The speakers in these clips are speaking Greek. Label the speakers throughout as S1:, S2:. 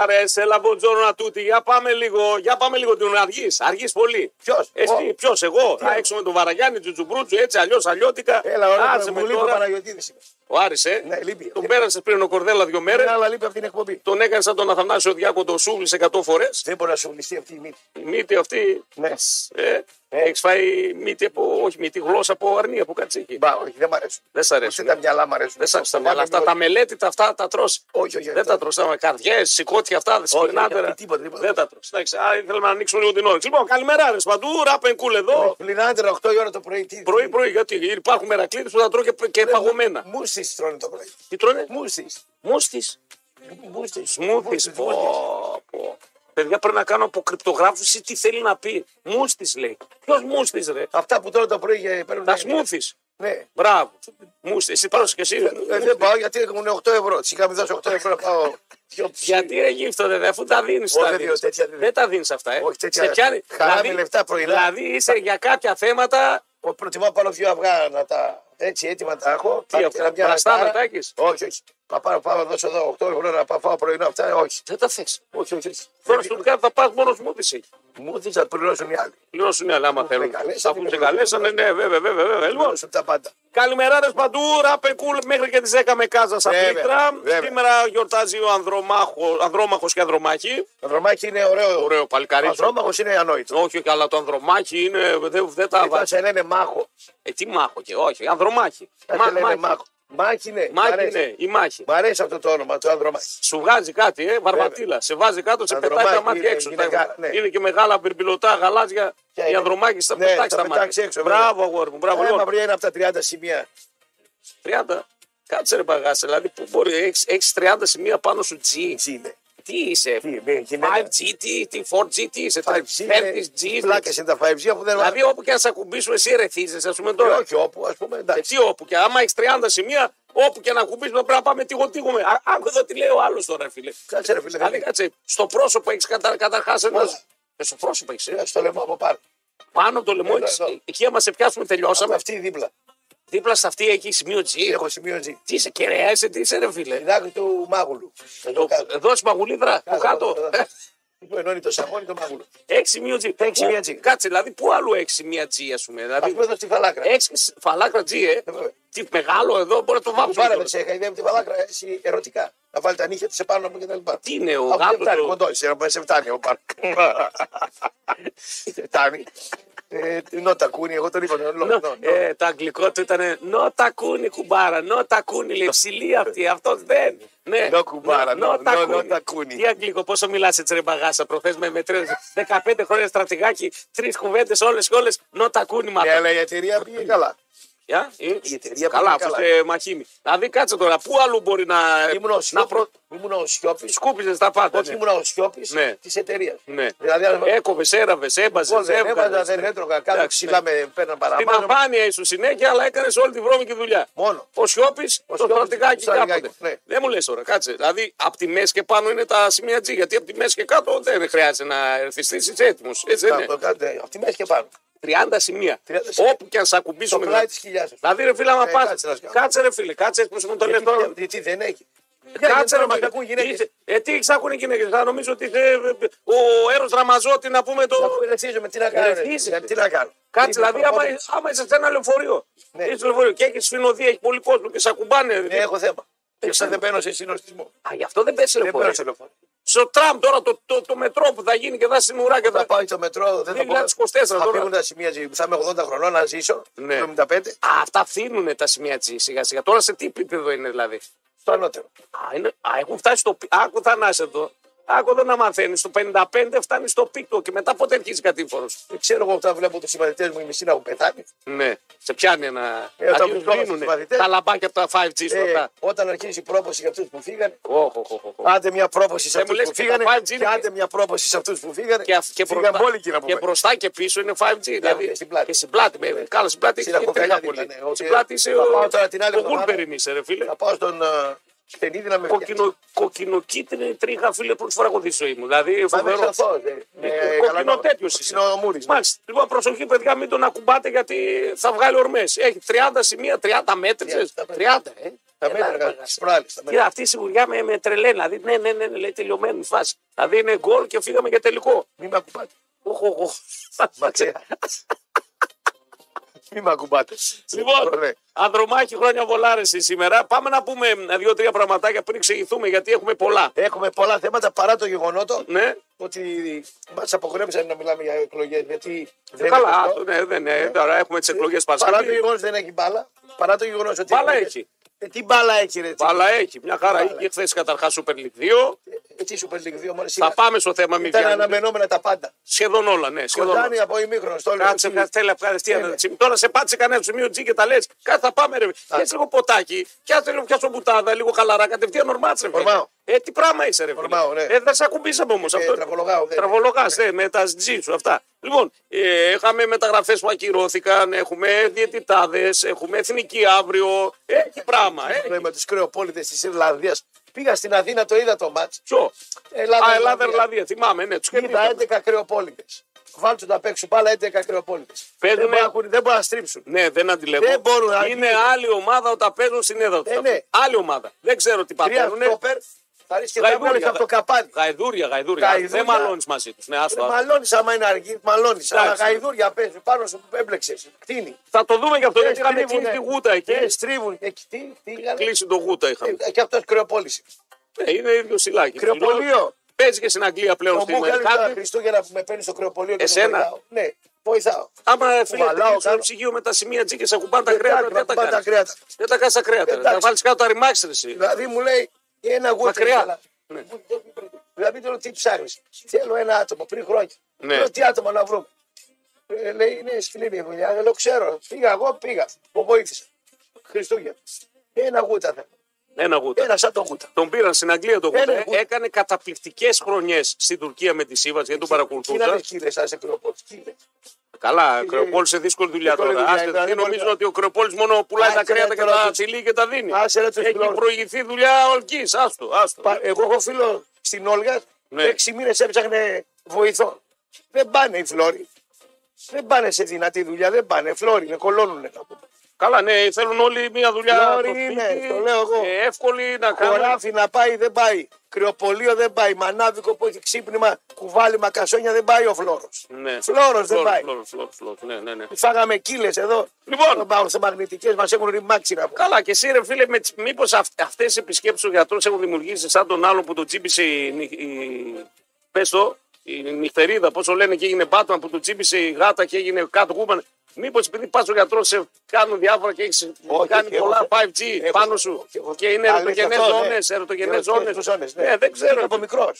S1: Μάρε, έλα μποντζόρονα τούτη. Για πάμε λίγο, για πάμε λίγο την αργής. Αργής πολύ.
S2: Ποιος,
S1: Εσύ,
S2: εγώ?
S1: ποιος, εγώ.
S2: εγώ?
S1: Θα έξω με τον Βαραγιάννη, του Τζουμπρούτσου, έτσι αλλιώς αλλιώτικα.
S2: Έλα,
S1: Άσε
S2: ωραία,
S1: με
S2: μου λείπει ο
S1: τώρα.
S2: Παναγιωτήδης.
S1: Ο Άρης, ε.
S2: Ναι, λείπει.
S1: Τον πέρασες πριν ο Κορδέλα δύο μέρες.
S2: Ένα άλλα λείπει αυτή την εκπομπή.
S1: Τον έκανε σαν τον Αθανάσιο Διάκο, τον σούβλησε 100 φορές.
S2: Δεν μπορεί να σου ληστεί αυτή η μύτη.
S1: Η μύτη αυτή.
S2: Ναι.
S1: Ε, Έχεις φάει μύτη από. Όχι, μύτη γλώσσα από αρνία, από κατσίκι.
S2: Μπα, όχι, δεν μ' αρέσουν.
S1: Δεν σ' αρέσουν,
S2: Ούτε
S1: ναι.
S2: τα μυαλά μ' αρέσουν.
S1: Δεν σ' άρεσε τα
S2: Φοβάμαι
S1: μυαλά. Αυτά
S2: ότι-
S1: τα μελέτητα, αυτά τα τρώ.
S2: Όχι, όχι,
S1: Δεν
S2: αυτά.
S1: τα τρώσαμε. Καρδιές, σηκώτια αυτά, δεν
S2: Όχι,
S1: σπινάτερα.
S2: όχι, τίποτα, τίποτα.
S1: Δεν τα τρώσαμε. Εντάξει, άρα θέλουμε να ανοίξουμε λίγο την όρεξη. Λοιπόν, καλημέρα, ρε Σπαντού, ράπεν κούλ
S2: Ναι.
S1: εδώ.
S2: Λινάντερα 8 η ώρα το πρωί. τι- τι-
S1: Πρωί-πρωί, γιατί υπάρχουν μερακλείδες που θα τρώω και,
S2: Ναι,
S1: και παγωμένα.
S2: Μούσις τρώνε το πρωί.
S1: Τι τρώνε,
S2: Μούσις.
S1: μούστι.
S2: Μούσις.
S1: Μούστι.
S2: Μούσις, μούσις.
S1: Παιδιά πρέπει να κάνω αποκρυπτογράφηση τι θέλει να πει. Μούστι λέει. Ποιος μούστι, ρε.
S2: Αυτά που τώρα το πρωί ε, παίρνουν.
S1: Τας σμούθι.
S2: Ναι.
S1: Μπράβο. Μούστι. Εσύ τρώσει και εσύ.
S2: Ε, Δεν πάω γιατί έχουν 8 ευρώ. Τις είχαμε δώσει 8 ευρώ να πάω. Δυο ψ-
S1: Γιατί ρε γύφτονται, ρε, αφού τα δίνεις.
S2: Όχι, δεν δίνω τέτοια, δεν
S1: δεν τα δίνεις αυτά. Ε.
S2: Όχι, τέτοια.
S1: Σε πιάνει.
S2: Χαρά με λεφτά πρωινά.
S1: Δηλαδή είσαι για κάποια θέματα.
S2: Ο- Προτιμώ να πάρω δύο αυγά να τα. Έτσι έτοιμα τα έχω. Θα
S1: αυγά,
S2: πιέρα μια
S1: βραστά,
S2: λαμπάρα.
S1: βρατάκες?
S2: Όχι, όχι. Θα πάρω, πάω να δώσω εδώ 8 ευρώ να πάω φάω πρωινό αυτά. Όχι.
S1: Δεν τα θες.
S2: Όχι, όχι. όχι.
S1: Τώρα στο Λουκά θα πας μόνος μου τη έχει.
S2: Μου δίνει να πληρώσουν οι άλλοι.
S1: Πληρώσουν οι άλλοι άμα θέλουν.
S2: καλέσανε,
S1: Αφού
S2: με
S1: σε
S2: καλέσανε.
S1: καλέσανε, ναι, βέβαια, βέβαια. βέβαια. Λοιπόν,
S2: Πληρώσουν τα πάντα.
S1: Καλημεράδε παντού, ράπε κουλ μέχρι και τις 10 με κάζα στα
S2: Βέβαια,
S1: πλήκτρα.
S2: βέβαια.
S1: Σήμερα γιορτάζει ο Ανδρόμαχο και Ανδρομάχη.
S2: Το δρομάκι είναι ωραίο.
S1: Ωραίο
S2: Ο
S1: παλικάρι.
S2: δρόμαχο είναι ανόητο.
S1: Όχι, καλά, το Ανδρομάχη είναι. Δεν, δεν τα
S2: Μετά
S1: βάζει.
S2: σε λένε μάχος.
S1: Ε, τι μάχο και όχι, Ανδρομάχη.
S2: Θα
S1: Μα-
S2: σε λένε
S1: μάχη.
S2: μάχος. Μάχη είναι. μ'
S1: Μάχη
S2: αρέσει.
S1: ναι, η μάχη.
S2: Μ' αρέσει αυτό το όνομα, το ανδρομάχη.
S1: Σου βγάζει κάτι, ε, βαρβατήλα. Σε βάζει κάτω, σε
S2: Ανδρομάχη
S1: πετάει τα μάτια
S2: είναι,
S1: έξω.
S2: είναι
S1: Τα-
S2: γα- ναι.
S1: Είναι και μεγάλα μπερμπιλωτά, γαλάζια.
S2: Ποια
S1: Η
S2: είναι?
S1: Ανδρομάχη θα
S2: Ναι,
S1: πετάξει τα
S2: θα
S1: μάτια.
S2: πετάξει έξω, βέβαια.
S1: Μπράβο, αγόρι μου, μπράβο.
S2: Ε,
S1: Λοιπόν,
S2: μαυριά είναι από τα 30 σημεία.
S1: 30. Κάτσε ρε παγάσε, δηλαδή που μπορεί, έχεις 30 σημεία πάνω σου G.
S2: Τι είναι.
S1: Τι είσαι,
S2: Τι, ε, μια γυναίκα.
S1: 5G, τι, τι 4G, τι είσαι,
S2: 5G
S1: 30G.
S2: είναι. Πλάκες είναι τα 5G που δεν
S1: Δηλαδή όπου και να σε ακουμπήσουμε, εσύ ρεθίζεσαι, ας πούμε
S2: Ε,
S1: τώρα.
S2: Όχι όπου, ας πούμε, εντάξει.
S1: Τι όπου και, άμα έχεις 30 σημεία, όπου και να ακουμπήσουμε, πρέπει να πάμε τυχοτήγουμε. Α- Άκου εδώ τι λέει ο άλλος τώρα, φίλε.
S2: Κάτσε ρε φίλε.
S1: Δηλαδή,
S2: δεν-
S1: κάτσε, στο πρόσωπο έχεις κατα, καταρχάς ένα.
S2: Όλα.
S1: Στο πρόσωπο έχεις.
S2: Στο λαιμό από πάνω.
S1: Πάνω από το λαιμό
S2: Εδώ,
S1: έχεις-
S2: Ε, εδώ.
S1: Εκεί άμα σε πιάσουμε, τελειώσαμε.
S2: Αυτή δίπλα.
S1: Δίπλα σε αυτή έχει σημείο G.
S2: Έχω σημείο G.
S1: Τι είσαι, κεραία, είσαι, τι είσαι, ρε φίλε.
S2: Την άκρη του μάγουλου. Εδώ
S1: Το-
S2: κάτω.
S1: Εδώ στη μαγουλίδρα, από
S2: εδώ,
S1: κάτω.
S2: εδώ. Ε. Που ενώνει το σαγόνι το μάγουλο.
S1: Έχεις σημείο G.
S2: Έχεις σημείο
S1: Πού-
S2: G.
S1: Κάτσε, δηλαδή, πού άλλο έχει σημείο G, ας πούμε.
S2: Α
S1: Δηλαδή,
S2: πούμε εδώ στη φαλάκρα.
S1: έχεις φαλάκρα G, ε.
S2: βέβαια.
S1: Τι μεγάλο εδώ, μπορεί να το βάψουμε.
S2: Πάρα
S1: τώρα.
S2: με σε χαϊδεύει τη φαλάκρα εσύ ερωτικά. Να βάλει τα νύχια της επάνω μου και τα λοιπά.
S1: Τι είναι ο
S2: Από δεν
S1: γάτο
S2: φτάνει,
S1: του.
S2: κοντό είσαι, να σε φτάνει ο Πάρκ. Σε φτάνει. Ε, Νότα κούνη, εγώ τον είπα. νο- νο-
S1: Νο-
S2: νο- νο.
S1: ε, το αγγλικό του ήταν νο τα κούνι κουμπάρα, νο τα κούνι λέει ψηλή αυτή, αυτός δεν. Ναι,
S2: Νο κουμπάρα,
S1: νο-
S2: νο-
S1: νο τα
S2: νο- νο
S1: κούνι.
S2: τα κούνι.
S1: Τι αγγλικό, πόσο μιλάς έτσι ρε μπαγάσα, προχθές με μετρές, 15 χρόνια στρατηγάκι, τρεις κουβέντες όλες και όλες, νο τα κούνι
S2: Ναι,
S1: μάτα.
S2: αλλά η εταιρεία πήγε
S1: ε,
S2: καλά.
S1: Γεια, ε.
S2: Η εταιρεία
S1: Καλά,
S2: πήγε
S1: αυτός
S2: καλά.
S1: είστε μαχήμη. Δηλαδή κάτσε τώρα, πού άλλου μπορεί ε, να...
S2: Ήμουν ο
S1: να προ...
S2: Σιώπης, ήμουν ο Σιώπης,
S1: Σκούπιζες τα πάντα.
S2: όχι
S1: ναι.
S2: ήμουν ο Σιώπης
S1: Ναι.
S2: της εταιρείας.
S1: Ναι.
S2: Δηλαδή, αν
S1: Έκοβες, έραβες, έμπαζες,
S2: Λοιπόν, δεν έβαζα,
S1: έβγαζες.
S2: δεν έτρωγα, κάνω
S1: Εντάξει,
S2: ψηλά
S1: ναι.
S2: με παίρναν
S1: Την
S2: παραπάνω.
S1: αμπάνια ήσουν συνέχεια, αλλά έκανες όλη τη βρώμικη δουλειά.
S2: Μόνο.
S1: Ο Σιώπης, το
S2: Σιώπης,
S1: στρατηγάκι
S2: το στρατηγάκι,
S1: κάποτε.
S2: ναι.
S1: Δεν μου λες τώρα, κάτσε. Δηλαδή, από τη μέση και πάνω είναι τα σημεία G. Γιατί από τη μέση και κάτω δεν χρειάζεται να ερθιστείς, είσαι έτοιμος. Έτσι δεν
S2: Τα-
S1: είναι.
S2: το κάνετε, Αυτή τη μέση και πάνω.
S1: 30 σημεία.
S2: 30 σημεία.
S1: Όπου και αν σε
S2: Στο
S1: ακουμπήσουμε.
S2: πλάι
S1: Δηλαδή,
S2: της κοιλιάς. σας.
S1: δηλαδή, ρε φίλε, άμα
S2: Ε,
S1: πας-
S2: κάτσε να σκ-
S1: Κάτσε, ρε φίλε, κάτσε που μου το λε τώρα.
S2: Γιατί- Γιατί δεν έχει.
S1: Κάτσε, ρε
S2: μα
S1: φίλε.
S2: τα ακούνε οι γυναίκες.
S1: Είσαι- Ε, τι ξάκουνε οι γυναίκες. Θα νομίζω ότι ε, ο Έρος Ραμαζότη να πούμε
S2: Να
S1: το.
S2: πούμε, ρεθίζομαι, τι να κάνω. ρε.
S1: Ρεθίζεσαι.
S2: Τι να κάνω.
S1: Κάτσε,
S2: Είναι
S1: δηλαδή, άμα,
S2: προπόνηση.
S1: άμα είσαι σε ένα λεωφορείο.
S2: Ναι.
S1: Είσαι στο λεωφορείο και έχεις φινωδία, έχεις πολύ κόσμο και σε ακουμπάνε.
S2: Ναι, έχω θέμα. Γι' αυτό
S1: θέμα.
S2: δεν μπαίνω σε συνοστισμό.
S1: Α, γι' αυτό δεν πέσει
S2: Δεν παίρνω
S1: λεωφορείο.
S2: σε λεωφορείο.
S1: Στο τραμ τώρα το, το, το μετρό που θα γίνει και θα στην ουρά και
S2: Θα
S1: θα.
S2: πάω στο μετρό, δεν θα πω.
S1: 2024
S2: Θα
S1: τώρα.
S2: φύγουν τα σημεία ζωή. Θα είμαι 80 χρονών να ζήσω.
S1: Ναι.
S2: 75
S1: Α, αυτά φθήνουν τα σημεία G σιγά σιγά. Τώρα σε τι επίπεδο είναι δηλαδή.
S2: στο ανώτερο.
S1: Α, είναι, α έχουν φτάσει στο πι- Άκου θα να είσαι εδώ. Άκου εδώ να μαθαίνεις. Το 55 φτάνεις στο πίκτο και μετά πότε αρχίζει κατήφορο.
S2: Δεν ξέρω εγώ όταν βλέπω τους συμμαθητέ μου οι μισοί να έχουν πεθάνει.
S1: Ναι. Σε πιάνει ένα.
S2: Ε, όταν
S1: να τους
S2: βρισκόμαστε
S1: δίνουνε
S2: στους μαθητές.
S1: Τα λαμπάκια από τα 5G σου
S2: Ε,
S1: αυτά.
S2: όταν αρχίζει η πρόποση για αυτούς που φύγανε,
S1: Όχ, όχ, όχ, όχ.
S2: άντε μια πρόποση σε
S1: Δεν μου
S2: αυτούς
S1: λες
S2: που
S1: και τα
S2: φύγανε.
S1: 5G είναι-
S2: Και άντε μια πρόποση σε αυτούς που φύγανε.
S1: Και, αυ- και,
S2: Φύγαν
S1: μπροστά,
S2: όλοι εκεί να
S1: και
S2: πούμε. Ναι,
S1: μπροστά και πίσω είναι 5G. Δηλαδή,
S2: και στην πλάτη. Ναι.
S1: Και στην πλάτη. με- Καλά, στην πλάτη.
S2: Στην
S1: έχεις και
S2: Ακροκαλιά
S1: τρίχα πολύ.
S2: ήταν, ε, ότι-
S1: Στην πλάτη είσαι
S2: Θα πάω τώρα την άλλη
S1: ο
S2: εβδομάδα.
S1: Γκούλμπεριν είσαι, ρε φίλε.
S2: Θα πάω στον ε, Στενίδη να με πιάσει.
S1: κοκκινο, κοκκινοκίτρινη τρίχα, φίλε, πρώτη φορά έχω δει στη ζωή μου. Δηλαδή,
S2: Μα δεν
S1: φοβερό.
S2: καθώ, ε, ε,
S1: Κοκκινο
S2: καλά,
S1: τέτοιο είσαι.
S2: κοκκινομούρης.
S1: Μάλιστα. Λοιπόν, προσοχή, παιδιά, μην τον ακουμπάτε γιατί θα βγάλει ορμές. Έχει 30 σημεία, 30 μέτρησε.
S2: 30,
S1: 30, ε.
S2: Θα
S1: Έλα,
S2: μένω
S1: ρε,
S2: να
S1: μάγας.
S2: τι προάλλε.
S1: Κύριε, αυτή η σιγουριά με, με τρελαίνει. Δηλαδή, ναι, ναι, ναι, ναι, λέει τελειωμένη φάση. Δηλαδή, είναι γκολ και φύγαμε για τελικό.
S2: Μην με ακουμπάτε.
S1: Οχ, οχ, οχ.
S2: Μακριά. Μην με ακουμπάτε.
S1: Λοιπόν,
S2: Ναι.
S1: Ανδρομάχη, χρόνια πολλά ρε εσύ σήμερα. Πάμε να πούμε ε, δύο-τρία πραγματάκια πριν εξηγηθούμε, γιατί έχουμε πολλά.
S2: Έχουμε πολλά θέματα παρά το γεγονό
S1: Ναι,
S2: ότι μας απογορεύσαν να μιλάμε για εκλογές. Γιατί δεν είναι
S1: καλά.
S2: σωστό.
S1: Ναι, δεν ναι, τώρα έχουμε τις εκλογές
S2: Παρά το
S1: Παρασκευή.
S2: γεγονός δεν έχει μπάλα. Παρά το γεγονός ότι.
S1: Μπάλα
S2: εκλογές-
S1: έχει.
S2: Ε, τι μπάλα έχει, ρε. τι-
S1: Αλλά έχει, μια χαρά.
S2: Μπάλα.
S1: Είχε χθες καταρχάς Super League 2.
S2: Ε, Τι σου παίρνει 2 μόλι.
S1: Θα πάμε στο θέμα, μην
S2: Ήταν
S1: βγαίνουμε.
S2: αναμενόμενα τα πάντα.
S1: Σχεδόν όλα, ναι. Σχεδόν όλα.
S2: Κοντάνει από ημίχρονο. στο λέω.
S1: Κάτσε, κάτσε, θέλει
S2: Έλα.
S1: αποκατευθείαν. Τώρα σε πάτησε κανένα σημείο τζι και τα λες. Κάτσε, θα πάμε ρε. Πιάσε λίγο ποτάκι, πιάσε λίγο πιάσω μπουτάδα, λίγο χαλαρά, κατευθείαν ορμάτσε. ρε, φίλε.
S2: Ορμάω.
S1: Ε, τι πράγμα είσαι, ρε. φίλε.
S2: Ορμάω, ναι.
S1: Ε, δεν σε ακουμπήσαμε όμως
S2: Ε,
S1: αυτό.
S2: Τραβολογάω. δεν-
S1: Τραβολογάς, ναι, με τα τζι σου αυτά. Λοιπόν, ε, είχαμε μεταγραφές που ακυρώθηκαν, έχουμε διαιτητάδες, έχουμε εθνική αύριο. Έχει πράγμα.
S2: Ε,
S1: Ε.
S2: με του κρεοπόλητε της Ιρλανδίας. Πήγα στην Αθήνα, το είδα το μάτ.
S1: Ποιο.
S2: Ελλάδα,
S1: Α, Ελλάδα, Ιρλανδία, θυμάμαι, ναι, τους
S2: Είδα
S1: κερδίσαμε.
S2: 11 κρεοπόλητε. Βάλτε να παίξουν μπάλα 11 κρεοπόλητε. Δεν,
S1: Παίζουνε-
S2: μπορούν να ακούνε, δεν μπορούν να στρίψουν.
S1: Ναι, δεν αντιλέγω.
S2: Δεν μπορούν να
S1: Είναι
S2: αντιλέγω.
S1: άλλη ομάδα όταν παίζουν στην έδρα τους.
S2: Ε, ναι.
S1: Άλλη ομάδα. Δεν ξέρω τι
S2: Τρία
S1: πατέρουν.
S2: στόπερ θα ρίξει και τα
S1: Γαϊδούρια,
S2: βγάλει από το καπάδι.
S1: Γαϊδούρια, γαϊδούρια.
S2: Γαϊδούρια. Ε,
S1: Δεν μαλώνεις μαζί τους. Ναι, άστο, άστο.
S2: Μαλώνεις άμα είναι αργή, μαλώνεις. Αλλά
S1: Εντάξει.
S2: γαϊδούρια παίζουν πάνω σου που έμπλεξες. Κτίνει.
S1: Θα το δούμε και αυτό.
S2: Ε,
S1: Γιατί είχαμε
S2: στρίβουνε.
S1: κλείσει τη γούτα εκεί.
S2: Ε, στρίβουν. Ε, ε, τι, τι είχαν.
S1: Κλείσει το γούτα είχαμε.
S2: Ε, Και αυτός κρεοπόληση.
S1: Ναι, είναι ίδιο σιλάκι.
S2: Κρεοπολείο.
S1: Παίζει και στην Αγγλία πλέον
S2: Ο
S1: στην
S2: Μπούχαλη τα
S1: Ελλάδα.
S2: Χριστούγεννα που με παίρνεις στο κρεοπολείο και τον
S1: Εσένα?
S2: βοηθάω. Ναι, βοηθάω.
S1: Άμα ε, φίλε
S2: Κουβαλάω,
S1: τελείωσε το
S2: κάνω.
S1: ψυγείο με τα σημεία τζίκες σε κουμπάνε τα
S2: Ε,
S1: κρέατα,
S2: τα-
S1: δεν τα
S2: τα- τα
S1: κάνεις.
S2: κρέατα.
S1: Δεν τα κάνεις τα κρέατα. ρε.
S2: Εντάξει.
S1: Θα βάλεις κάτω τα ρημάξι, ρε, εσύ.
S2: Δηλαδή μου λέει ένα γούτσο.
S1: Μακριά. Ναι.
S2: ήθελα. Δηλαδή τώρα τι ψάχνει. Θέλω ένα άτομο πριν χρόνια.
S1: Ναι.
S2: Λέω τι άτομο να βρούμε. Ε, λέει είναι σκληρή η δουλειά. Ε, Λέω ξέρω. Πήγα εγώ, πήγα. Μου βοήθησε. Χριστούγεννα. Ένα γούτα θέλω.
S1: Ένα γούτα.
S2: Ένα σαν το γούτα.
S1: Τον πήραν στην Αγγλία τον
S2: Ένα
S1: Γούτα.
S2: γούτα.
S1: Έκανε καταπληκτικές χρονιές στην Τουρκία με τη Σίβα γιατί τον
S2: Τι να
S1: παρακολουθούσα.
S2: δει κύριε, σαν σε κροπό.
S1: Καλά, ο Κρεοπόλη σε δύσκολη δουλειά
S2: Ε, Δύσκολη
S1: τώρα.
S2: δουλειά,
S1: Άστε,
S2: τώρα,
S1: δεν
S2: δεν
S1: νομίζω
S2: μπορεί-
S1: ότι ο Κρεοπόλη μόνο πουλάει
S2: Άσε,
S1: τα
S2: ρε,
S1: κρέατα και
S2: τώρα
S1: τα
S2: τους-
S1: τσιλί και τα δίνει.
S2: Άσε, ρε, τους
S1: Έχει
S2: φιλόρους.
S1: προηγηθεί δουλειά ολική. Άστο, άστο.
S2: Εγώ έχω φίλο στην Όλγα.
S1: Ναι.
S2: Έξι μήνες έψαχνε βοηθό. Δεν πάνε οι φλόροι. Δεν πάνε σε δυνατή δουλειά. Δεν πάνε. Φλόροι με κολώνουνε κάπου.
S1: Καλά, ναι, θέλουν όλοι μια δουλειά.
S2: Φλόρι
S1: στο
S2: είναι,
S1: σπίτι,
S2: το λέω εγώ.
S1: ε, εύκολη να κάνουν.
S2: Χωράφι να πάει δεν πάει. Κρυοπολείο δεν πάει. Μανάβικο που έχει ξύπνημα, κουβάλι μακασόνια δεν πάει ο φλόρος.
S1: Ναι.
S2: Φλόρος δεν
S1: Φλόρος,
S2: πάει.
S1: φλόρος, φλόρος, φλόρος. Ναι, ναι, ναι.
S2: Φάγαμε κύλες εδώ.
S1: Λοιπόν.
S2: Δεν πάω σε μαγνητικέ, μας έχουν ρημάξει να πω.
S1: Καλά, και εσύ, ρε φίλε, μήπω αυτές οι επισκέψεις ο γιατρό έχουν δημιουργήσει σαν τον άλλο που τον τσίπησε η. νυ- η πες το, η νυχτερίδα, πόσο λένε και έγινε Batman που τον τσίπησε η γάτα και έγινε Catwoman. Μήπως επειδή πας ο γιατρό σε κάνουν διάφορα και έχεις
S2: Όχι,
S1: κάνει
S2: όχι,
S1: πολλά
S2: έχω-
S1: 5G
S2: έχω-
S1: πάνω σου
S2: όχι, έχω-
S1: και είναι
S2: Αλήθεια
S1: ερωτογενέ
S2: αυτό, ναι.
S1: ζώνε. Ερωτογενέ
S2: Ερωτογενές
S1: ζώνες.
S2: ζώνες, ναι.
S1: δεν
S2: Είμαι
S1: ξέρω.
S2: Από μικρός.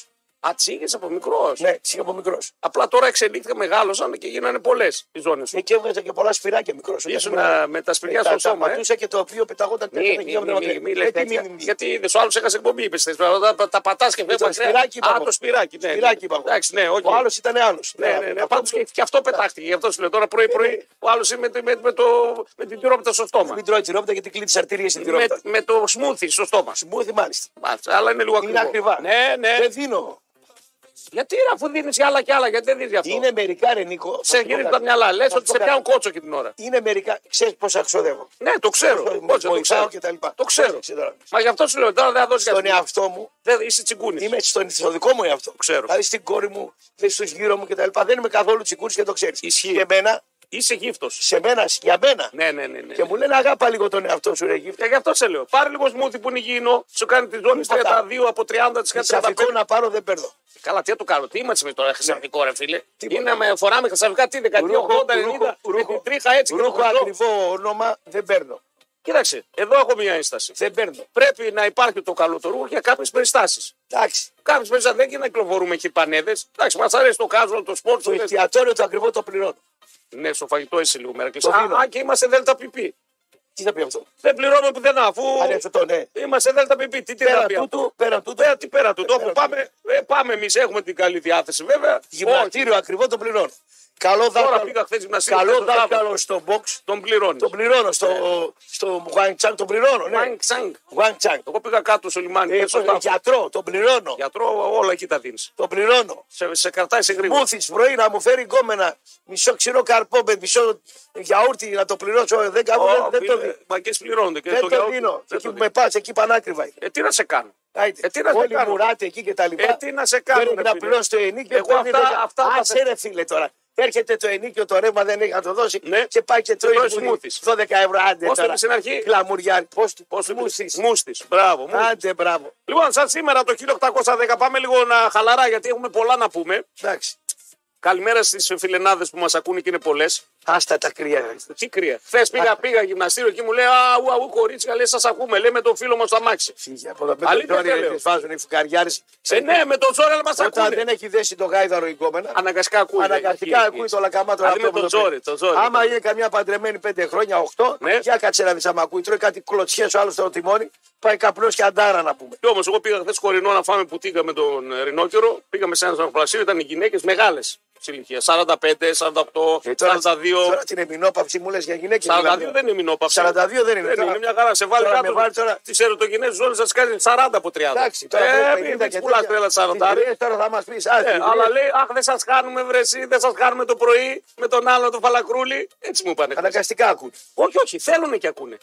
S1: Ατσίγε από μικρό.
S2: Ναι, τι είχα από μικρός.
S1: Απλά τώρα εξελίχθηκαν, μεγάλωσαν και γίνανε πολλές οι ζώνες σου.
S2: Και έβγαζε και πολλά σφυράκια μικρό.
S1: Ήσουν α, με τα σπηλιά στο
S2: Ε, ναι. τα
S1: σώμα. ε.
S2: πατούσα και το οποίο πεταγόταν
S1: Μη-
S2: τέτοια
S1: μη-
S2: και
S1: μη-
S2: έβγαζε
S1: μη- μη
S2: μακριά.
S1: λες
S2: Ε, τι
S1: τέτοια.
S2: μη- μη-
S1: Γιατί είδε, ο άλλος έχασε εκπομπή, είπες. Τα πατάς και
S2: Ήταν
S1: φεύγουν.
S2: σπυράκι, είπα
S1: Α,
S2: εγώ.
S1: το σπυράκι. ναι.
S2: Σπυράκι, είπα εγώ.
S1: Εντάξει, ναι, όχι.
S2: Ο άλλο ήταν άλλος.
S1: Ναι, ναι, ναι. Πάντως και, και αυτό πετάχτηκε. Γι' αυτό σου λέω τώρα
S2: Ε, ναι.
S1: πρωί-πρωί ο άλλος με, το- με, με, το- με την τυρόπιτα στο στόμα.
S2: Μην τρώει τυρόπιτα γιατί κλείνει τις αρτηρίε στην
S1: Με,
S2: τυρόπιτα.
S1: με το σμούθι στο στόμα.
S2: Μπούθη μάλιστα.
S1: Μάλιστα, Αλλά είναι λίγο
S2: Είναι
S1: ακριβό.
S2: ακριβά.
S1: Ναι, ναι.
S2: Δεν δίνω.
S1: Γιατί ρε, αφού δίνεις άλλα και άλλα, γιατί δεν δίνεις αυτό.
S2: Είναι μερικά ρε Νίκο.
S1: Σε
S2: θα σου πω
S1: γυρίζει
S2: κάτι.
S1: τα μυαλά. Λες
S2: Θα σου
S1: ότι
S2: πω
S1: σε
S2: κάτι.
S1: πιάνουν κότσο και την ώρα.
S2: Είναι μερικά. Ξέρεις πόσα ξοδεύω.
S1: Ναι, το ξέρω.
S2: Βοηθάω
S1: Κότσο, το ξέρω.
S2: και τα λοιπά.
S1: Το ξέρω.
S2: Ξέρεις τώρα.
S1: Μα γι' αυτό σου λέω τώρα δεν θα δώσεις
S2: Στον
S1: κάτι.
S2: εαυτό μου.
S1: Δεν- Είσαι τσιγκούνι.
S2: Είμαι στον, στο δικό μου εαυτό.
S1: Ξέρω.
S2: Δηλαδή στην κόρη μου, στου γύρω μου κτλ. Δεν είμαι καθόλου τσικούρη και το ξέρεις.
S1: Ισχύει.
S2: Και εμένα,
S1: Είσαι γύφτος.
S2: σε μένα, για μένα.
S1: Ναι, ναι, ναι. ναι.
S2: Και μου λένε αγάπα λίγο τον εαυτό σου, ρε γύφτη.
S1: Και γι' αυτό σε λέω. Πάρε λίγο σμούθι που είναι υγιεινό, σου κάνει τη ζώνη
S2: Τίποτα.
S1: 32 από 30 τη
S2: Σαφικό να πάρω δεν παίρνω.
S1: Καλά, τι θα του κάνω, τι είμαστε με τώρα χρυσαφικό, ρε φίλε.
S2: Τίποτα.
S1: Είναι με φοράμε χρυσαφικά τι δεκαετία 80, 90, με την τρίχα έτσι και το
S2: ρούχο
S1: χρυσό.
S2: ακριβό όνομα δεν παίρνω.
S1: Κοίταξε, εδώ έχω μια ένσταση.
S2: Δεν παίρνω.
S1: Πρέπει να υπάρχει το καλό το ρούχο για κάποιες περιστάσεις.
S2: Εντάξει.
S1: Κάποιες περιστάσεις δεν γίνεται να κυκλοφορούμε εκεί πανέδες. Εντάξει, μας αρέσει το κάζο, το σπορτ,
S2: Το
S1: το λες.
S2: εστιατόριο το ακριβό το πληρώνω.
S1: Ναι, στο φαγητό είσαι λίγο μέρα.
S2: Το δίνω.
S1: Α, και είμαστε ΔΕΛΤΑ πιπί.
S2: Τι θα πει αυτό.
S1: Δεν πληρώνουμε πουθενά αφού.
S2: Αν αυτό το ναι.
S1: Είμαστε ΔΕΛΤΑ πιπί. Τι τι να
S2: Πέρα
S1: πει αυτό.
S2: τούτου, πέρα τούτου.
S1: Πέρα, ε, τι πέρα του τόπου.
S2: Πέρα
S1: Πάμε, ε, πάμε εμείς, έχουμε την καλή διάθεση βέβαια. Όχι,
S2: Γυμναστήριο ακριβό το πληρώνω. Καλό
S1: Τώρα
S2: δάσκαλο.
S1: πήγα χθες γυμναστήριο.
S2: Καλό
S1: χθες το Σάββατο.
S2: δάσκαλο στο box.
S1: Τον πληρώνεις.
S2: Τον πληρώνω.
S1: Ε.
S2: Στο, στο Wang Chang τον πληρώνω. Ναι.
S1: Μάνγκ Τσάνγκ.
S2: Wang Chang.
S1: Εγώ πήγα κάτω στο λιμάνι.
S2: Ε,
S1: πέρα στο
S2: τον
S1: τάφο.
S2: Γιατρό τον πληρώνω.
S1: Γιατρό, όλα εκεί τα δίνεις.
S2: Τον πληρώνω.
S1: Σε, σε κρατάει σε γρήγορα.
S2: Μπούθη πρωί να μου φέρει γκόμενα μισό ξηρό καρπό με μισό γιαούρτι να το πληρώσω. Ε, Δεν, κάνω, δεν, δεν το, δι-
S1: Μαγκέ πληρώνονται. και
S2: δεν
S1: το
S2: το
S1: γιαούρτι-
S2: δίνω.
S1: δεν
S2: Εκεί
S1: το
S2: που
S1: δίνω.
S2: με πας, εκεί πανάκριβα. είναι.
S1: Ε, τι να σε κάνω.
S2: Άιτε.
S1: Ε, τι να σε
S2: Όλοι
S1: κάνω.
S2: μουράτε εκεί και τα λοιπά.
S1: Ε, τι να σε κάνω,
S2: Πρέπει
S1: ρε
S2: να
S1: φίλε.
S2: πληρώσει το ενίκιο.
S1: Εγώ
S2: παίρνει
S1: αυτά-
S2: δέκα.
S1: αυτά τα
S2: Άσε ρε φίλε τώρα. Έρχεται το ενίκιο, το ρεύμα δεν έχει να το δώσει
S1: Ναι.
S2: και πάει και τρώει
S1: τρώει
S2: σμούθι.
S1: σμούθις.
S2: 12 ευρώ άντε
S1: Πώς το
S2: τώρα.
S1: είπες στην αρχή?
S2: Κλαμουριάρι. Πώς το
S1: Πώς το
S2: Σμούθις.
S1: είπες? Μούστης. Μπράβο. μούστης.
S2: Άντε μπράβο.
S1: Λοιπόν, σαν σήμερα το 1810 πάμε λίγο να χαλαρά γιατί έχουμε πολλά να πούμε.
S2: Εντάξει.
S1: Καλημέρα στις φιλενάδες που μας ακούνε και είναι πολλές.
S2: Άστα τα κρύα.
S1: Τι κρύα. Χθε πήγα, πήγα γυμναστήριο και μου λέει Α, ου, αου, κορίτσια, λέει, σας ακούμε. Λέει με τον φίλο μας το αμάξι.
S2: Φύγε από εδώ πέρα.
S1: Αλήθεια
S2: Τώρα,
S1: δεν λέω.
S2: τις βάζουν οι φουκαριάρες.
S1: Ε, ναι, με τον Τζόρι, αλλά μας
S2: Όταν
S1: ακούνε.
S2: δεν έχει δέσει το γάιδαρο η γκόμενα.
S1: Αναγκαστικά ακούει.
S2: Αναγκαστικά ακούει το λακαμά τώρα.
S1: Δηλαδή με τον Τζόρι. τον Τζόρι.
S2: Άμα είναι καμιά παντρεμένη πέντε χρόνια, οχτώ,
S1: Ναι.
S2: για κάτσε να δεις άμα ακούει. Τρώει κάτι κλωτσιές ο άλλος στο τιμόνι, πάει καπνός και αντάρα να πούμε.
S1: Κι όμως, εγώ πήγα χθες κορινό να φάμε πουτίκα με τον ε, Ρινόκερο. Πήγαμε σε ένα ζαχαροπλαστήριο, ήταν οι γυναίκες μεγάλες τη ηλικία. 45, 48, 42.
S2: Ε, Τώρα την εμεινόπαυση μου λες για δηλαδή. γυναίκε.
S1: 42 δεν είναι μηνόπαυση.
S2: 42 δεν είναι.
S1: Δεν είναι,
S2: Τώρα-
S1: είναι μια χαρά. Σε βάλει
S2: τώρα με βάλει
S1: κάτω.
S2: τώρα-
S1: Τις ερωτογενέ ζώνε σας κάνει 40 από 30.
S2: Εντάξει, τώρα
S1: ε,
S2: ε,
S1: μην
S2: 50 και
S1: πουλάς τρέλα
S2: τέτοια.
S1: 40.
S2: Τις γρίες τώρα θα μας πεις.
S1: Ε, αλλά λέει, Αχ, δεν σας κάνουμε βρεσί, δεν σας κάνουμε το πρωί με τον άλλο τον φαλακρούλι. Έτσι μου είπανε.
S2: Αναγκαστικά ακούει.
S1: Όχι, όχι, θέλουν και ακούνε.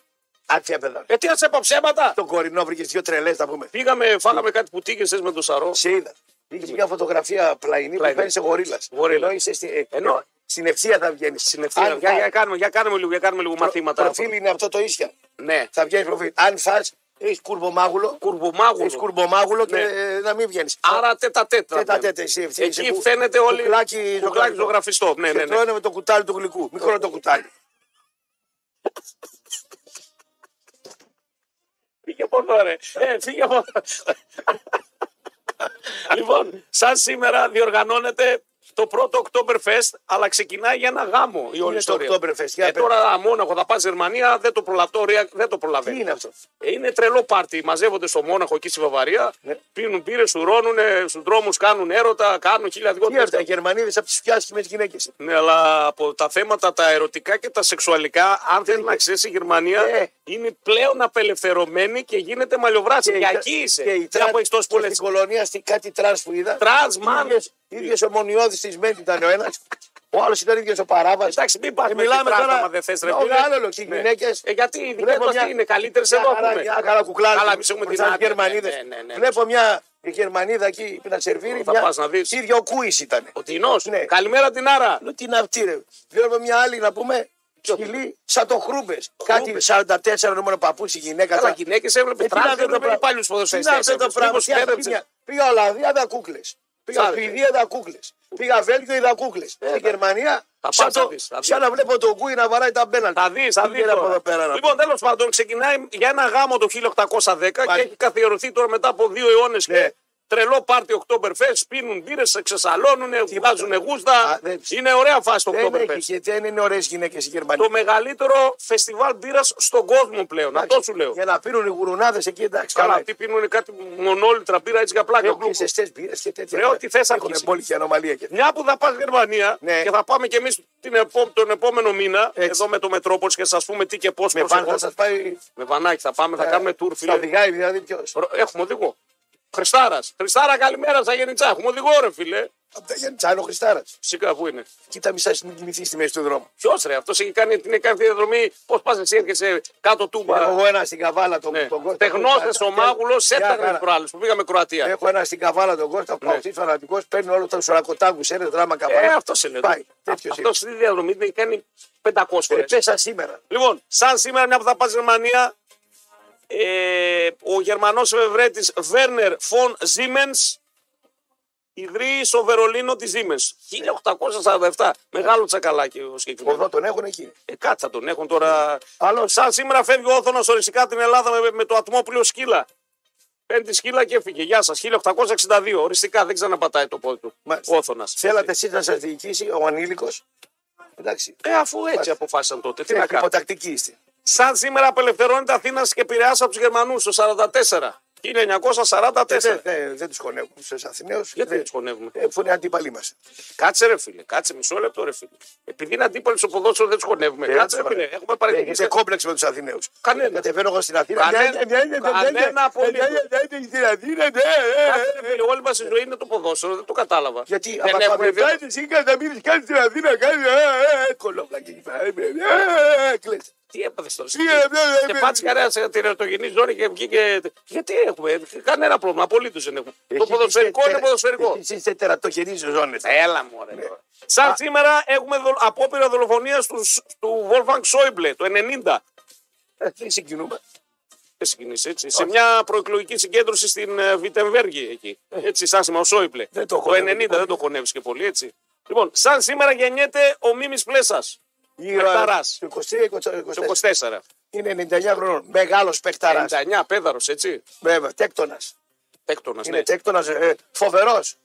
S2: Άτσια παιδά.
S1: Ε, τι να σε είπα ψέματα.
S2: Τον κορινό βρήκες δύο τρελές να πούμε.
S1: Πήγαμε, φάγαμε κάτι πουτίκες με τον Σαρό.
S2: Σε είδα. Είχε μια φωτογραφία πλαϊνή που
S1: Πλαϊνή.
S2: παίρνει σε γορίλας.
S1: Γορίλα.
S2: Ενώ είσαι στη- ε,
S1: Ενώ-
S2: στην ευθεία θα βγαίνεις.
S1: Στην ευθεία. για, για, κάνουμε, για κάνουμε λίγο, για κάνουμε λίγο μαθήματα.
S2: Προφίλ είναι αυτό το ίσια.
S1: Ναι.
S2: Θα βγαίνεις προφίλ. Αν θα έχει κουρμπομάγουλο,
S1: Κουρβουμάγου.
S2: έχει κουρμπομάγουλο και
S1: Ναι.
S2: ε, να μην βγαίνεις.
S1: Άρα τέτα τέτα.
S2: Τέτα τέτα, εσύ, εσύ,
S1: Εκεί
S2: εσύ που-
S1: φαίνεται όλοι.
S2: κουκλάκι
S1: κουκλάκι
S2: ζωγραφιστό.
S1: ζωγραφιστό. Ναι, ναι,
S2: Και
S1: ναι.
S2: τρώνε με το κουτάλι του γλυκού. Μικρό το κουτάλι.
S1: Φύγε από εδώ, ρε. Ε, φύγε από εδώ. λοιπόν, σαν σήμερα διοργανώνεται το πρώτο Oktoberfest, αλλά ξεκινάει για ένα γάμο η όλη
S2: Είναι το
S1: ιστορία.
S2: Oktoberfest. Για
S1: Ε,
S2: πες.
S1: τώρα Μόναχο θα πας Γερμανία, δεν το προλαβώ, ρε, δεν το προλαβαίνει.
S2: Τι είναι αυτό.
S1: Ε, είναι τρελό πάρτι. Μαζεύονται στο Μόναχο εκεί στη Βαβαρία,
S2: Ναι.
S1: πίνουν πύρε, σουρώνουν στους δρόμους, κάνουν έρωτα, κάνουν χίλια δυο
S2: Τι είναι αυτά, οι Γερμανίδες από τις πιάσχημε γυναίκες.
S1: ναι, αλλά από τα θέματα τα ερωτικά και τα σεξουαλικά, αν θέλει να ξέρεις, η Γερμανία
S2: Ε.
S1: είναι πλέον απελευθερωμένη και γίνεται μαλλιοβράση. Για εκεί είσαι.
S2: Και η Ε,
S1: Δεν
S2: τραν-
S1: από έχεις τόσο
S2: και
S1: πολλέ.
S2: στην κολονία στην κάτι τραν που είδα.
S1: Τρανς, μαν.
S2: ίδιο ομονιώδη τη Μέντη ήταν ο ένας. Ο άλλος ήταν ίδιος ο παράβας.
S1: Εντάξει, μην πας
S2: Ε,
S1: με
S2: μιλάμε
S1: μιλάμε
S2: τώρα-
S1: άμα δεν θες ρε
S2: Ναι,
S1: φίλε.
S2: όχι, άλλο λέω, και οι
S1: Ναι.
S2: γυναίκες-
S1: Ε, γιατί οι δικέ
S2: Βλέπω
S1: μα
S2: μια-
S1: είναι καλύτερες
S2: Μια
S1: εδώ.
S2: χαρά-
S1: ακούμε.
S2: μια χαρά κουκλάκι.
S1: Καλά, εμείς έχουμε την
S2: Μπροστά στις
S1: άδεια, ναι,
S2: Γερμανίδες.
S1: ναι, ναι, ναι.
S2: Βλέπω μια Γερμανίδα εκεί που να σερβίρει.
S1: Θα
S2: μια-
S1: πας να δεις.
S2: ίδια ο Κούι ήταν.
S1: Ο Τινός.
S2: Ναι.
S1: Καλημέρα την Άρα.
S2: Λέω τι είναι αυτή ρε. Βλέπω μια άλλη να πούμε σκυλή σαν το Χρούμπε. Κάτι 44 νούμερο παπούτσι γυναίκα.
S1: Καλά,
S2: τώρα.
S1: γυναίκε έβλεπε
S2: Ε, τι να
S1: τραν,
S2: αυτό το
S1: έβλεπε
S2: πράγμα.
S1: υπάλληλου
S2: Τι να αυτό
S1: ποδοσφαιριστέ.
S2: το πράγμα. Τι αστεία. Πήγα Ολλανδία, είδα κούκλες. Πήγα
S1: Σάρε.
S2: Σουηδία, είδα κούκλες. Πήγα Βέλγιο, είδα κούκλες. Στη Γερμανία,
S1: πας,
S2: σαν,
S1: Ε, θα
S2: το,
S1: δεις, θα δεις.
S2: σαν να βλέπω τον Κούι να βαράει τα μπέναλτ.
S1: Θα δεις, θα
S2: Τι
S1: δει.
S2: γίνεται από εδώ πέρα, να
S1: Λοιπόν, τέλος πάντων, ξεκινάει για ένα γάμο το 1810 και έχει καθιερωθεί τώρα μετά από δύο αιώνες
S2: Ναι.
S1: και τρελό πάρτι Oktoberfest. Πίνουν πύρε, ξεσαλώνουν, βγάζουν
S2: Α,
S1: γούστα.
S2: δεν-
S1: Είναι ωραία φάση το
S2: Δεν έχει
S1: Oktoberfest.
S2: και δεν είναι ωραίες γυναίκες οι Γερμανοί.
S1: Το μεγαλύτερο φεστιβάλ μπύρας στον κόσμο πλέον. Αυτό σου λέω.
S2: Για να πίνουν οι γουρουνάδες εκεί, εντάξει.
S1: Καλά,
S2: Καλά.
S1: αυτοί πίνουν κάτι μονόλιτρα μπύρα έτσι για πλάκα.
S2: Έχουν και ζεστέ μπύρες και τέτοια.
S1: Ρε, ό,τι θες
S2: Έχουν
S1: αρχίσει.
S2: πόλη και ανομαλία και
S1: Μια που θα πας Γερμανία
S2: Ναι.
S1: και θα πάμε κι εμείς επό... τον επόμενο μήνα
S2: Έτσι.
S1: εδώ με το Μετρόπολης και σας πούμε τι και πώς
S2: Με πάνω θα σας πάει.
S1: με βανάκι θα πάμε, Ναι, θα κάνουμε tour,
S2: Θα
S1: φίλε.
S2: οδηγάει δηλαδή ποιος.
S1: Ρο- Έχουμε οδηγό. Χριστάρας. Χριστάρα, καλημέρα στα Γενιτσά. Έχουμε οδηγό, ρε φίλε.
S2: Από τα Γιάννη Χριστάρας.
S1: Φυσικά, πού είναι.
S2: Κοίτα, μισά μην κοιμηθεί στη μέση του δρόμου.
S1: Ποιος ρε, αυτός έχει κάνει την έχει κάνει τη διαδρομή. Πώς πας εσύ, έρχεσαι κάτω τούμπα.
S2: Έχω ένα στην καβάλα τον
S1: Ναι.
S2: τον Κώστα.
S1: Τεγνώθε ο μάγουλο,
S2: Μια
S1: έταγε
S2: χαρά. Ε,
S1: προάλλες που πήγαμε Κροατία.
S2: Έχω ένα στην καβάλα τον Κώστα που αυτή φανατικός παίρνει όλο τον σωρακοτάγκου σε ένα δράμα καβάλα.
S1: Ε, αυτός είναι.
S2: Πάει. Τέτοιος
S1: Αυτός στη διαδρομή την έχει κάνει 500 φορέ.
S2: είναι. Πέσα σήμερα.
S1: Λοιπόν, σαν σήμερα μια που θα πάει στη Γερμανία, ε, ο Γερμανός εφευρέτης Βέρνερ Φον Siemens ιδρύει στο Βερολίνο τη Siemens. 1847. Μεγάλο τσακαλάκι ο συγκεκριμένος.
S2: Εδώ τον έχουν εκεί.
S1: Ε, κάτσα τον έχουν τώρα.
S2: Άλλος
S1: Σαν σήμερα φεύγει ο Όθωνας οριστικά την Ελλάδα με, με το ατμόπλιο σκύλα. Πέμπτη σκύλα και έφυγε. Γεια σας. 1862. Οριστικά δεν ξαναπατάει το πόδι του.
S2: Μάλιστα.
S1: Ο Όθωνας.
S2: θέλατε εσείς να σας διοικήσει ο ανήλικος. Εντάξει.
S1: Ε, αφού έτσι αποφάσισαν τότε. Τι να
S2: Έχει
S1: κάνω.
S2: υποτακτική είστε.
S1: Σαν σήμερα απελευθερώνεται Αθήνας και Πειραιά από τους Γερμανούς το 44. 1944.
S2: Δεν, δεν, δεν τους χωνεύουμε στους Αθηναίους.
S1: Γιατί δεν τους χωνεύουμε.
S2: Ε, που είναι αντίπαλοι μας.
S1: Κάτσε ρε φίλε, κάτσε μισό λεπτό ρε φίλε. Επειδή είναι αντίπαλοι στο ποδόσφαιρο δεν τους χωνεύουμε. Κάτσε ρε φίλε, έχουμε παρατηρήσει.
S2: Έχετε κόμπλεξ με τους Αθηναίους.
S1: Κανένας.
S2: Κατεβαίνω εγώ στην Αθήνα.
S1: Κανένα-
S2: Ναι, ναι, ναι, ναι,
S1: κανένα
S2: ναι, ναι,
S1: απολύτως.
S2: ναι, ναι, ναι, ναι, στην Αθήνα, ναι, ε,
S1: Κάτσε,
S2: ε.
S1: ρε φίλε, Όλη μας η ζωή είναι το ποδόσφαιρο, δεν το κατάλαβα.
S2: Γιατί
S1: δεν έχουμε βγει.
S2: εσύ να μείνεις κάτι στην Αθήνα, κάτι, ε, ε, κολόπλακι εκεί πέρα, ε, ε, ε, κλαις.
S1: Τι έπαθε τώρα.
S2: Τι, ε, ε, ε,
S1: Και
S2: ε,
S1: πάτσε κανένα σε τερατογενή ζώνη και βγήκε. Γιατί έχουμε, κανένα πρόβλημα, απολύτως δεν έχουμε. Το
S2: Εσείς
S1: ποδοσφαιρικό
S2: είστε
S1: είναι
S2: τερα-
S1: ποδοσφαιρικό.
S2: Εσείς είστε τερατογενείς ζώνες.
S1: Έλα μου, ρε.
S2: Ναι.
S1: τώρα. Σαν σήμερα έχουμε δολ- απόπειρα δολοφονίας του, του Wolfgang Schäuble το 90.
S2: Ε, Τι συγκινούμε.
S1: Δεν συγκινείς, έτσι. Σε μια προεκλογική συγκέντρωση στην ε, Βιτεμβέργη εκεί. Έτσι, σαν σήμα, ο Σόιμπλε.
S2: Ε. Δεν το
S1: το 90
S2: χωνεύω, λοιπόν.
S1: δεν το χωνεύεις και πολύ, έτσι. Λοιπόν, σαν σήμερα γεννιέται ο Μίμης Πλέσας. Παιχταράς.
S2: Το 23, 24,
S1: Το 24.
S2: Είναι 99 χρονών. Μεγάλος παιχταράς.
S1: 99, πέδαρος, έτσι.
S2: Βέβαια, τέκτονας.
S1: Τέκτονας, ναι.
S2: Είναι τέκτονας, ε, φοβερός.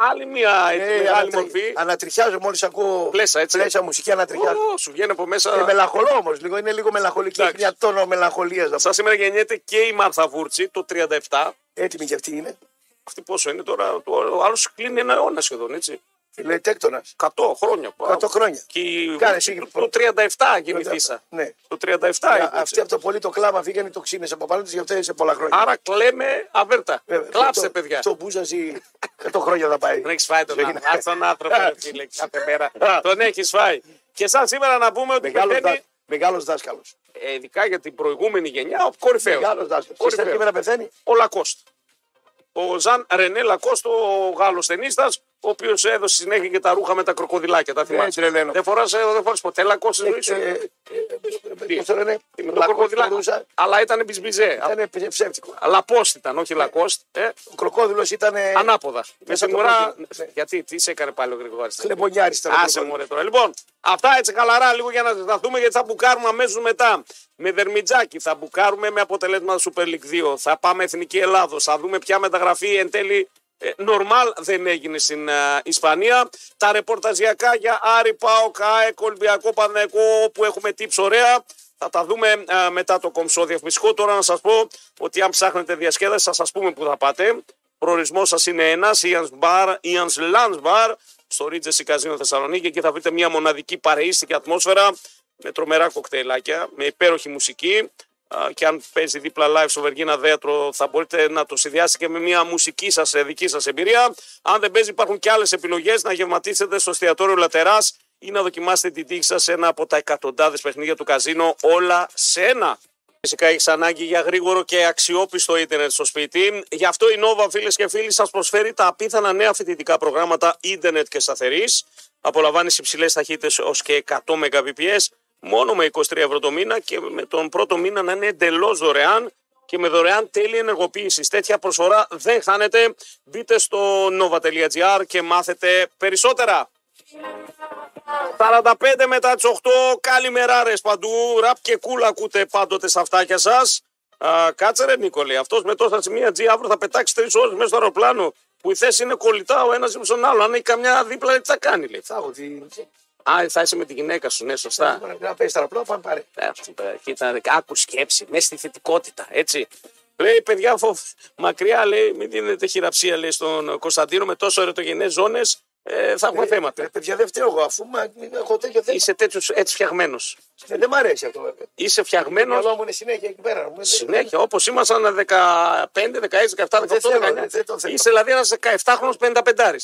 S1: Άλλη μια έτσι,
S2: Ε,
S1: μεγάλη
S2: ανατρι-
S1: μορφή.
S2: Ανατριχιάζω μόλις ακούω
S1: Πλέσα, έτσι.
S2: μουσική, ανατριχιάζω.
S1: Ω, σου βγαίνει από
S2: Ε,
S1: μέσα.
S2: μελαγχολώ όμως λίγο, είναι λίγο μελαγχολική. Έχει
S1: Εντάξει.
S2: μια τόνο μελαγχολίας. να πω.
S1: Σαν σήμερα γεννιέται και η Μάρθα Βούρτση το 37.
S2: Έτοιμη και αυτή είναι.
S1: Αυτή πόσο είναι τώρα, το- ο άλλος κλείνει ένα αιώνα σχεδόν, έτσι.
S2: Λέει τέκτονας.
S1: 100 χρόνια.
S2: 100 χρόνια.
S1: Και η
S2: Κάνε
S1: Βούρτση
S2: εσύ,
S1: το, το 37 γεννηθήσα.
S2: Ναι.
S1: Το 37
S2: Α,
S1: είναι.
S2: Αυτή από το πολύ το κλάμα φύγανε το ξύνες από πάνω της γι' αυτό είναι σε πολλά χρόνια. Ε,
S1: Άρα κλαίμε αβέρτα.
S2: Βέβαια,
S1: Κλάψτε,
S2: το-
S1: παιδιά.
S2: Το μπούζαζι 100 χρόνια θα πάει.
S1: Τον έχεις φάει τον
S2: Ζωή
S1: άνθρωπο.
S2: να-
S1: Άσε τον άνθρωπο, ρε φίλε, κάθε μέρα. τον έχεις φάει. Και σαν σήμερα να πούμε ότι
S2: Μεγάλος,
S1: πεθαίνει,
S2: δά, μεγάλος δάσκαλος.
S1: ε, ειδικά για την προηγούμενη γενιά, ο κορυφαίος.
S2: Μεγάλος δάσκαλος. Και
S1: Κορυφαίο.
S2: στα κείμενα πεθαίνει.
S1: Ο Λακώστ. Ο Ζαν Ρενέ Λακώστ, ο Γάλλος ταινίστας, ο οποίος έδωσε συνέχεια και τα ρούχα με τα κροκοδιλάκια. Τα θυμάσαι.
S2: Ναι, τρελαίνω.
S1: δεν φοράς δεν φοράς ποτέ Λακώστ στη ζωή σου.
S2: Ε, ε,
S1: Τι?
S2: ε, Πώς το λένε.
S1: Με το
S2: Λακκός
S1: κροκοδιλάκι.
S2: φορούσα.
S1: Αλλά ήταν μπιζμπιζέ.
S2: Ήταν ψε- ψεύτικο.
S1: Λαπόστ ήταν, όχι Λακώστ. Ε,
S2: Ο κροκόδηλος ήταν
S1: ανάποδα. Με
S2: Μέσα
S1: τη
S2: Ε, το
S1: μουρά.
S2: πρώτο, ναι.
S1: Γιατί, τι σε έκανε πάλι ο Γρηγόρης.
S2: χλεμπονιάρης. ήταν ο
S1: Άσε
S2: κροκόδηλος.
S1: μου ρε τώρα. Λοιπόν, αυτά έτσι χαλαρά λίγο για να ζεσταθούμε γιατί θα μπουκάρουμε αμέσω μετά. Με Δερμιτζάκη θα μπουκάρουμε με αποτελέσμα Super League 2. Θα πάμε Εθνική Ελλάδο. Θα δούμε ποια μεταγραφή εν τέλει ε, normal δεν έγινε στην ε, Ισπανία. Τα ρεπορταζιακά για Άρη, Πάο, ΚΑΕ, Κολυμπιακό, Πανεκό όπου έχουμε tips ωραία. Θα τα δούμε ε, μετά το κομψό διαφημιστικό. Τώρα να σας πω ότι αν ψάχνετε διασκέδαση θα σας πούμε που θα πάτε. Προορισμό σας είναι ένας, Ιαν Μπαρ, Ιαν Bar, στο Ρίτζεση Καζίνο Θεσσαλονίκη. Εκεί θα βρείτε μια μοναδική παρείστικη ατμόσφαιρα με τρομερά κοκτέιλάκια, με υπέροχη μουσική. Α, Και αν παίζει δίπλα live στο Βεργίνα Δέατρο, θα μπορείτε να το συνδυάσετε και με μια μουσική σας δική σας εμπειρία. Αν δεν παίζει, υπάρχουν και άλλες επιλογές να γευματίσετε στο εστιατόριο Λατεράς ή να δοκιμάσετε την τύχη σας σε ένα από τα εκατοντάδες παιχνίδια του καζίνο, όλα σε ένα. Φυσικά έχεις ανάγκη για γρήγορο και αξιόπιστο ίντερνετ στο σπίτι. Γι' αυτό η Nova, φίλες και φίλοι, σας προσφέρει τα απίθανα νέα φοιτητικά προγράμματα ίντερνετ και σταθερής. Απολαμβάνεις υψηλές ταχύτητες ως και 100 Mbps μόνο με 23 ευρώ το μήνα και με τον πρώτο μήνα να είναι εντελώς δωρεάν και με δωρεάν τέλη ενεργοποίησης. Τέτοια προσφορά δεν χάνεται. Μπείτε στο nova.gr και μάθετε περισσότερα. 45 μετά τις 8, καλημεράρες παντού. Ραπ και κούλα ακούτε πάντοτε στα αυτάκια σας. Κάτσε ρε Νίκολη, αυτός με τόσα σημεία G αύριο θα πετάξει τρεις ώρες μέσα στο αεροπλάνο που οι θέσει είναι κολλητά ο ένας με τον άλλο. Αν έχει καμιά δίπλα, τι θα κάνει, λέει.
S2: Θα έχω την-
S1: Α, θα είσαι με τη γυναίκα σου, ναι, σωστά.
S2: Να πέσει τα απλό, πάμε πάρε.
S1: Ε, αυτό τώρα, Κοίτα, ρε, άκου σκέψη, μέσα στη θετικότητα, έτσι. Λέει, παιδιά, φο... μακριά, λέει, μην δίνετε χειραψία, λέει, στον Κωνσταντίνο με τόσο ερωτογενές ζώνες. Ε, θα έχουμε
S2: Ρε
S1: θέματα.
S2: παιδιά δεν φταίω εγώ αφού μα, μην έχω τέτοιο θέμα. Ε,
S1: Είσαι τέτοιος έτσι φτιαγμένος.
S2: Δεν δεν μ' αρέσει αυτό βέβαια.
S1: Είσαι
S2: Το
S1: φτιαγμένος
S2: μυαλό μου είναι συνέχεια εκεί πέρα. Μου, δεν-
S1: Συνέχεια, όπως ήμασταν 15, 16, 17, 18,
S2: Δεν θέλω,
S1: 19.
S2: δεν το θέλω.
S1: Είσαι δηλαδή ένας 17χρονο 55.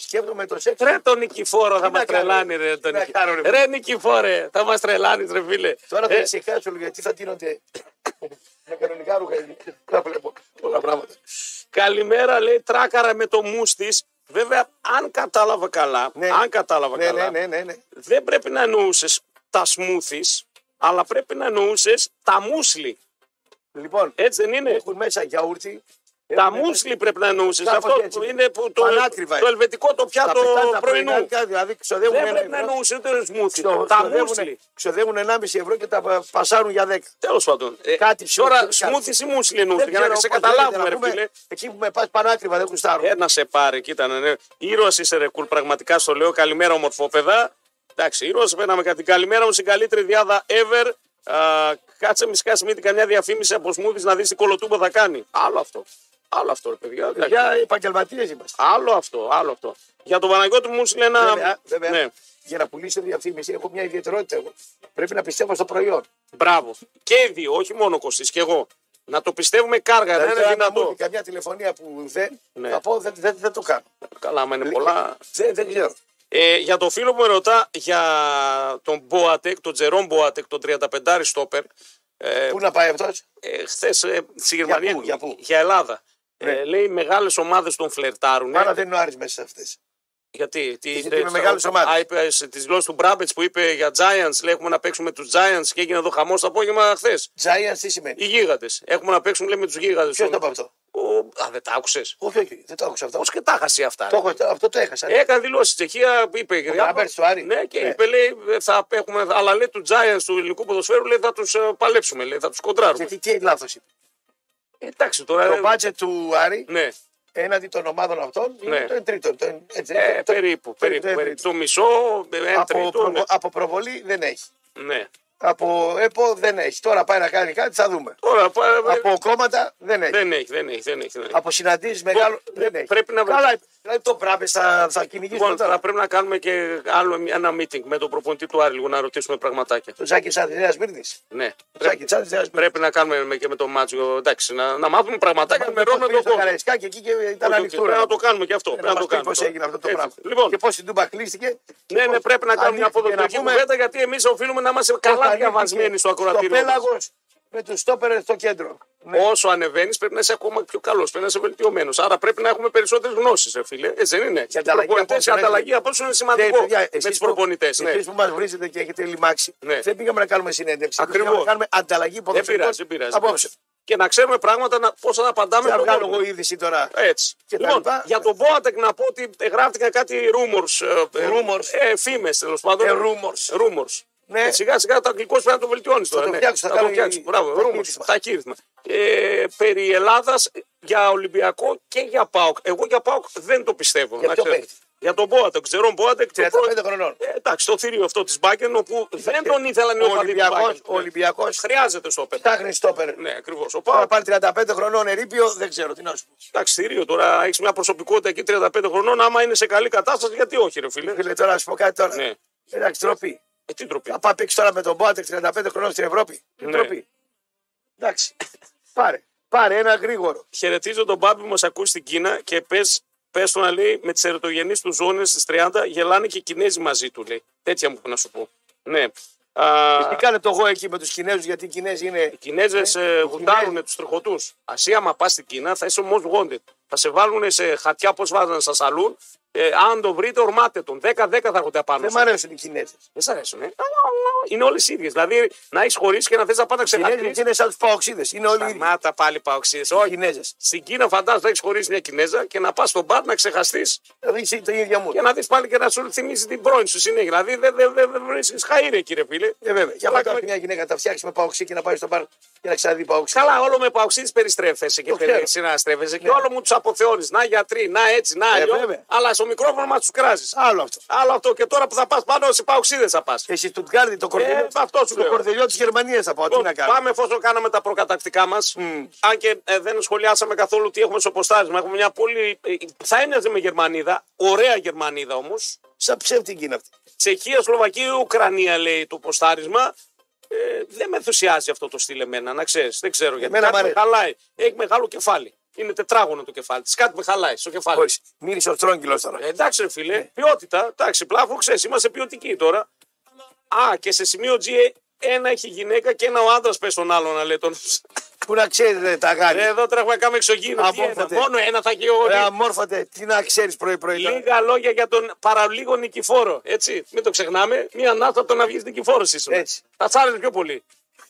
S2: Σκέφτομαι το σεξ.
S1: Ρε τον Νικηφόρο θα
S2: Τι
S1: μας
S2: να κάνω,
S1: τρελάνει, ρε.
S2: τι
S1: Τον
S2: να
S1: Νικη-
S2: κάνω, ρε.
S1: Ρε Νικηφόρε, θα μας τρελάνεις, ρε φίλε.
S2: Τώρα θα
S1: Ε,
S2: ησυχάσω λίγο γιατί θα τίνονται με κανονικά ρούχα. είναι. Να βλέπω πολλά πράγματα.
S1: Καλημέρα, λέει τράκαρα με το μου τη. Βέβαια, αν κατάλαβα καλά,
S2: Ναι.
S1: αν κατάλαβα
S2: Ναι,
S1: καλά,
S2: ναι, ναι, ναι, ναι.
S1: δεν πρέπει να εννοούσες τα σμούθι, αλλά πρέπει να εννοούσες τα μουσλι.
S2: Λοιπόν,
S1: Έτσι δεν είναι.
S2: έχουν μέσα γιαούρτι.
S1: Ε, ναι. Τα
S2: έχουν μέσα-
S1: μουσλι πρέπει να εννοούσε.
S2: ναι, Κάπως
S1: Αυτό
S2: έτσι.
S1: που είναι που το,
S2: Πανάκριβα
S1: το
S2: είναι.
S1: ελβετικό το
S2: τα
S1: πιάτο
S2: πετάνε τα
S1: πρωινού.
S2: πρωινά, Δηλαδή ξοδεύουν
S1: Δεν
S2: ένα
S1: πρέπει να
S2: ευρώ,
S1: εννοούσε ούτε ο σμούθι.
S2: ξο-
S1: Τα
S2: ξοδεύουν-
S1: μουσλι.
S2: Ξοδεύουν 1,5 ευρώ και τα πασάρουν για 10.
S1: Τέλος πάντων. Ε,
S2: Κάτι ψηλό,
S1: Τώρα
S2: κάτι.
S1: σμούθι ή μουσλι εννοούσε.
S2: Δεν
S1: Για να
S2: ξέρω
S1: σε
S2: πώς λέγεται,
S1: καταλάβουμε, ρε
S2: πούμε,
S1: φίλε.
S2: Εκεί που με πας πανάκριβα δεν κουστάρουν.
S1: Ε, να σε πάρει, κοίτα. Ναι, ναι. Ήρωας είσαι ρε κουλ, πραγματικά στο λέω. Καλημέρα, ομορφόπεδα. Εντάξει, ήρωας πέναμε κάτι. Καλημέρα μου στην καλύτερη διάδα ever. Α, κάτσε μη σκάσει μύτη καμιά διαφήμιση από Σμούδης να δεις τι κολοτούμπα θα κάνει. Άλλο αυτό. Άλλο αυτό, ρε παιδιά.
S2: Για επαγγελματίες είμαστε.
S1: Άλλο αυτό, άλλο αυτό. Για τον Παναγιώτη μου στείλε ένα.
S2: Βέβαια, βέβαια,
S1: Ναι.
S2: Για να πουλήσω διαφήμιση έχω μια ιδιαιτερότητα εγώ. Πρέπει να πιστεύω στο προϊόν.
S1: Μπράβο. Και οι δύο, όχι μόνο ο Κωστής και εγώ. Να το πιστεύουμε κάργα, δεν
S2: Δηλαδή,
S1: είναι
S2: αν μου έρθει
S1: δυνατό.
S2: καμιά τηλεφωνία που δεν,
S1: Ναι.
S2: θα πω δεν, δεν, δεν το κάνω.
S1: Καλά, μα είναι πολλά.
S2: Δεν, δεν ξέρω.
S1: Ε, για τον φίλο που με ρωτά για τον Μποατεκ, τον Τζερόμ Μποατεκ, τον 35 στόπερ, ε,
S2: Πού να πάει αυτός.
S1: ε, χθες στη Γερμανία.
S2: πού, για πού?
S1: Ελλάδα.
S2: Ναι.
S1: Ε, λέει μεγάλες ομάδες τον φλερτάρουν. ε.
S2: Άρα δεν είναι ο Άρης μέσα σε αυτές.
S1: Γιατί, τι,
S2: Γιατί με μεγάλες ομάδες.
S1: Α, είπε της γλώσσας του Μπράμπετ που είπε για Giants, λέει έχουμε να παίξουμε τους Giants και έγινε εδώ χαμός το απόγευμα χθες.
S2: Giants τι σημαίνει.
S1: Οι γίγαντες. Έχουμε να παίξουμε, λέμε τους γίγαντες.
S2: Ποιος το είπε αυτό.
S1: Α, δεν τα άκουσες.
S2: Όχι, όχι, δεν το άκουσα αυτό.
S1: Πώς και τα χάσει αυτά.
S2: Το έχω- αυτό το έχασα.
S1: Έκανε δηλώσεις η Τσεχία, είπε. Ο
S2: Μπράμπερτς του Άρη.
S1: Ναι, και
S2: Ναι.
S1: είπε, λέει, θα έχουμε, αλλά λέει του Giants του ελληνικού ποδοσφαίρου, λέει, θα τους παλέψουμε, λέει, θα τους κοντράρουμε.
S2: Γιατί τι λάθος είπε.
S1: Ε, Εντάξει, τώρα.
S2: Το Ε, budget του Άρη
S1: ναι,
S2: έναντι των ομάδων αυτών είναι
S1: Ναι.
S2: το εν τρίτο. Το εν- έτσι,
S1: ε,
S2: το-
S1: περίπου.
S2: το εν
S1: περίπου,
S2: τρίτο.
S1: περίπου. Το μισό, ε, ένα
S2: από,
S1: τρίτο.
S2: προβο- από προβολή δεν έχει.
S1: ναι. ναι.
S2: Από ΕΠΟ δεν έχει. Τώρα πάει να κάνει κάτι, θα δούμε.
S1: Τώρα, πα- ε,
S2: Από κόμματα δεν έχει.
S1: δεν έχει, δεν έχει, δεν έχει. Δεν έχει.
S2: Από συναντήσεις μεγάλο δεν έχει.
S1: ναι. πρέπει να βρει-
S2: Καλά, δηλαδή το πράγμα θα, θα κυνηγήσει
S1: Λοιπόν,
S2: τώρα.
S1: θα πρέπει να κάνουμε και άλλο ένα meeting με τον προπονητή του Άρη λίγο να ρωτήσουμε πραγματάκια.
S2: Το Ζάκη τη Αδρέα Μύρνη.
S1: Ναι.
S2: Ζάκη τη Αδρέα Μύρνη.
S1: Πρέπει να κάνουμε με- και με τον Μάτσο. Εντάξει, να, να μάθουμε πραγματάκια με ρόλο τον
S2: το
S1: κόσμο.
S2: Καραϊσκά και εκεί και ήταν
S1: Όχι, όχι,
S2: ανοιχτό.
S1: Πρέπει να το κάνουμε και αυτό. Πρέπει
S2: Να
S1: να το
S2: μα πει
S1: κάνουμε.
S2: πώς έγινε αυτό το
S1: Έτσι.
S2: πράγμα. λοιπόν,
S1: Λοιπόν,
S2: Και πώς η Ντούμπα κλείστηκε. και
S1: ναι, ναι,
S2: πώς
S1: πρέπει να κάνουμε μια
S2: ανοίχθηκε,
S1: αποδοτική
S2: να πούμε,
S1: κουβέντα γιατί εμείς οφείλουμε να είμαστε
S2: πώς
S1: καλά
S2: ανοίχθηκε
S1: διαβασμένοι στο ακροατήριο.
S2: Το πέλαγος με του στόπερ στο κέντρο. Ναι.
S1: Όσο ανεβαίνεις, πρέπει να είσαι ακόμα πιο καλός, πρέπει να είσαι βελτιωμένος. Άρα πρέπει να έχουμε περισσότερες γνώσεις, φίλε. Έτσι δεν είναι. Και
S2: ανταλλαγή
S1: προπονητέ, η
S2: απόψεων,
S1: ανταλλαγή απόψεων είναι σημαντικό με του προπονητές. Ναι.
S2: Εσείς που μας βρίζετε και έχετε λιμάξει,
S1: Ναι.
S2: δεν πήγαμε να κάνουμε συνέντευξη.
S1: Ακριβώς.
S2: πήγαμε Να κάνουμε ανταλλαγή
S1: Δεν
S2: ποδοσφαιρικών
S1: πειράζει, δεν πειράζει.
S2: απόψεων.
S1: Και να ξέρουμε πράγματα να, πώς θα τα απαντάμε
S2: Θα
S1: στον
S2: βγάλω
S1: κόσμο.
S2: εγώ είδηση τώρα.
S1: Έτσι.
S2: Και τα
S1: λοιπόν,
S2: λοιπά.
S1: για τον Boateng να πω ότι γράφτηκαν κάτι rumors. ε,
S2: Rumors.
S1: Ε, φήμες τέλος πάντων.
S2: Ε, rumors.
S1: rumors.
S2: Ναι.
S1: Ε, σιγά σιγά το αγγλικό πρέπει να το βελτιώνεις τώρα.
S2: το
S1: ναι.
S2: φτιάξω, θα
S1: το
S2: κάνω
S1: φτιάξω.
S2: η-
S1: Μπράβο,
S2: τα
S1: rumors.
S2: κήρυθμα.
S1: Τα κήρυθμα. Ε, περί Ελλάδας για Ολυμπιακό και για ΠΑΟΚ. Εγώ για ΠΑΟΚ δεν το πιστεύω.
S2: Για
S1: να
S2: ποιο
S1: ξέρετε.
S2: παίκτη?
S1: Για τον Boateng. Ξέρω Boateng.
S2: 35
S1: το πρώτο-
S2: χρονών.
S1: Ε, εντάξει, το θηρίο αυτό της Μπάκεν όπου δεν τον ήθελαν οι
S2: Ο
S1: οπαδοί του
S2: Ολυμπιακός-
S1: Μπάκεν.
S2: ο Ολυμπιακός-
S1: Χρειάζεται στο πέντε.
S2: Ψάχνει στόπερ.
S1: Ναι, ακριβώς. Ο
S2: Τώρα
S1: ΠΑΟΚ
S2: πάλι 35 χρονών ερήπιο, δεν ξέρω τι να σου πω.
S1: Εντάξει, θηρίο τώρα. Έχεις μια προσωπικότητα εκεί 35 χρονών. Άμα είναι σε καλή κατάσταση, γιατί όχι, ρε φίλε.
S2: Φίλε, τώρα να σου πω κάτι τώρα.
S1: Ναι.
S2: Εντάξει, τροπή.
S1: Ε, τι ντροπή.
S2: Θα πάει παίξει τώρα με τον Μπάτεκ 35 χρονών στην Ευρώπη.
S1: Ναι.
S2: Ναι. Τροπή. Εντάξει. πάρε. Πάρε ένα γρήγορο.
S1: Χαιρετίζω τον Μπάμπη που μας ακούει στην Κίνα και πες πες του να λέει με τις ερωτογενείς του ζώνες στις 30 γελάνε και οι Κινέζοι μαζί του, λέει. Τέτοια μου έχω να σου πω. Ναι.
S2: Τι
S1: Α, ε,
S2: κάνε το εγώ εκεί με τους Κινέζους, γιατί οι Κινέζοι είναι.
S1: οι Κινέζες γουτάρουν του τριχωτού. Εσύ, άμα πας στην Κίνα, θα είσαι most wanted. Θα σε βάλουν σε χατιά πώς βάζανε στα σαλούν. Ε, αν τον βρείτε, ορμάτε τον. 10-10 θα έρχονται απάνω.
S2: Δεν μ'
S1: σου.
S2: αρέσουν οι Κινέζοι.
S1: Δεν σ' αρέσουν. Ε. Είναι όλες ίδιες. Δηλαδή να έχεις χωρίσει και να θες να πας να
S2: Οι Κινέζοι
S1: ξεχαστείς.
S2: είναι σαν τους παοξίδες. Είναι όλοι οι ίδιοι.
S1: Ε, Σταμάτα πάλι παοξίδες.
S2: Οι
S1: Όχι.
S2: Κινέζες.
S1: Στην Κίνα φαντάζομαι να έχεις χωρίσει μια Κινέζα και να πας στον μπαρ να ξεχαστείς
S2: Θα δει το ίδιο μου.
S1: και να δεις πάλι και να σου θυμίζει την πρώην σου συνέχεια. Δηλαδή δεν δε, δε, δε βρίσκεις χαίρε, κύριε φίλε.
S2: Ε, βέβαια. Για
S1: Πράγμα-
S2: να κάνει μια γυναίκα, τα φτιάξεις με παοξί και να πάει στο μπαρ και να ξαναδεί παοξί.
S1: Καλά, όλο με παοξίδες περιστρέφεσαι και
S2: Το ξέρω.
S1: περι- συναναστρέφεσαι και όλο μου τους αποθεώνεις. Να γιατροί, να έτσι, να αλλιώ.
S2: Ε, βέβαια.
S1: αλλά στο μικρόφωνο μα τους κράζεις.
S2: Άλλο αυτό.
S1: Άλλο αυτό και τώρα που θα πας πάνω σε παοξίδες θα πας.
S2: Εσύ του Τγκάρδι, το
S1: Ε,
S2: κορδελιό.
S1: αυτό σου
S2: Το
S1: λέω.
S2: κορδελιό της Γερμανίας θα πάω. Τι να
S1: Λοιπόν,
S2: κάνω.
S1: πάμε εφόσον κάναμε τα προκατακτικά μας. Αν και ε, δεν σχολιάσαμε καθόλου τι έχουμε στο ποστάρισμα. Έχουμε μια πολύ. ε, θα έμοιαζε με Γερμανίδα. Ωραία Γερμανίδα όμως.
S2: Σαν ψεύτικη είναι αυτή.
S1: Τσεχία, Σλοβακία, Ουκρανία λέει το ποστάρισμα. Ε, δεν με ενθουσιάζει αυτό το στυλ εμένα, να ξέρεις. Δεν ξέρω γιατί.
S2: Εμένα μ'
S1: κάτι με
S2: αρέσει.
S1: χαλάει. Έχει μεγάλο κεφάλι. Είναι τετράγωνο το κεφάλι της. Κάτι με χαλάει στο κεφάλι.
S2: Όχι. Μύρισε ο Τρόγγυλο τώρα.
S1: Ε, εντάξει, ρε φίλε,
S2: Ναι.
S1: ποιότητα. Εντάξει, πλάφο, ξέρεις, είμαστε ποιοτικοί τώρα. Α, και σε σημείο G, ένα έχει γυναίκα και ένα ο άντρας πες τον άλλο να λέει τον.
S2: Πού να ξέρετε τα
S1: Ε,
S2: γάρια.
S1: εδώ τώρα έχουμε κάνει εξωγήινο. Τι
S2: Αμόρφωτε.
S1: ένα, Μόνο ένα θα έχει ο
S2: Ρε αμόρφωτε, τι να ξέρεις πρωί-πρωί. τώρα.
S1: Λίγα λόγια για τον παραλίγο νικηφόρο. Έτσι, μην το ξεχνάμε. Μία ανάσα από το να βγει νικηφόρο ήσουν.
S2: Έτσι.
S1: Θα τσάρει πιο πολύ.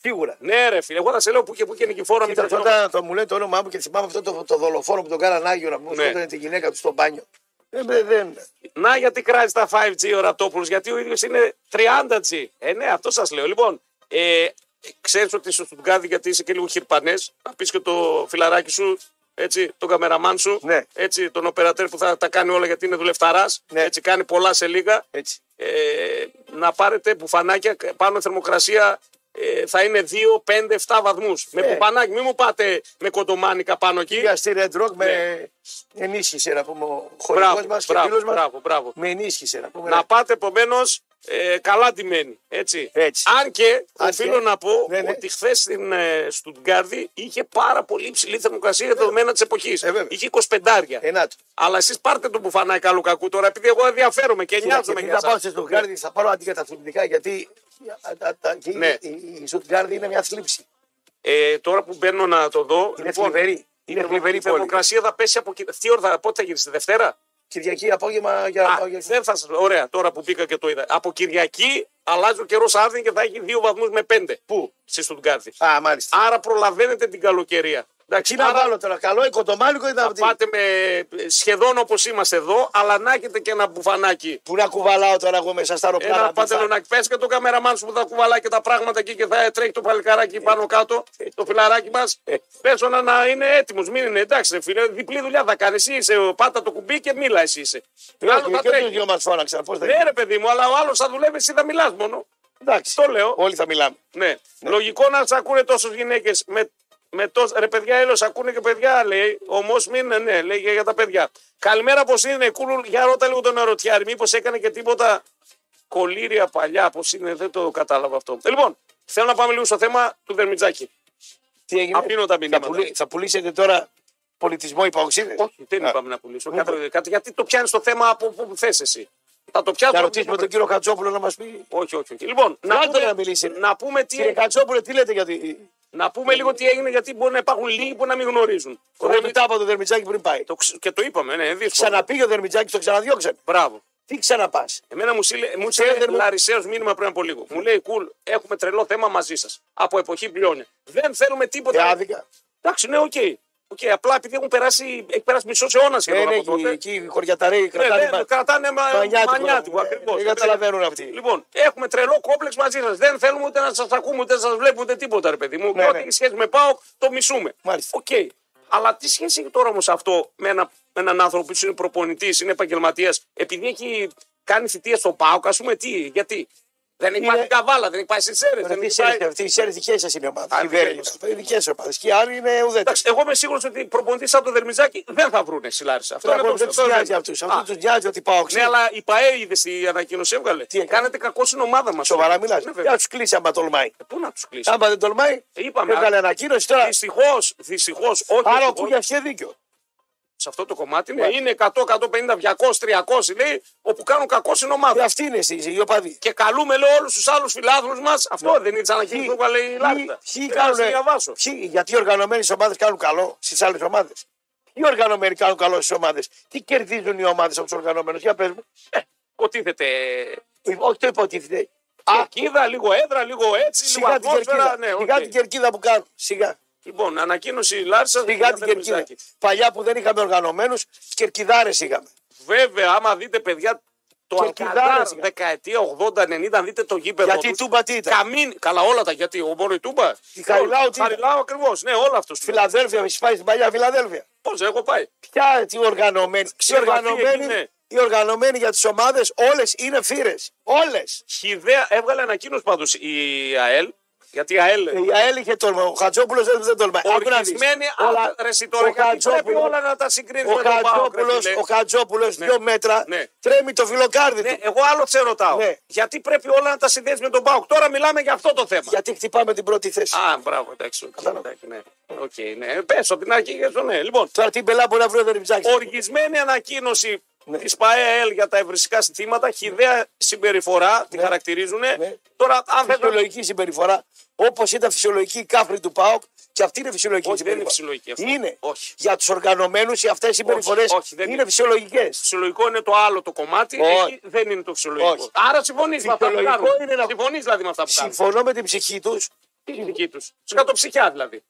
S2: Σίγουρα.
S1: Ναι, ρε φίλε, εγώ θα σε λέω που και που και νικηφόρο. μην
S2: Κοίτα,
S1: ξεχνάμε.
S2: όταν το μου λέει το όνομά μου και θυμάμαι αυτό το, το δολοφόνο που τον κάναν Άγιο να μου
S1: Ναι.
S2: σκότωνε τη γυναίκα του στο μπάνιο. Ε, δεν, δεν.
S1: Να γιατί κράζει τα 5G ο Ραπτόπουλο, γιατί ο ίδιος είναι 30G. Ε, ναι, αυτό σας λέω. Λοιπόν, ε, ξέρεις ότι είσαι στον Τουγκάδη γιατί είσαι και λίγο χειρπανέ. Να πεις και το φιλαράκι σου, έτσι, τον καμεραμάν σου,
S2: Ναι.
S1: έτσι, τον οπερατέρ που θα τα κάνει όλα γιατί είναι δουλευταράς.
S2: Ναι.
S1: Έτσι, κάνει πολλά σε λίγα.
S2: Έτσι.
S1: Ε, να πάρετε μπουφανάκια πάνω θερμοκρασία ε, θα είναι 2, 5, 7 βαθμούς. Με
S2: Ε.
S1: πουπανάκι, μην μου πάτε με κοντομάνικα πάνω εκεί.
S2: Πήγα στη Red Rock με ενίσχυσε να πούμε ο χορηγός
S1: Ναι. Μπράβο,
S2: μας και
S1: μπράβο,
S2: φίλος μας.
S1: μπράβο, μπράβο.
S2: Με ενίσχυσε να πούμε.
S1: Να πάτε επομένως ε, καλά τιμένη. Έτσι.
S2: Έτσι.
S1: Αν και
S2: Αν
S1: οφείλω
S2: και.
S1: να πω
S2: Ναι, ναι.
S1: ότι χθες στην ε, Στουτγκάρδη είχε πάρα πολύ υψηλή θερμοκρασία για δεδομένα της εποχής.
S2: Ε, βέβαια. Ε, ναι.
S1: είχε 25
S2: Ενάτο.
S1: Αλλά εσείς πάρτε τον μπουφανάκι καλού κακού τώρα, επειδή εγώ ενδιαφέρομαι και νοιάζομαι για
S2: Θα πάω
S1: εσάς.
S2: στη Στουτγκάρδη, θα πάρω αντικαταθλιπτικά γιατί α, τα- τα- και η-
S1: Ναι.
S2: η- η Στουτγκάρδη είναι μια θλίψη.
S1: Ε, τώρα που μπαίνω να το δω. λοιπόν,
S2: Είναι θλιβερή. Είναι
S1: η
S2: θλιβερή πόλη.
S1: θερμοκρασία θα πέσει από. κοι- Τι ώρα θα, πότε θα γυρίσεις, Δευτέρα.
S2: Κυριακή απόγευμα για...
S1: Α,
S2: για-
S1: δεν θα σας- Ωραία, τώρα που μπήκα και το είδα. Από Κυριακή αλλάζει ο καιρός άρδιν και θα έχει 2 βαθμούς με 5.
S2: Πού?
S1: Στη Στουτγκάρδη.
S2: Α, μάλιστα.
S1: Άρα προλαβαίνετε την καλοκαιρία. Εντάξει,
S2: Τι να
S1: άρα
S2: βάλω τώρα, καλό ή κοντομάλικο ή να
S1: πάτε με ε, σχεδόν όπως είμαστε εδώ, αλλά να έχετε και ένα μπουφανάκι.
S2: Πού να κουβαλάω τώρα εγώ μέσα στα αεροπλάνα.
S1: Ένα
S2: που θα-
S1: παντελονάκι. Πες και το καμεραμάν σου που θα κουβαλάει και τα πράγματα εκεί και θα τρέχει το παλικάράκι πάνω κάτω, το φιλαράκι μας. Πε να, να είναι έτοιμος. Μην είναι εντάξει, ρε φίλε. Διπλή δουλειά θα κάνεις. Εσύ είσαι, ο, πάτα το κουμπί και μίλα εσύ είσαι. Ο άλλο θα
S2: Ε, Και τους
S1: τρέχει.
S2: δυο μας φώναξαν. Πώς θα
S1: Ναι,
S2: γίνει.
S1: ρε παιδί μου, αλλά ο άλλος θα δουλεύει, εσύ θα μιλάς μόνο.
S2: Εντάξει.
S1: Το λέω.
S2: Όλοι θα μιλάμε.
S1: Ναι. Λογικό να σα ακούνε τόσες γυναίκες. Με, με τόσ- Ρε παιδιά, έλεο, ακούνε και παιδιά, λέει. Όμω μην είναι, ναι, λέει για, για τα παιδιά. Καλημέρα, πώς είναι, Κούλου. Για ρώτα λίγο τον ερωτιάρη. Μήπως έκανε και τίποτα κολλήρια παλιά, πώς είναι, δεν το κατάλαβα αυτό. Ε, Λοιπόν, θέλω να πάμε λίγο στο θέμα του Δερμιτζάκη.
S2: Τι έγινε.
S1: Απίνω τα μηνύματα.
S2: Θα, πουλή- θα πουλήσετε τώρα πολιτισμό υπαοξίδε.
S1: Όχι, δεν
S2: Α.
S1: είπαμε να πουλήσω. Κάτι, κάτι, γιατί το πιάνεις το θέμα από που θες εσύ. Θα το πιάσω.
S2: Θα ρωτήσουμε τον κύριο Κατσόπουλο να μας πει.
S1: Όχι, όχι, όχι. Λοιπόν, να
S2: Κάτω
S1: πούμε,
S2: να μιλήσει.
S1: να πούμε τι
S2: Κύριε Κατσόπουλο, τι λέτε για τη.
S1: Να πούμε λίγο τι έγινε, γιατί μπορεί να υπάρχουν λίγοι που να μην γνωρίζουν. Ο
S2: Το
S1: Δερμι-
S2: μετά από τον Δερμιτζάκη πριν πάει.
S1: το ξε- και το είπαμε, ναι, δύσκολο.
S2: Ξαναπήγε ο Δερμιτζάκη, το ξαναδιώξαν.
S1: Μπράβο.
S2: Τι ξαναπάς.
S1: Εμένα μου στείλε, μου
S2: Ξέρω,
S1: στείλε
S2: δεν μου-
S1: Λαρισαίος μήνυμα πριν από λίγο. Μου λέει, κουλ, έχουμε τρελό θέμα μαζί σας. Από εποχή πλειώνει. Δεν θέλουμε
S2: Ε,
S1: τίποτα.
S2: άδικα.
S1: Εντάξει, ναι, οκ. Οκ, απλά επειδή έχουν περάσει, έχει περάσει μισός αιώνας σχεδόν
S2: Δεν
S1: από
S2: έχει
S1: τότε.
S2: Ε, ναι, εκεί οι χωριαταρέοι
S1: Ναι,
S2: κρατάνε.
S1: δεν-
S2: μα-
S1: κρατάνε μα-
S2: μανιάτικο,
S1: μανιάτικο
S2: ε,
S1: ακριβώς.
S2: δεν καταλαβαίνουν αυτοί.
S1: Λοιπόν, έχουμε τρελό κόμπλεξ μαζί σας. Δεν θέλουμε ούτε να σας ακούμε, ούτε να σας βλέπουμε, ούτε τίποτα, ρε παιδί μου.
S2: Ναι,
S1: και ό,τι
S2: ναι.
S1: έχει σχέση με πάω, το μισούμε.
S2: Μάλιστα.
S1: Οκ. Αλλά τι σχέση έχει τώρα όμως αυτό με, ένα, με έναν άνθρωπο που είναι προπονητής, είναι επαγγελματίας, επειδή έχει κάνει θητεία στο ΠΑΟΚ, ας πούμε τι, γιατί. Δεν έχει
S2: Είναι-
S1: πάει στην καβάλα, δεν έχει πάει στι σέρε.
S2: Ρε,
S1: Δεν
S2: Τι
S1: έχει πάει...
S2: ξέρετε, αυτοί οι σέρες δικές σας είναι ομάδες.
S1: Α,
S2: Οι
S1: δικές
S2: Βέρειε.
S1: μας.
S2: Οι δικές ομάδες. Και οι άλλοι είναι ουδέτεροι.
S1: Εντάξει, εγώ είμαι σίγουρος ότι προπονητή από το Δερμιζάκι δεν θα βρούνε σιλάρισα. Αυτό
S2: Τώρα
S1: είναι το
S2: δεν του
S1: αυτό
S2: νοιάζει
S1: είναι-
S2: αυτούς.
S1: Α,
S2: Αυτού τους νοιάζει ότι πάω
S1: Ναι,
S2: ξύλο.
S1: αλλά η ΠαΕ είδες τι ανακοίνωση έβγαλε.
S2: Τι έκανε?
S1: Κάνετε κακό στην ομάδα μας.
S2: Σοβαρά μιλάς.
S1: Ναι,
S2: Για
S1: βέβαια. Ε,
S2: να τους κλείσει άμα τολμάει.
S1: Πού να τους κλείσει.
S2: Άμα δεν τολμάει,
S1: Είπαμε.
S2: έβγαλε ανακοίνωση τώρα.
S1: Δυστυχώς, δυστυχώς, όχι.
S2: Άρα ο
S1: δυστυχώς,
S2: Κούγια είχε δίκιο.
S1: σε αυτό το κομμάτι ναι, είναι 100, 150, 200, 300 λέει, όπου κάνουν κακό στην ομάδα.
S2: Και αυτή είναι εσύ, οι οπαδοί.
S1: Και καλούμε λέω όλους τους άλλους φιλάθλους μας.
S2: Ναι.
S1: Αυτό δεν είναι τη ανακοίνωση
S2: Ποιοι-
S1: που έβγαλε η Ε, Λάρτα.
S2: ποιοι
S1: Πρέπει να
S2: κάνουνε-
S1: σε διαβάσω.
S2: ποιοι- γιατί οι οργανωμένες ομάδες κάνουν καλό στις άλλες ομάδες. Οι οργανωμένοι κάνουν καλό στις ομάδες. Τι κερδίζουν οι ομάδες από τους οργανωμένους. Για πες μου.
S1: Υποτίθεται.
S2: Όχι το υποτίθεται. Α,
S1: Ακίδα, λίγο έδρα, λίγο έτσι, λίγο
S2: σιγά την
S1: Ε, ατμόσφαιρα.
S2: κερκίδα.
S1: Ναι, οκ.
S2: Σιγά την κερκίδα που κάνουν. Σιγά.
S1: Λοιπόν, ανακοίνωση Λάρισας.
S2: Σιγά την κερκίδα. Παλιά που δεν είχαμε οργανωμένους, κερκιδάρες είχαμε.
S1: Βέβαια, άμα δείτε παιδιά το
S2: Κερκιδάρες
S1: Αλκαντάρ
S2: είχαν.
S1: δεκαετία 80-90, αν δείτε το γήπεδο.
S2: Γιατί η
S1: τους,
S2: Τούμπα τι ήταν.
S1: Καμίν, καλά όλα τα γιατί, ο μόνο η Τούμπα.
S2: Η Χαριλάου τι
S1: Χαριλάου ακριβώς, ναι, όλα αυτό.
S2: Φιλαδέλφια, έχεις πάει στην παλιά Φιλαδέλφια.
S1: Πώς έχω πάει.
S2: Ποια τι οργανωμένη. Οι
S1: Ξεβαθή εκεί, ναι.
S2: οργανωμένοι, οι οργανωμένοι για τις ομάδες, όλες είναι φύρες. Όλες.
S1: Χιδέα, έβγαλε ανακοίνωση πάντως η ΑΕΛ. Γιατί η ΑΕΛ.
S2: Ε, Η ΑΕΛ είχε τόλμα. Ο Χατζόπουλος δεν, δεν τολμάει. Άκου να δεις.
S1: Οργισμένη
S2: Ο
S1: αλλά
S2: Χα-
S1: ρε συ, τώρα
S2: ο
S1: γιατί πρέπει
S2: Χατζόπουλος-
S1: όλα να τα συγκρίνεις
S2: Ο
S1: με τον Πάοκ, ρε
S2: Χατζόπουλος-
S1: φίλε.
S2: ο Χατζόπουλος δύο μέτρα
S1: Ναι.
S2: τρέμει το φιλοκάρδι
S1: Ναι,
S2: του.
S1: εγώ άλλο σε ρωτάω.
S2: Ναι.
S1: Γιατί πρέπει όλα να τα συνδέσεις με τον Πάοκ. Τώρα μιλάμε για αυτό το θέμα.
S2: Γιατί χτυπάμε την πρώτη θέση.
S1: Α, μπράβο, εντάξει. οκ,
S2: Κατάλαβα.
S1: εντάξει, ναι. Οκ, ναι. Πες από την αρχή για το ναι. Λοιπόν,
S2: Τώρα την πελά μπορεί να βρει ο Δερμιτζάκης.
S1: οργισμένη ανακοίνωση
S2: Ναι.
S1: της τη ΠαΕΑΕΛ για τα ευρυσικά συνθήματα, χιδέα συμπεριφορά, τη χαρακτηρίζουν.
S2: Ναι.
S1: Τώρα, αν δεν το
S2: Φυσιολογική συμπεριφορά. Όπως ήταν φυσιολογική η κάφρη του ΠΑΟΚ και αυτή είναι φυσιολογική
S1: Όχι, δεν είναι
S2: συμπεριφορά.
S1: φυσιολογική αυτή.
S2: Είναι.
S1: Όχι.
S2: Για τους οργανωμένους αυτές οι συμπεριφορές
S1: όχι, δεν είναι.
S2: είναι φυσιολογικές.
S1: φυσιολογικό είναι το άλλο το κομμάτι,
S2: Όχι.
S1: εκεί δεν είναι το φυσιολογικό.
S2: Όχι.
S1: Άρα συμφωνείς με αυτά που
S2: Φυσιολογικό
S1: κάνουν.
S2: είναι να-
S1: Συμφωνείς δηλαδή με αυτά που κάνουν.
S2: Συμφωνώ με την ψυχή τους.
S1: Τη δική τους. Σκατοψυχιά δηλαδή.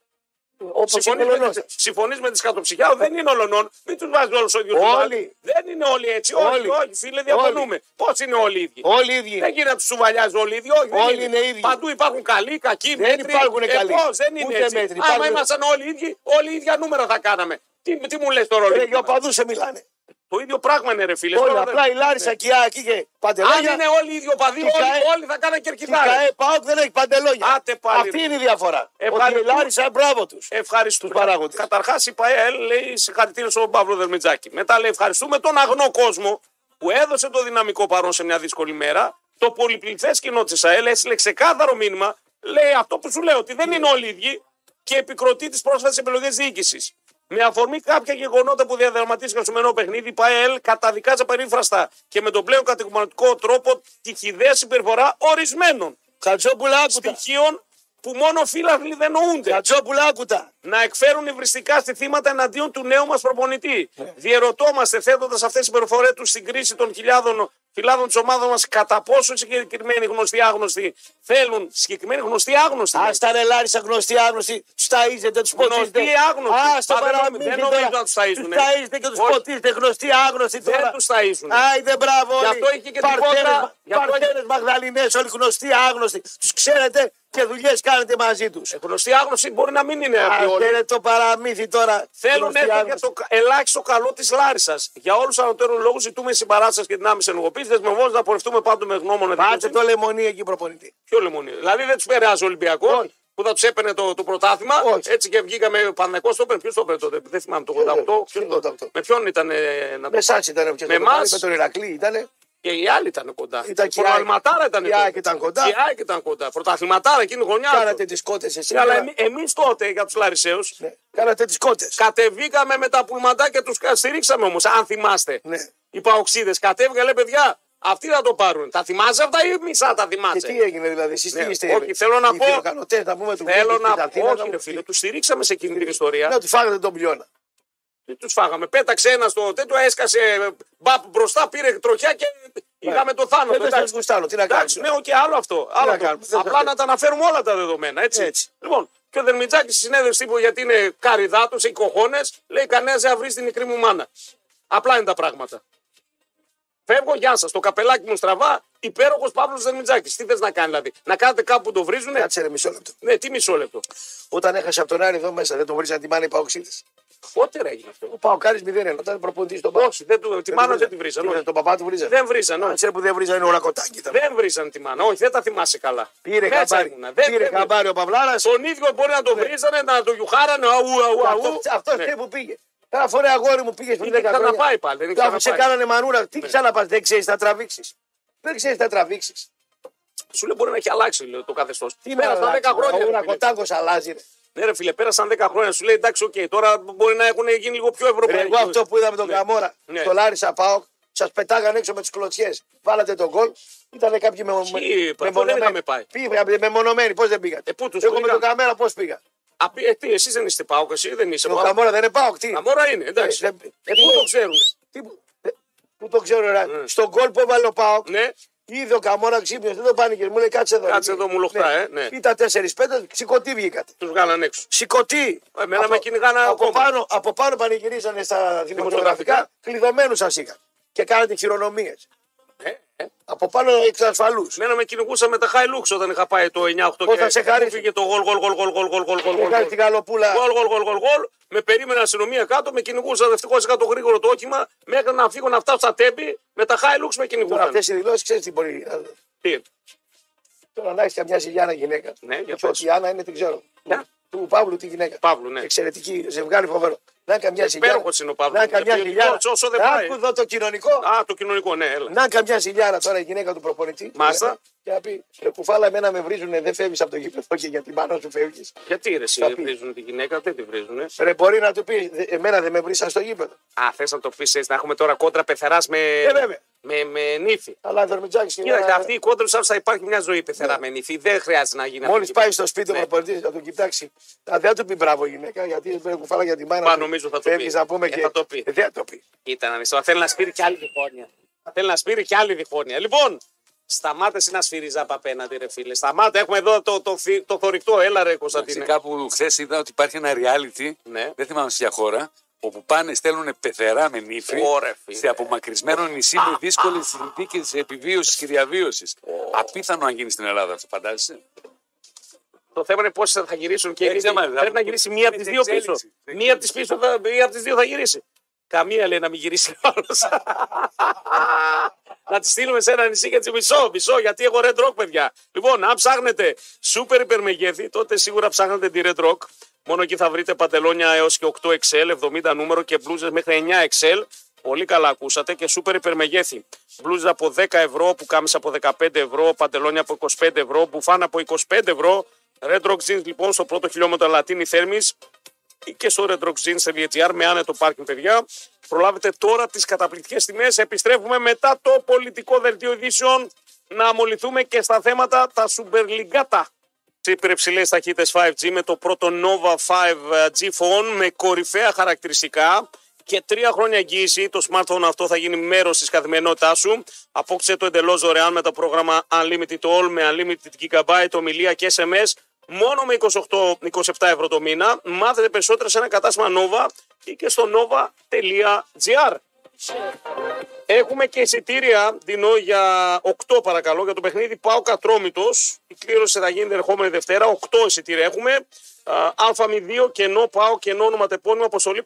S2: Όπω είναι
S1: Συμφωνείς με,
S2: ο
S1: τις- συμφωνείς με τη σκατοψυχιά, δεν είναι ολονών. Μην τους βάζεις όλους ο ίδιο.
S2: Όλοι.
S1: Δεν είναι όλοι έτσι.
S2: Όλοι.
S1: Όχι, όχι, φίλε, διαφωνούμε. Πώς είναι όλοι οι ίδιοι.
S2: Όλοι οι ίδιοι.
S1: Δεν γίνεται να τους σουβαλιάζεις όλοι οι ίδιοι. όχι, δεν
S2: Όλοι είναι ίδιοι.
S1: Παντού υπάρχουν καλοί, κακοί,
S2: Δεν
S1: μέτροι.
S2: υπάρχουνε
S1: Ε,
S2: καλοί.
S1: πώς, δεν είναι
S2: Ούτε
S1: έτσι.
S2: μέτροι.
S1: Άμα
S2: Υπάρχουν-
S1: ήμασταν όλοι οι ίδιοι, όλοι οι ίδια νούμερα θα κάναμε. Τι, τι μου λες τώρα,
S2: Ρε,
S1: όλοι.
S2: για οπαδού σε μιλάνε.
S1: Το ίδιο πράγμα είναι, ρε φίλε.
S2: Όλοι,
S1: Τώρα δεν-
S2: απλά η Λάρισα και η ΑΕΚ είχε
S1: Αν
S2: παντελόνια.
S1: είναι όλοι οι ίδιοι οπαδοί,
S2: Τι
S1: όλοι,
S2: καέ-
S1: όλοι θα κάναν
S2: Η
S1: κερκιδάρι.
S2: ΚΑΕ ΠΑΟΚ δεν έχει παντελόνια.
S1: Άντε πάλι.
S2: Αυτή είναι η διαφορά.
S1: Ε,
S2: Ότι
S1: πάλι.
S2: η Λάρισα, μπράβο τους.
S1: Ευχαριστούμε.
S2: Τους παράγοντες.
S1: Καταρχάς η ΠαΕΛ λέει συγχαρητήρια στον Παύλο Δερμιτζάκη. Μετά λέει ευχαριστούμε τον αγνό κόσμο που έδωσε το δυναμικό παρόν σε μια δύσκολη μέρα. Το πολυπληθές κοινό της ΑΕΛ έστειλε ξεκάθαρο μήνυμα. Λέει αυτό που σου λέω, ότι δεν είναι όλοι οι ίδιοι και επικροτεί τις πρόσφατες επιλογές διοίκησης. Με αφορμή κάποια γεγονότα που διαδραματίστηκαν στο μενό παιχνίδι, η ΠαΕΛ καταδικάζει απερίφραστα και με τον πλέον κατηγορηματικό τρόπο τη χιδέα συμπεριφορά ορισμένων
S2: Χατζόπουλα, άκουτα.
S1: στοιχείων που μόνο φύλαβλοι δεν νοούνται
S2: Χατζόπουλα, άκουτα.
S1: να εκφέρουν υβριστικά στοιχήματα εναντίον του νέου μας προπονητή. Διερωτώμαστε θέτοντας αυτές τις περιφορέ τους στην κρίση των χιλιάδων φυλάδων της ομάδας μας κατά πόσο οι συγκεκριμένοι γνωστοί άγνωστοι θέλουν συγκεκριμένοι γνωστοί άγνωστοι.
S2: Ας τα ρε Λάρισα γνωστοί άγνωστοι, τους ταΐζετε, τους
S1: Γνωστοί,
S2: ποτίζετε.
S1: άγνωστοι.
S2: Ας το
S1: Μα δεν νομίζω-
S2: παραμύθι
S1: δεν
S2: τώρα.
S1: νομίζω να τους ταΐζουνε.
S2: Τους ταΐζετε και του
S1: Όχι.
S2: ποτίζετε, γνωστοί άγνωστοι
S1: δεν
S2: τώρα.
S1: τους ταΐζουν.
S2: Άιδε, μπράβο. όλοι.
S1: Γι' αυτό είχε και την
S2: Παρτέρες,
S1: πόρτα-
S2: μα-
S1: γι' αυτό είχε-
S2: παρτέρες Μαγδαληνές, όλοι γνωστοί άγνωστοι. Τους ξέρετε και δουλειές κάνετε μαζί τους.
S1: Ε, Γνωστοί άγνωστοι μπορεί να μην είναι αυτοί όλοι.
S2: είναι το παραμύθι τώρα.
S1: Θέλουν
S2: Γνωστοί
S1: έστω και
S2: άγνωστοι.
S1: το κα- ελάχιστο καλό της Λάρισας. Για όλους τους ανωτέρους λόγους ζητούμε συμπαράσταση και δυνάμει ενεργοποίηση. Δεσμευόμαστε να πορευτούμε πάντοτε με γνώμονα
S2: Πάτε
S1: δικαιοσύνη.
S2: το λεμονί εκεί προπονητή.
S1: Ποιο λεμονί. Δηλαδή δεν τους πειράζει ο Ολυμπιακός
S2: Όχι.
S1: που θα τους έπαιρνε το, το πρωτάθλημα.
S2: Όχι.
S1: Έτσι και βγήκαμε πανεκό. Το έπαιρνε. Ποιος το έπαιρνε τότε. Δεν θυμάμαι το 88. Ποιος
S2: ποιος
S1: το-
S2: 88.
S1: Με ποιον ήταν. ε, να το-
S2: Με εσά ήταν και
S1: Με
S2: το
S1: εμάς.
S2: πάλι, με τον Ηρακλή ήταν.
S1: Και οι άλλοι ήταν κοντά.
S2: Ήταν και η
S1: Προαλματάρα
S2: ΑΕΚ.
S1: ήταν
S2: Η ΑΕΚ ήταν κοντά.
S1: Η ΑΕΚ ήταν κοντά. Πρωταθληματάρα εκείνη η γωνιά.
S2: Κάνατε
S1: του.
S2: τις κότες εσύ.
S1: Αλλά εμεί τότε για τους Λαρισαίους
S2: Ναι. Κάνατε τις κότες.
S1: κατεβήκαμε με τα πουλμαντά και του στηρίξαμε όμως. Αν θυμάστε.
S2: Ναι.
S1: Οι παοξίδες κατέβηκαν λέει παιδιά. Αυτοί θα το πάρουν. Τα θυμάσαι αυτά ή μισά τα
S2: Και
S1: θυμάσαι.
S2: τι έγινε δηλαδή, εσείς τι
S1: Ναι,
S2: είστε.
S1: όχι, θέλω να
S2: οι
S1: πω-
S2: φιλοκανοτές, να πούμε του
S1: Θέλω
S2: Βίλη στην
S1: να πω,
S2: Αθήνα,
S1: όχι, ρε φίλε, Ε, τους στηρίξαμε σε εκείνη την ιστορία.
S2: Να τους φάγατε τον πλειώνα.
S1: Τι τους φάγαμε. Πέταξε ένα στο τέτοιο, έσκασε μπαπ μπροστά, πήρε τροχιά και είχαμε το θάνατο.
S2: Ναι. Δεν σα
S1: Εντάξει,
S2: γουστάρω, τι να
S1: εντάξει,
S2: κάνουμε.
S1: ναι, και άλλο αυτό. Άλλο
S2: να
S1: αυτό.
S2: κάνουμε, δεν
S1: Απλά
S2: θα-
S1: να τα αναφέρουμε όλα τα δεδομένα. Έτσι.
S2: Έτσι.
S1: Λοιπόν, και ο Δερμιτζάκης συνέδευσε τύπου γιατί είναι καριδάτο, έχει κοχώνες. Λέει κανένα δεν θα βρει την μικρή μου μάνα. Απλά είναι τα πράγματα. Φεύγω, γεια σας. Το καπελάκι μου στραβά, υπέροχος Παύλος Δερμιτζάκης. Τι θες να κάνει δηλαδή, να κάνετε κάπου που το βρίζουνε.
S2: Κάτσε ρε μισό λεπτό.
S1: Ναι, τι μισό λεπτό.
S2: Όταν έχασε από τον Άρη εδώ μέσα, δεν τον βρίζανε τη μάνα οι παοξίδε.
S1: Πότε ρε έγινε αυτό.
S2: Ο Παοκάρη μηδέν είναι. Όταν προπονητής τον Παοκ.
S1: Όχι, δεν του, τη μάνα δεν τη βρίζανε. όχι.
S2: Τον παπά του βρίζανε.
S1: Δεν βρίζανε. όχι.
S2: Ξέρετε που δεν βρίζανε όλα κοτάκι. ήταν.
S1: Δεν βρίζαν τη μάνα. Όχι, δεν τα θυμάσαι καλά.
S2: Πήρε
S1: Μέσα
S2: χαμπάρι.
S1: ήμουνα. Δεν-
S2: Πήρε
S1: δεν-
S2: χαμπάρι ο Παυλάρας.
S1: Τον ίδιο μπορεί να τον βρίζανε, να τον γιουχάρανε. Αού, αού, αού.
S2: Αυτό
S1: Ναι.
S2: ξέρει που πήγε. Ένα φορά αγόρι μου πήγε πριν
S1: Είχε
S2: 10 χρόνια.
S1: ξαναπάει πάλι. Δεν είχε
S2: Αφού σε
S1: ξαναπάει. Ναι.
S2: κάνανε μανούρα, τι ξαναπα, δεν ξέρεις να τραβήξεις. Δεν ξέρεις να τραβήξεις.
S1: Σου λέει μπορεί να έχει αλλάξει λέω, το καθεστώς. Τι
S2: να
S1: πέρασαν 10 χρόνια.
S2: Ο
S1: ρε φίλε.
S2: Ρακοτάκος αλλάζει. ρε.
S1: Ναι, ρε φίλε, πέρασαν 10 χρόνια. Σου λέει εντάξει, οκ, τώρα μπορεί να έχουν γίνει λίγο πιο
S2: Ρε,
S1: ευρωπαϊκοί.
S2: Εγώ αυτό που είδα με τον Καμόρα,
S1: Ναι.
S2: το Λάρισα πάω, σας πετάγανε έξω με τις κλωτσιές. Βάλατε τον κολ. Ήταν κάποιοι με
S1: Εκεί, πού δεν είχαμε πάει.
S2: Πήγαμε μεμονωμένοι, πώς δεν πήγατε.
S1: Ε, πού τους
S2: Εγώ με
S1: πήγαμε.
S2: τον Καμέρα πώς πήγα.
S1: Απ' ε, τι, εσύ δεν είστε πάω, εσύ δεν είσαι
S2: Ο
S1: πάω.
S2: Καμόρα δεν είναι πάω. Τι.
S1: Αμόρα είναι, εντάξει.
S2: Ε, δεν-
S1: Ε, Πού
S2: ε,
S1: το ξέρουν.
S2: τι που- ε, Πού το ξέρω, ρε. Στον κολ που έβαλε ο Πάοκ,
S1: Ναι,
S2: Είδε ο Καμόρα ξύπνιος, δεν το πάνηκε. Μου λέει κάτσε εδώ.
S1: Κάτσε
S2: λέει.
S1: εδώ, μου λοχτά, ε, ναι.
S2: Ήταν 4-5, σηκωτή βγήκατε.
S1: τους βγάλαν έξω.
S2: Σηκωτή.
S1: Εμένα με κυνηγάνε
S2: από
S1: ακόμα.
S2: πάνω, από πάνω πανηγυρίζανε στα δημοσιογραφικά,
S1: Δημοσιογραφικά.
S2: κλειδωμένους σας είχαν. Και κάνατε χειρονομίες.
S1: Ε, ε.
S2: Από πάνω εξασφαλού.
S1: Μένα με κυνηγούσαν με τα Χάιλουξ όταν είχα πάει το 9-8
S2: Πώς θα σε χάρισε.
S1: Φύγε το γολ, γολ, γολ, γολ, γολ, γολ, γολ, γολ, γολ.
S2: Έκανε την καλοπούλα.
S1: Γολ, γολ, γολ, γολ, γολ. Με περίμενα αστυνομία κάτω, με κυνηγούσαν. Ευτυχώς είχα το γρήγορο το όχημα. Μέχρι να φύγω να φτάσω στα τέμπη, με τα Χάιλουξ με κυνηγούσαν.
S2: Αυτές οι δηλώσεις ξέρεις τι μπορεί.
S1: Τι.
S2: Τώρα να έχεις καμιά σιλιάνα γυναίκα.
S1: Ναι, για
S2: Ξέρω
S1: πες.
S2: ότι η Άννα είναι, την ξέρω.
S1: Ποια?
S2: Του Παύλου τη γυναίκα.
S1: Παύλου, ναι.
S2: Εξαιρετική, ζευγάρι φοβερό. Να είναι καμιά σιλιάνα.
S1: Υπέροχος είναι ο Παύλου.
S2: Να είναι καμιά
S1: Ε,
S2: σιλιάνα.
S1: όσο δεν πάει.
S2: Άκου εδώ το κοινωνικό.
S1: Α, το κοινωνικό, ναι, έλα.
S2: Να καμιά ζηλιάρα τώρα η γυναίκα του προπονητή. Ε,
S1: Μάλιστα.
S2: Και να πει: «Ρε Κουφάλα, εμένα με βρίζουνε, δεν φεύγεις από το γήπεδο και για την πάνω σου φεύγεις.
S1: Γιατί ρε, εσύ
S2: Θα πει.
S1: βρίζουν τη γυναίκα, δεν τη βρίζουν.
S2: Ρε, μπορεί να του πει: «Δε- Εμένα δεν με βρήσα στο γήπεδο.
S1: Α, θες να το πεις έτσι, να έχουμε τώρα κόντρα πεθεράς με,
S2: Ε, βέβαια.
S1: με, με νύφη. Ε,
S2: Αλλά δερμιτζάκι και
S1: Κοίταξε, αυτή η κόντρα σαν θα υπάρχει μια ζωή πεθερά με νύφη. Δεν χρειάζεται να γίνει
S2: Μόλις
S1: αυτή.
S2: πάει στο σπίτι
S1: Ναι.
S2: ο προπονητή να τον κοιτάξει. Α, δεν θα του πει μπράβο γυναίκα, γιατί ρε κουφάλα για την μάνα.
S1: Μα
S2: σου.
S1: νομίζω θα του
S2: Φεύγεις,
S1: πει.
S2: να πούμε
S1: Ε,
S2: και.
S1: θα το πει.
S2: Ε, Δεν θα το πει.
S1: Κοίτα να δεις, τώρα θέλει να σπείρει και άλλη διχόνοια. Θέλει να σπείρει και άλλη διχόνοια. Λοιπόν, σταμάτε εσύ να σφυρίζεις από απέναντι, ρε φίλε. Σταμάτε, έχουμε εδώ το, το, θη- το θορυκτό. Έλα, ρε
S3: Εντάξει,
S1: Κωνσταντίνε.
S3: κάπου χθε είδα ότι υπάρχει ένα reality,
S1: Ναι.
S3: δεν θυμάμαι σε ποια χώρα, όπου πάνε, στέλνουν πεθερά με νύφη
S1: Ωρε, φίλε.
S3: σε απομακρυσμένο νησί με δύσκολες συνθήκες επιβίωσης και διαβίωσης. Απίθανο να γίνει στην Ελλάδα αυτό, φαντάζεσαι.
S1: Το θέμα είναι πόσες θα γυρίσουν και
S3: Δεν
S1: οι
S3: ξέρω,
S1: ίδιοι.
S3: μάλλον, θα-
S1: Πρέπει να γυρίσει μία από τις
S3: Είναι
S1: δύο
S3: εξέλιξη.
S1: πίσω. Μία από τις πίσω, θα- μία από τις δύο θα γυρίσει. Καμία λέει να μην γυρίσει άλλος. να τη στείλουμε σε ένα νησί και τη μισό, μισό, γιατί έχω Red Rock, παιδιά. Λοιπόν, αν ψάχνετε σούπερ υπερμεγέθη, τότε σίγουρα ψάχνετε τη Red Rock. Μόνο εκεί θα βρείτε παντελόνια έως και 8 XL, 70 νούμερο και μπλούζες μέχρι 9 XL. Πολύ καλά ακούσατε και σούπερ υπερμεγέθη. Μπλούζα από 10 ευρώ, που κάμισα από 15 ευρώ, παντελόνια από 25 ευρώ, μπουφάν από 25 ευρώ. Red Rock Jeans λοιπόν στο πρώτο χιλιόμετρο Λατίνη Θέρμης ή και στο Red Rock Jeans σε VTR με άνετο πάρκινγκ, παιδιά. Προλάβετε τώρα τις καταπληκτικές τιμές. Επιστρέφουμε μετά το πολιτικό δελτίο ειδήσεων να αμολυθούμε και στα θέματα τα σουμπερλιγκάτα. Σε υπερυψηλέ ταχύτητες 5G με το πρώτο Nova 5G Phone με κορυφαία χαρακτηριστικά και τρία χρόνια εγγύηση. Το smartphone αυτό θα γίνει μέρος της καθημερινότητάς σου. Απόξε το εντελώς δωρεάν με το πρόγραμμα Unlimited All με Unlimited Gigabyte, ομιλία και SMS μόνο με 28-27 ευρώ το μήνα. Μάθετε περισσότερα σε ένα κατάστημα Nova ή και στο nova.gr. Έχουμε και εισιτήρια, Δινό, για 8 παρακαλώ, για το παιχνίδι Πάω Κατρόμητος. Η κλήρωση θα γίνει την ερχόμενη Δευτέρα. 8 εισιτήρια έχουμε. Α2 κενό Πάω κενό ονοματεπώνυμο αποστολή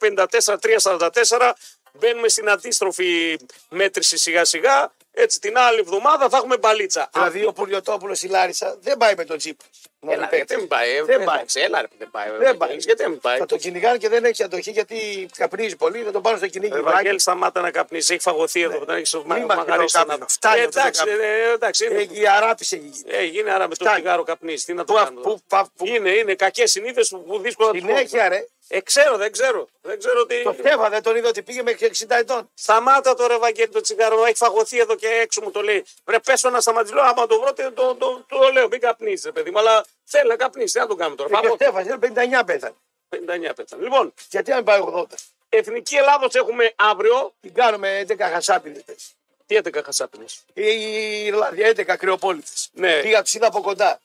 S1: 54344. Μπαίνουμε στην αντίστροφη μέτρηση σιγά σιγά. Έτσι την άλλη εβδομάδα θα έχουμε μπαλίτσα.
S2: Δηλαδή ο Πουλιοτόπουλος η Λάρισα δεν πάει με τον τζιπ. να
S1: Έλα,
S2: παίξει.
S1: γιατί δεν πάει. ε,
S2: Δεν πάει.
S1: εντάξει, Έλα, ρε, δεν πάει.
S2: Δεν πάει.
S1: Γιατί δεν πάει.
S2: Θα τον κυνηγάνε και δεν έχει αντοχή γιατί καπνίζει πολύ. Θα τον πάρουν στο κυνήγι.
S1: Ευαγγέλη, Ναι. σταμάτα να καπνίζει. Έχει φαγωθεί εδώ που δεν έχεις στο
S2: Μην μας
S1: μαγαρίσει.
S2: πειράζει
S1: να
S2: κάπνο. Φτάνει αυτό το
S1: Εντάξει,
S2: κάπνο.
S1: ε, εντάξει. είναι-
S2: Έχει η αράπηση έχει γίνει.
S1: Ε, γίνει άρα με το
S2: Φτάνει.
S1: τσιγάρο καπνίζει. Τι να το
S2: Πού,
S1: κάνω.
S2: πού,
S1: τώρα.
S2: πα- πού.
S1: Είναι, είναι κακές συνήθειες που, που δύσκολα τις κόβεις.
S2: Συνέχεια ρε.
S1: Ε, ξέρω, δεν ξέρω. Δεν ξέρω τι.
S2: Το Στέφα δεν τον είδα ότι πήγε μέχρι 60 ετών.
S1: Σταμάτα τώρα, Ευαγγέλη, το τσιγάρο. Έχει φαγωθεί εδώ και έξω μου το λέει. Βρε, πέσω να σταματήσω. Άμα το βρω, το, το, το, το λέω. Μην καπνίζει, παιδί μου. Αλλά θέλει να καπνίσει. Τι να το κάνουμε τώρα.
S2: Ε, Και ο
S1: Πάμε.
S2: Στέφα 59 πέθανε.
S1: 59 πέθανε. Λοιπόν,
S2: Γιατί αν πάει 80.
S1: Εθνική Ελλάδος έχουμε αύριο.
S2: Την κάνουμε 11 χασάπιδε.
S1: Τι 11 χασάπινες.
S2: Η Ιρλανδία 11 κρυοπόλητε.
S1: Ναι.
S2: Πήγα του είδα από κοντά.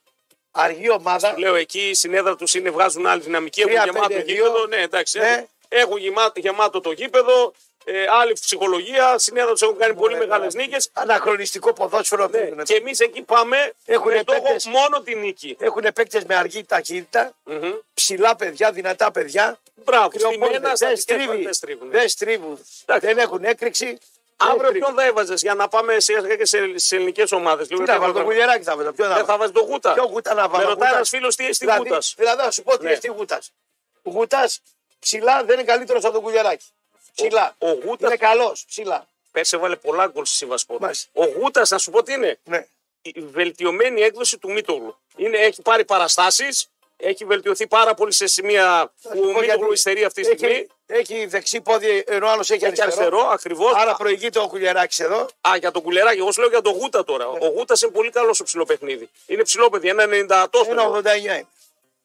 S2: Αργή ομάδα.
S1: Λέω εκεί η συνέδρα τους είναι, βγάζουν άλλη δυναμική. Έχουν
S2: Τρία,
S1: γεμάτο
S2: πέντε, δύο.
S1: γήπεδο. Ναι, εντάξει.
S2: Ναι.
S1: έχουν- Έχουν γεμάτο, γεμάτο το γήπεδο. Ε, άλλη ψυχολογία. Συνέδρα τους έχουν κάνει πολύ
S2: Ωραία,
S1: μεγάλες
S2: ναι.
S1: νίκες.
S2: Αναχρονιστικό ποδόσφαιρο. Ναι.
S1: Και εμείς εκεί πάμε.
S2: Έχουνε
S1: με στόχο
S2: πέντες.
S1: μόνο τη νίκη.
S2: Έχουν παίκτες με αργή ταχύτητα.
S1: Μμμ.
S2: Ψηλά παιδιά, δυνατά παιδιά.
S1: Μπράβο.
S2: κρυοπόλητες.
S1: Στημένα στα
S2: Δεν
S1: δικά
S2: στρίβει.
S1: δεν στρίβουν.
S2: Δεν στρίβουν. Δεν έχουν έκρηξη.
S1: Αύριο
S2: Δεν στρίβουν.
S1: ποιον θα έβαζες για να πάμε σιγά σιγά και σε, σε ελληνικές ομάδες.
S2: Τι να βάλω, το κουλιαράκι θα βάλω. Ποιο να
S1: Δεν θα
S2: βάλω.
S1: βάζει το γούτα.
S2: Ποιο γούτα να
S1: Με
S2: βάλω.
S1: ρωτάει
S2: Γούτας.
S1: ένας φίλος τι είναι στη
S2: Δηλαδή-
S1: γούτας.
S2: Δηλαδή, να σου πω τι
S1: Ναι.
S2: είναι στη γούτα. Ο γούτας ψηλά δεν είναι καλύτερος από τον κουλιαράκι. Ψηλά.
S1: ο Γούτας-
S2: Είναι καλός ψηλά.
S1: Πέρσι έβαλε πολλά γκολ στη Σιβασπόρ.
S2: Μάλιστα.
S1: Ο Γούτας, να σου πω τι είναι.
S2: Ναι.
S1: η βελτιωμένη έκδοση του Μίτογλου. Είναι, έχει πάρει παραστάσεις, έχει βελτιωθεί πάρα πολύ σε σημεία που ο Μίτογλου υστερεί αυτή τη
S2: έχει,
S1: στιγμή.
S2: Έχει δεξί πόδι ενώ άλλος έχει,
S1: Έχει
S2: αριστερό.
S1: αριστερό, ακριβώς.
S2: Άρα προηγείται ο κουλιαράκι εδώ.
S1: Α, για τον κουλεράκι, εγώ σου λέω για τον Γούτα τώρα.
S2: Ναι.
S1: Ο Γούτας είναι πολύ καλός στο ψηλό παιχνίδι. Είναι ψηλό παιδί, ένα 90 τόσο.
S2: Ένα 89 είναι.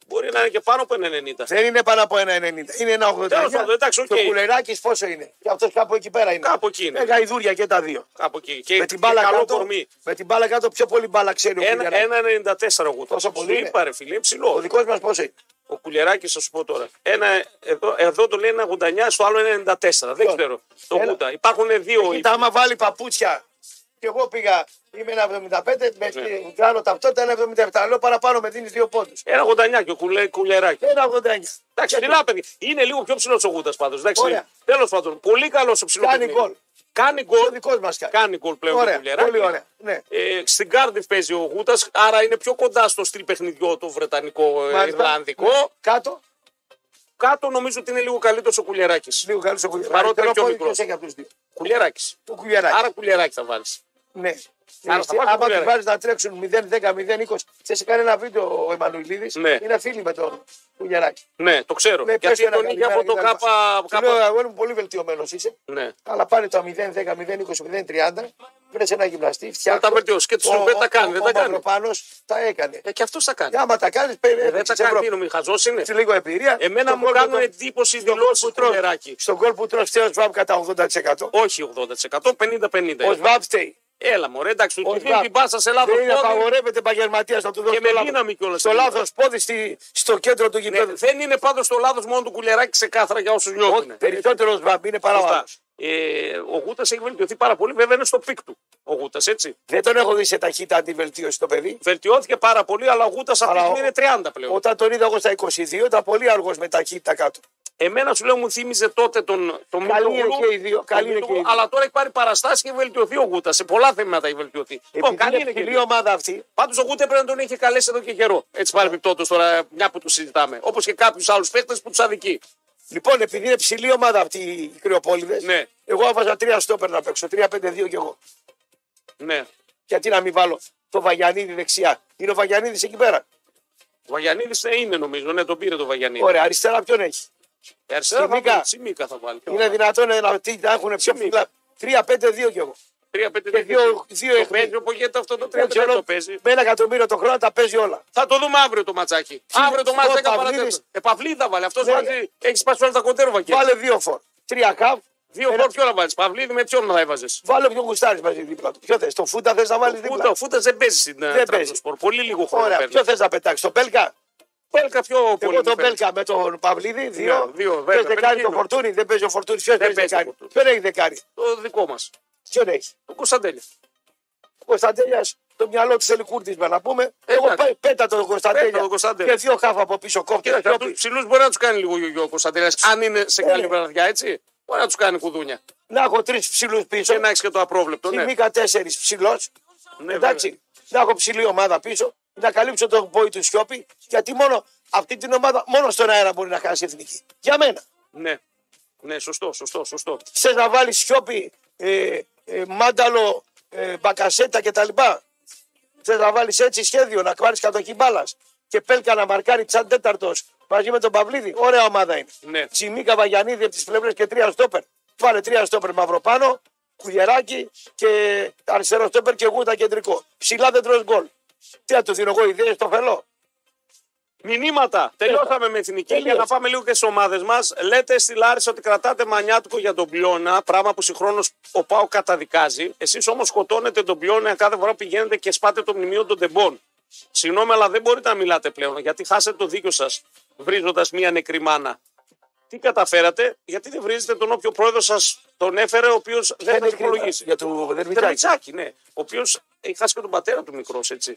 S1: Μπορεί να είναι και πάνω από ένα 90.
S2: Δεν είναι πάνω από ένα 90. Είναι ένα 89.
S1: Τέλος πάντων, εντάξει, οκ.
S2: Και ο κουλεράκι πόσο είναι. Και αυτός κάπου εκεί πέρα είναι.
S1: Κάπου εκεί είναι.
S2: Ε, γαϊδούρια και τα δύο.
S1: Κάπου εκεί. Και,
S2: με την
S1: και
S2: μπάλα
S1: καλό
S2: κάτω.
S1: κορμί.
S2: Με την μπάλα κάτω πιο πολύ μπάλα ξέρει ο
S1: Ένα,
S2: κουλιαράκι.
S1: ένα 94 ο Γούτα.
S2: Τόσο πολύ είναι.
S1: Είπα, ρε φίλε, είναι ψηλό.
S2: Ο δικός μας πόσο είναι.
S1: Ο Κουλιεράκη, θα σου πω τώρα. Ένα, εδώ, εδώ το λέει ένα 89, στο άλλο ένα 94. Δεν
S2: Ποιο?
S1: ξέρω. Το
S2: Ένα.
S1: Γούτα. Υπάρχουν δύο.
S2: Κοίτα, άμα βάλει παπούτσια. Και εγώ πήγα, είμαι ένα 75,
S1: Ναι.
S2: με την κάνω ταυτότητα ένα 77. Λέω παραπάνω με δίνεις δύο πόντους.
S1: Ένα 89 και ο κουλε, Κουλιεράκη.
S2: Ένα 89.
S1: Εντάξει, φιλά, παιδιά. Είναι λίγο πιο ψηλός ο Γούτας πάντως.
S2: Ωραία.
S1: Τέλος πάντων, πολύ καλός ο ψηλός.
S2: Κάνει
S1: παιχνίδι.
S2: γκολ.
S1: Κάνει
S2: Ο
S1: γκολ.
S2: δικός μας κάνει.
S1: Κάνει γκολ πλέον
S2: Ωραία,
S1: ο Κουλιεράκη.
S2: πολύ ωραία. Ναι.
S1: Ε, στην Κάρδιφ παίζει ο Γούτας, άρα είναι πιο κοντά στο στυλ παιχνιδιό το βρετανικό ε,
S2: Μάλιστα. Ναι.
S1: Ιρλανδικό.
S2: Κάτω,
S1: Κάτω νομίζω ότι είναι λίγο καλύτερος ο Κουλιεράκη.
S2: λίγο καλό ο κουλιαράκι.
S1: Παρότι είναι πιο μικρός.
S2: έχει από του δύο.
S1: Κουλιεράκη.
S2: Το κουλιαράκι.
S1: Άρα Κουλιεράκη θα βάλεις.
S2: ναι.
S1: θα
S2: Άρα,
S1: βάλει το
S2: άμα του
S1: κουλιαράκι.
S2: βάζεις να τρέξουν 0-10-0-20, ξέρει, σε κάνει ένα βίντεο ο Εμμανουηλίδης.
S1: Ναι.
S2: Είναι φίλοι με τον κουλιαράκι.
S1: Ναι, το ξέρω.
S2: Ναι, πες
S1: Γιατί
S2: του ένα
S1: τον είχε
S2: καλημέρα
S1: από το
S2: και τα λοιπά.
S1: κάπα.
S2: Του Λέω,
S1: κάπα...
S2: αγόρι μου, πολύ βελτιωμένος είσαι.
S1: Ναι.
S2: Αλλά πάρε το 0-10-0-20-0-30, βρες ένα γυμναστή,
S1: Θα
S2: φτιάχνει.
S1: τα βελτιώσεις και τους Σουμπέ τα κάνει. Δεν τα κάνει.
S2: Πάνω τα έκανε.
S1: Ε, και αυτός τα
S2: Και
S1: κάνει.
S2: άμα τα κάνεις, παίρνει
S1: Ε, Δεν τα κάνει. Τι νομίζεις, χαζός είναι.
S2: λίγο εμπειρία.
S1: Εμένα
S2: Στον
S1: μου
S2: κόλπο
S1: κάνουν
S2: των-
S1: εντύπωση δηλώσει του Κουλιεράκη.
S2: Στον κόλ που τρως φταίει ο Σβάμπ κατά 80%.
S1: Όχι 80%, 50-50.
S2: Ο Σβάμπ φταίει.
S1: Έλα μωρέ, εντάξει,
S2: Ο
S1: του δίνει
S2: Σβάμπ.
S1: την πάσα σε λάθος
S2: Δεν είναι
S1: πόδι.
S2: απαγορεύεται επαγγελματίας να του δώσει
S1: με
S2: το λάθος-
S1: δύναμη κιόλας
S2: Στο
S1: είναι.
S2: λάθος πόδι στη- στο κέντρο του
S1: Ναι,
S2: γηπέδου.
S1: δεν είναι πάντως το λάθος μόνο του κουλεράκι ξεκάθαρα για όσους νιώθουν.
S2: Περισσότερο Σβάμπ είναι παρά ο άλλος.
S1: Ε, ο Γούτας έχει βελτιωθεί πάρα πολύ, βέβαια είναι στο πικ του. ο Γούτας, έτσι.
S2: Δεν τον έχω δει σε ταχύτητα αντιβελτίωση το παιδί.
S1: Βελτιώθηκε πάρα πολύ, αλλά ο Γούτας αυτή τη
S2: Αλλά
S1: στιγμή
S2: ο-
S1: είναι 30 πλέον.
S2: Όταν τον είδα εγώ στα 22, ήταν πολύ αργός με ταχύτητα κάτω.
S1: Εμένα σου λέω μου θύμιζε τότε τον, τον
S2: Καλή είναι
S1: Μίτογλου,
S2: και οι δύο,
S1: τον
S2: καλή είναι
S1: Μίτογλου,
S2: και οι δύο.
S1: Αλλά τώρα έχει πάρει παραστάσεις και έχει βελτιωθεί ο Γούτας. Σε πολλά θέματα έχει βελτιωθεί. Λοιπόν,
S2: Επειδή
S1: καλή
S2: είναι
S1: είναι και
S2: ψηλή ομάδα αυτή,
S1: Πάντως ο Γούτα πρέπει να τον είχε καλέσει εδώ και καιρό. Έτσι παρεμπιπτόντως τώρα, μια που τους συζητάμε. Όπως και κάποιους άλλους παίχτε που τους αδικεί.
S2: λοιπόν, επειδή είναι ψηλή ομάδα αυτή οι κρυοπόλυδε,
S1: Ναι.
S2: εγώ έβαζα τρία στόπερ να παίξω. 3-5-2 κι εγώ.
S1: Ναι.
S2: Γιατί να μην βάλω το Βαγιανίδη δεξιά. Είναι ο Βαγιανίδης εκεί πέρα.
S1: Ο Βαγιανίδης είναι νομίζω, ναι, τον πήρε τον Βαγιανίδη.
S2: Ωραία, αριστερά ποιον έχει.
S1: Ε, Αριστερά θα
S2: Σιμίκα.
S1: βάλει, Σιμίκα θα βάλει.
S2: Είναι δυνατόν να, τι- να έχουν πιο
S1: Σημείο.
S2: ψηλά. 3-5-2 κι εγώ.
S1: 3-5-2.
S2: Και δύο, δύο
S1: Το
S2: εχμοί.
S1: παίζει ο Πογέτα αυτό το 3
S2: Δεν ξέρω,
S1: το παίζει.
S2: Με ένα εκατομμύριο το χρόνο τα παίζει όλα.
S1: Θα το δούμε αύριο το ματσάκι. Αύριο το
S2: ο
S1: ματσάκι θα
S2: Παυλίδης.
S1: παρατέτω. Ε, Παυλίδα βάλει. Αυτός
S2: Ναι.
S1: έχει σπάσει όλα τα κοντέρβα και.
S2: Βάλε δύο φορ. Τρία καβ.
S1: Δύο φόρ ποιο να βάλεις. Παυλίδη με ποιον να έβαζες.
S2: Βάλε ποιον γουστάρι μαζί δίπλα του. Ποιο θες, το φούντα θες να βάλεις
S1: Φούτα,
S2: δίπλα.
S1: ο Φούτας δεν παίζει στην
S2: παίζει.
S1: Τραπεζοσπορ. Πολύ λίγο χρόνο
S2: Ωραία,
S1: παίρνει.
S2: ποιο θες να πετάξεις, τον Πέλκα.
S1: Πέλκα πιο πολύ.
S2: Εγώ τον
S1: παίρνει.
S2: Πέλκα με τον Παυλίδη. Δύο.
S1: Ναι, δύο, βέβαια,
S2: Ποιο
S1: παίζει
S2: δεκάρι τον
S1: εκείνο.
S2: Φορτούνη, δεν παίζει ο Φορτούνη. Ποιος
S1: Δεν
S2: παίζει
S1: παίζει ο
S2: δεκάρι.
S1: Φορτούνης.
S2: Ποιον έχει δεκάρι.
S1: Το δικό μας.
S2: Ποιον έχεις.
S1: Ο Κωνσταντέλης.
S2: Ο Κωνσταντέλια, το μυαλό του Ελικούρτη με να πούμε. Εγώ
S1: Ε, εντάξει.
S2: πέ- πέτα τον
S1: Πέτα
S2: Κωνσταντέλια.
S1: τον Κωνσταντέλια.
S2: Και δύο χάφα από πίσω κόφτη.
S1: Κοίταξε, αυτού τους ψηλούς μπορεί να τους κάνει λίγο γιογιό ο Κωνσταντέλης. Αν είναι σε καλή
S2: ναι.
S1: βραδιά, έτσι. Μπορεί να τους κάνει κουδούνια.
S2: Να έχω τρεις ψηλούς πίσω.
S1: Και να έχεις και το απρόβλεπτο. Ναι.
S2: Θυμήκα τέσσερις ψηλός.
S1: Ναι,
S2: Εντάξει. Να έχω ψηλή ομάδα πίσω. Να καλύψω τον πόη του Σιώπη. Γιατί μόνο αυτή την ομάδα, μόνο στον αέρα μπορεί να χάσει η εθνική. Για μένα.
S1: Ναι. Ναι, σωστό, σωστό, σωστό.
S2: Θες να βάλεις Σιώπη, ε, ε, Μάνταλο, ε, Μπακασέτα κτλ. Θες να βάλεις έτσι σχέδιο, να πάρει κατοχή μπάλας. Και πέλκα να μαρκάρει σαν τέταρτος μαζί με τον Παυλίδη. Ωραία ομάδα είναι.
S1: Ναι.
S2: Τσιμίκα Βαγιανίδη από τις πλευρές και τρία στόπερ. Βάλε τρία στόπερ μαυροπάνω, κουδεράκι και αριστερό στόπερ και γούτα κεντρικό. Ψηλά δεν τρως γκολ. Τι να του δίνω εγώ ιδέες στο φελό.
S1: Μηνύματα. Τελειώσαμε με εθνική
S2: Τελείωσε.
S1: για να πάμε λίγο και στι ομάδες μας. Λέτε στη Λάρισα ότι κρατάτε μανιάτικο για τον Πλιώνα, πράγμα που συγχρόνως ο Πάο καταδικάζει. Εσείς όμως σκοτώνετε τον Πλιώνα κάθε φορά που πηγαίνετε και σπάτε το μνημείο των τεμπών. Συγγνώμη, αλλά δεν μπορείτε να μιλάτε πλέον γιατί χάσετε το δίκιο σας βρίζοντας μία νεκρή μάνα. Τι καταφέρατε, γιατί δεν βρίζετε τον όποιο πρόεδρο σας τον έφερε, ο οποίος δεν θα υπολογίσει.
S2: Ε, Για του Δερμιτσάκη.
S1: Δερμιτσάκη, ναι. Ο οποίος χάσει και τον πατέρα του μικρός, έτσι.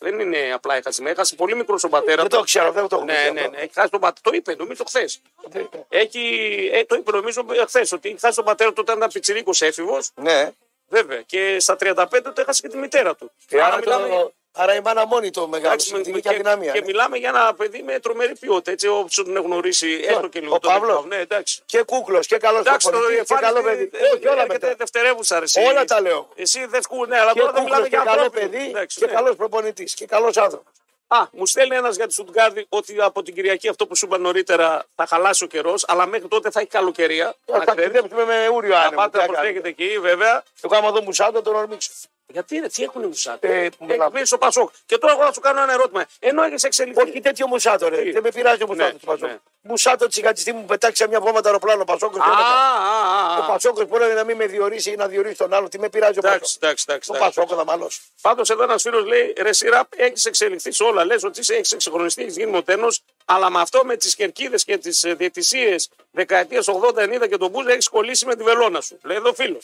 S1: Δεν είναι απλά έχασε. Έχασε πολύ μικρό τον πατέρα
S2: Δεν
S1: του.
S2: το ξέρω, δεν το έχω
S1: Ναι, ναι, ναι. Έχει χάσει τον πατέρα. Το είπε, νομίζω χθες.
S2: ναι.
S1: Έχει... Ε, το είπε, νομίζω χθες. Ότι έχει χάσει τον πατέρα του όταν ήταν πιτσυρίκο έφηβος.
S2: ναι.
S1: Βέβαια. Και στα 35 του έχασε και τη μητέρα του.
S2: Ε, άρα,
S1: Άρα μιλάμε-
S2: το, άρα η μάνα μόνη το μεγάλο
S1: εντάξει, με-
S2: στην
S1: με-
S2: και αδυναμία.
S1: και
S2: ναι.
S1: μιλάμε για ένα παιδί με τρομερή ποιότητα. Έτσι, όποιο τον έχουν γνωρίσει, έστω και λίγο.
S2: ο
S1: τον
S2: Παύλος.
S1: Παύλο. Ναι, εντάξει.
S2: Και κούκλος και καλός
S1: Εντάξει, το
S2: και καλό παιδί.
S1: ε,
S2: Όχι, όλα
S1: έρχεται
S2: μετά.
S1: δευτερεύουσα ρε, εσύ.
S2: Όλα τα λέω.
S1: Εσύ δεν σκού, ναι, αλλά
S2: Και
S1: τώρα δεν
S2: κούκλος
S1: μιλάμε
S2: και
S1: για
S2: καλό
S1: ανθρώπινο.
S2: παιδί
S1: Εντάξει,
S2: και
S1: ναι.
S2: καλός προπονητής και καλός άνθρωπος.
S1: Α, μου στέλνει ένας για τη Στουτγκάρδη ότι από την Κυριακή αυτό που σου είπα νωρίτερα θα χαλάσει ο καιρός, αλλά μέχρι τότε θα έχει καλοκαιρία. Να
S2: Ε, Θα
S1: ξέρεις.
S2: ταξιδέψουμε με ούριο
S1: Να
S2: άνεμο. τι
S1: πάτε να
S2: να κάνουμε.
S1: προσέχετε εκεί, βέβαια.
S2: Εγώ άμα δω μουσάντο τον ορμήξω.
S1: Γιατί είναι, τι έχουν οι Μουσάτες.
S2: Ε,
S1: Έχει
S2: μιλάμε.
S1: μπει στο Πασόκ. Και τώρα εγώ να σου κάνω ένα ερώτημα. Ενώ έχεις εξελιχθεί.
S2: Όχι τέτοιο μουσάτο, ρε.
S1: Τι?
S2: Δεν με πειράζει ο μουσάτο
S1: Ναι,
S2: του Πασόκ.
S1: ναι.
S2: Μουσάτο τσιγατιστή μου πετάξει σε μια βόμβα το αεροπλάνο. Ο Πασόκο.
S1: Α, α, α,
S2: Ο
S1: α.
S2: Πασόκος μπορεί να μην με διορίσει ή να διορίσει τον άλλο. Τι με πειράζει ο Πασόκο.
S1: Εντάξει, εντάξει, εντάξει.
S2: Ο Πασόκο θα μαλώσει.
S1: Πάντως εδώ ένας φίλος λέει: Ρε σειρά, έχεις εξελιχθεί σε όλα. Λες ότι έχεις εξυγχρονιστεί, έχεις γίνει μοντέρνο, αλλά με αυτό με τις κερκίδες και ε, τι διαιτησίες δεκαετίας 80-90 και τον Μπούζα έχεις κολλήσει με τη βελόνα σου. Λέει εδώ φίλο.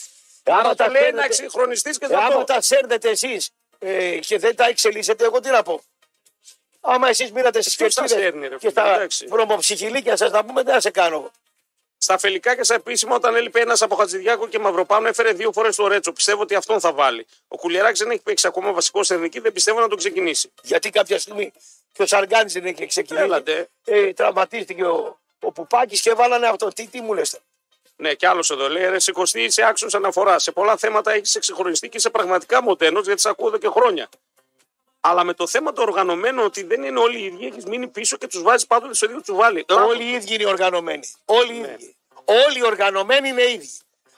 S1: Άρα τα λέει να εξυγχρονιστείς και
S2: Ε,
S1: θα
S2: άμα
S1: το.
S2: τα σέρνετε εσείς ε, και δεν τα εξελίσσετε, εγώ τι να πω. Άμα εσείς μείνατε στις
S1: Ε, Ποιος τα σέρνει,
S2: κερκίδε
S1: ρε
S2: και
S1: φίλε,
S2: στα
S1: εντάξει.
S2: βρωμοψυχηλίκια σας να πούμε, δεν θα σε κάνω. εγώ.
S1: Στα φιλικά και στα επίσημα, όταν έλειπε ένας από Χατζηδιάκο και Μαυροπάνο, έφερε δύο φορές το Ρέτσο. Πιστεύω ότι αυτόν θα βάλει. Ο Κουλιαράκης δεν έχει παίξει ακόμα βασικός στην εθνική, δεν πιστεύω να τον ξεκινήσει.
S2: Γιατί κάποια στιγμή και ο Σαργκάνη δεν έχει ξεκινήσει.
S1: Έλατε.
S2: Ε, τραυματίστηκε ο, ο Πουπάκης και βάλανε αυτό. Τι, τι μου λες.
S1: Ναι, κι άλλος εδώ λέει: Ρε, σηκωστή είσαι άξιος αναφοράς. Σε πολλά θέματα έχεις εξυγχρονιστεί και είσαι πραγματικά μοντέρνος, γιατί σε ακούω εδώ και χρόνια. Αλλά με το θέμα το οργανωμένο ότι δεν είναι όλοι οι ίδιοι, έχεις μείνει πίσω και τους βάζεις πάντοτε στο ίδιο τσουβάλι.
S2: Όλοι οι ίδιοι είναι οργανωμένοι. Όλοι οι
S1: Ναι.
S2: ίδιοι. Όλοι οι οργανωμένοι είναι ίδιοι.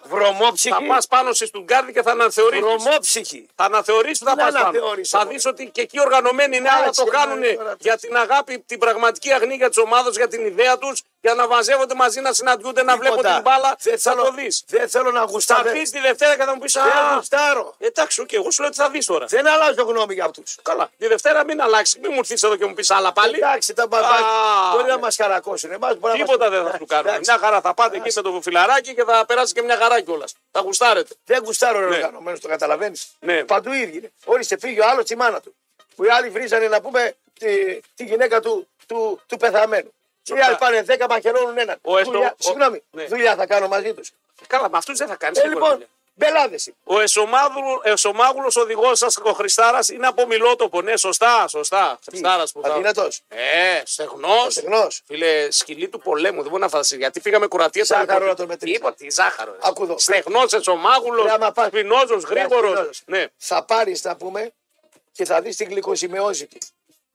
S1: θα
S2: Βρωμόψυχοι.
S1: πας πάνω σε Στουτγκάρδη και θα αναθεωρήσεις.
S2: Βρωμόψυχοι.
S1: Θα αναθεωρήσεις, θα
S2: Τι
S1: πας πάνω.
S2: αναθεώρησε,
S1: Θα
S2: μωρέ.
S1: δεις ότι και εκεί οργανωμένοι είναι, αλλά
S2: Κάτσε,
S1: το κάνουν
S2: μωρέ, τώρα.
S1: για την αγάπη, την πραγματική αγνή για τη ομάδα, για την ιδέα τους, για να μαζεύονται μαζί, να συναντιούνται, να βλέπουν
S2: Τίποτα.
S1: την μπάλα.
S2: Δεν
S1: θα
S2: θέλω-
S1: το δεις.
S2: Δεν θέλω να
S1: Θα
S2: γουστάρω.
S1: πεις τη Δευτέρα και θα μου πεις
S2: Δεν
S1: Α,
S2: γουστάρω.
S1: εντάξει, οκ, εγώ σου λέω ότι θα δεις τώρα.
S2: Δεν αλλάζω γνώμη για αυτούς.
S1: Καλά. Τη Δευτέρα μην αλλάξεις. Μην μου έρθεις εδώ και μου πεις άλλα πάλι.
S2: Εντάξει, τα μπαμπάκια
S1: Α,
S2: μπορεί να
S1: ναι.
S2: μας χαρακώσουν. Εμάς μπορεί να μας-
S1: Τίποτα δεν θα
S2: Εντάξει,
S1: σου κάνουν.
S2: εντάξει.
S1: Μια χαρά θα πάτε εκεί με το φιλαράκι και θα περάσει και μια χαρά κιόλας. Θα γουστάρετε.
S2: Δεν γουστάρω ρε
S1: Ναι.
S2: οργανωμένος, το καταλαβαίνεις.
S1: Ναι.
S2: Παντού οι ίδιοι είναι. Ορίστε, φύγει ο άλλος τη μάνα του. Που οι άλλοι βρίζανε να πούμε τη, τη γυναίκα του, του, του πεθαμένου. Και οι
S1: Σωστά.
S2: άλλοι πάνε 10 μαχαιρώνουν έναν.
S1: Ο Εστο-
S2: δουλειά,
S1: ο-
S2: Συγγνώμη,
S1: ναι.
S2: δουλειά θα κάνω μαζί τους.
S1: Ε, Καλά, με αυτούς δεν θα κάνεις.
S2: Ε, λοιπόν, μπελάδε.
S1: Ο εσωμάγουλο οδηγός σας, ο Χριστάρας, είναι από μιλότοπο. Ναι, σωστά, σωστά. Χριστάρας που θα.
S2: Αδυνατό.
S1: Ε, στεγνό.
S2: Στεγνό.
S1: Φίλε, σκυλή του πολέμου, δεν μπορεί να φανταστεί. Γιατί πήγαμε κουρατία
S2: Ζάχαρο να τον μετρήσεις.
S1: Είπα τι ζάχαρο. ρε.
S2: Άκου εδώ.
S1: Στεγνός, εσωμάγουλος,
S2: Ρε, άμα πας-
S1: σπινόζος, γρήγορος.
S2: Στεγνός.
S1: Ναι.
S2: Θα πάρεις, να πούμε, και θα δεις την γλυκοσημειώση του.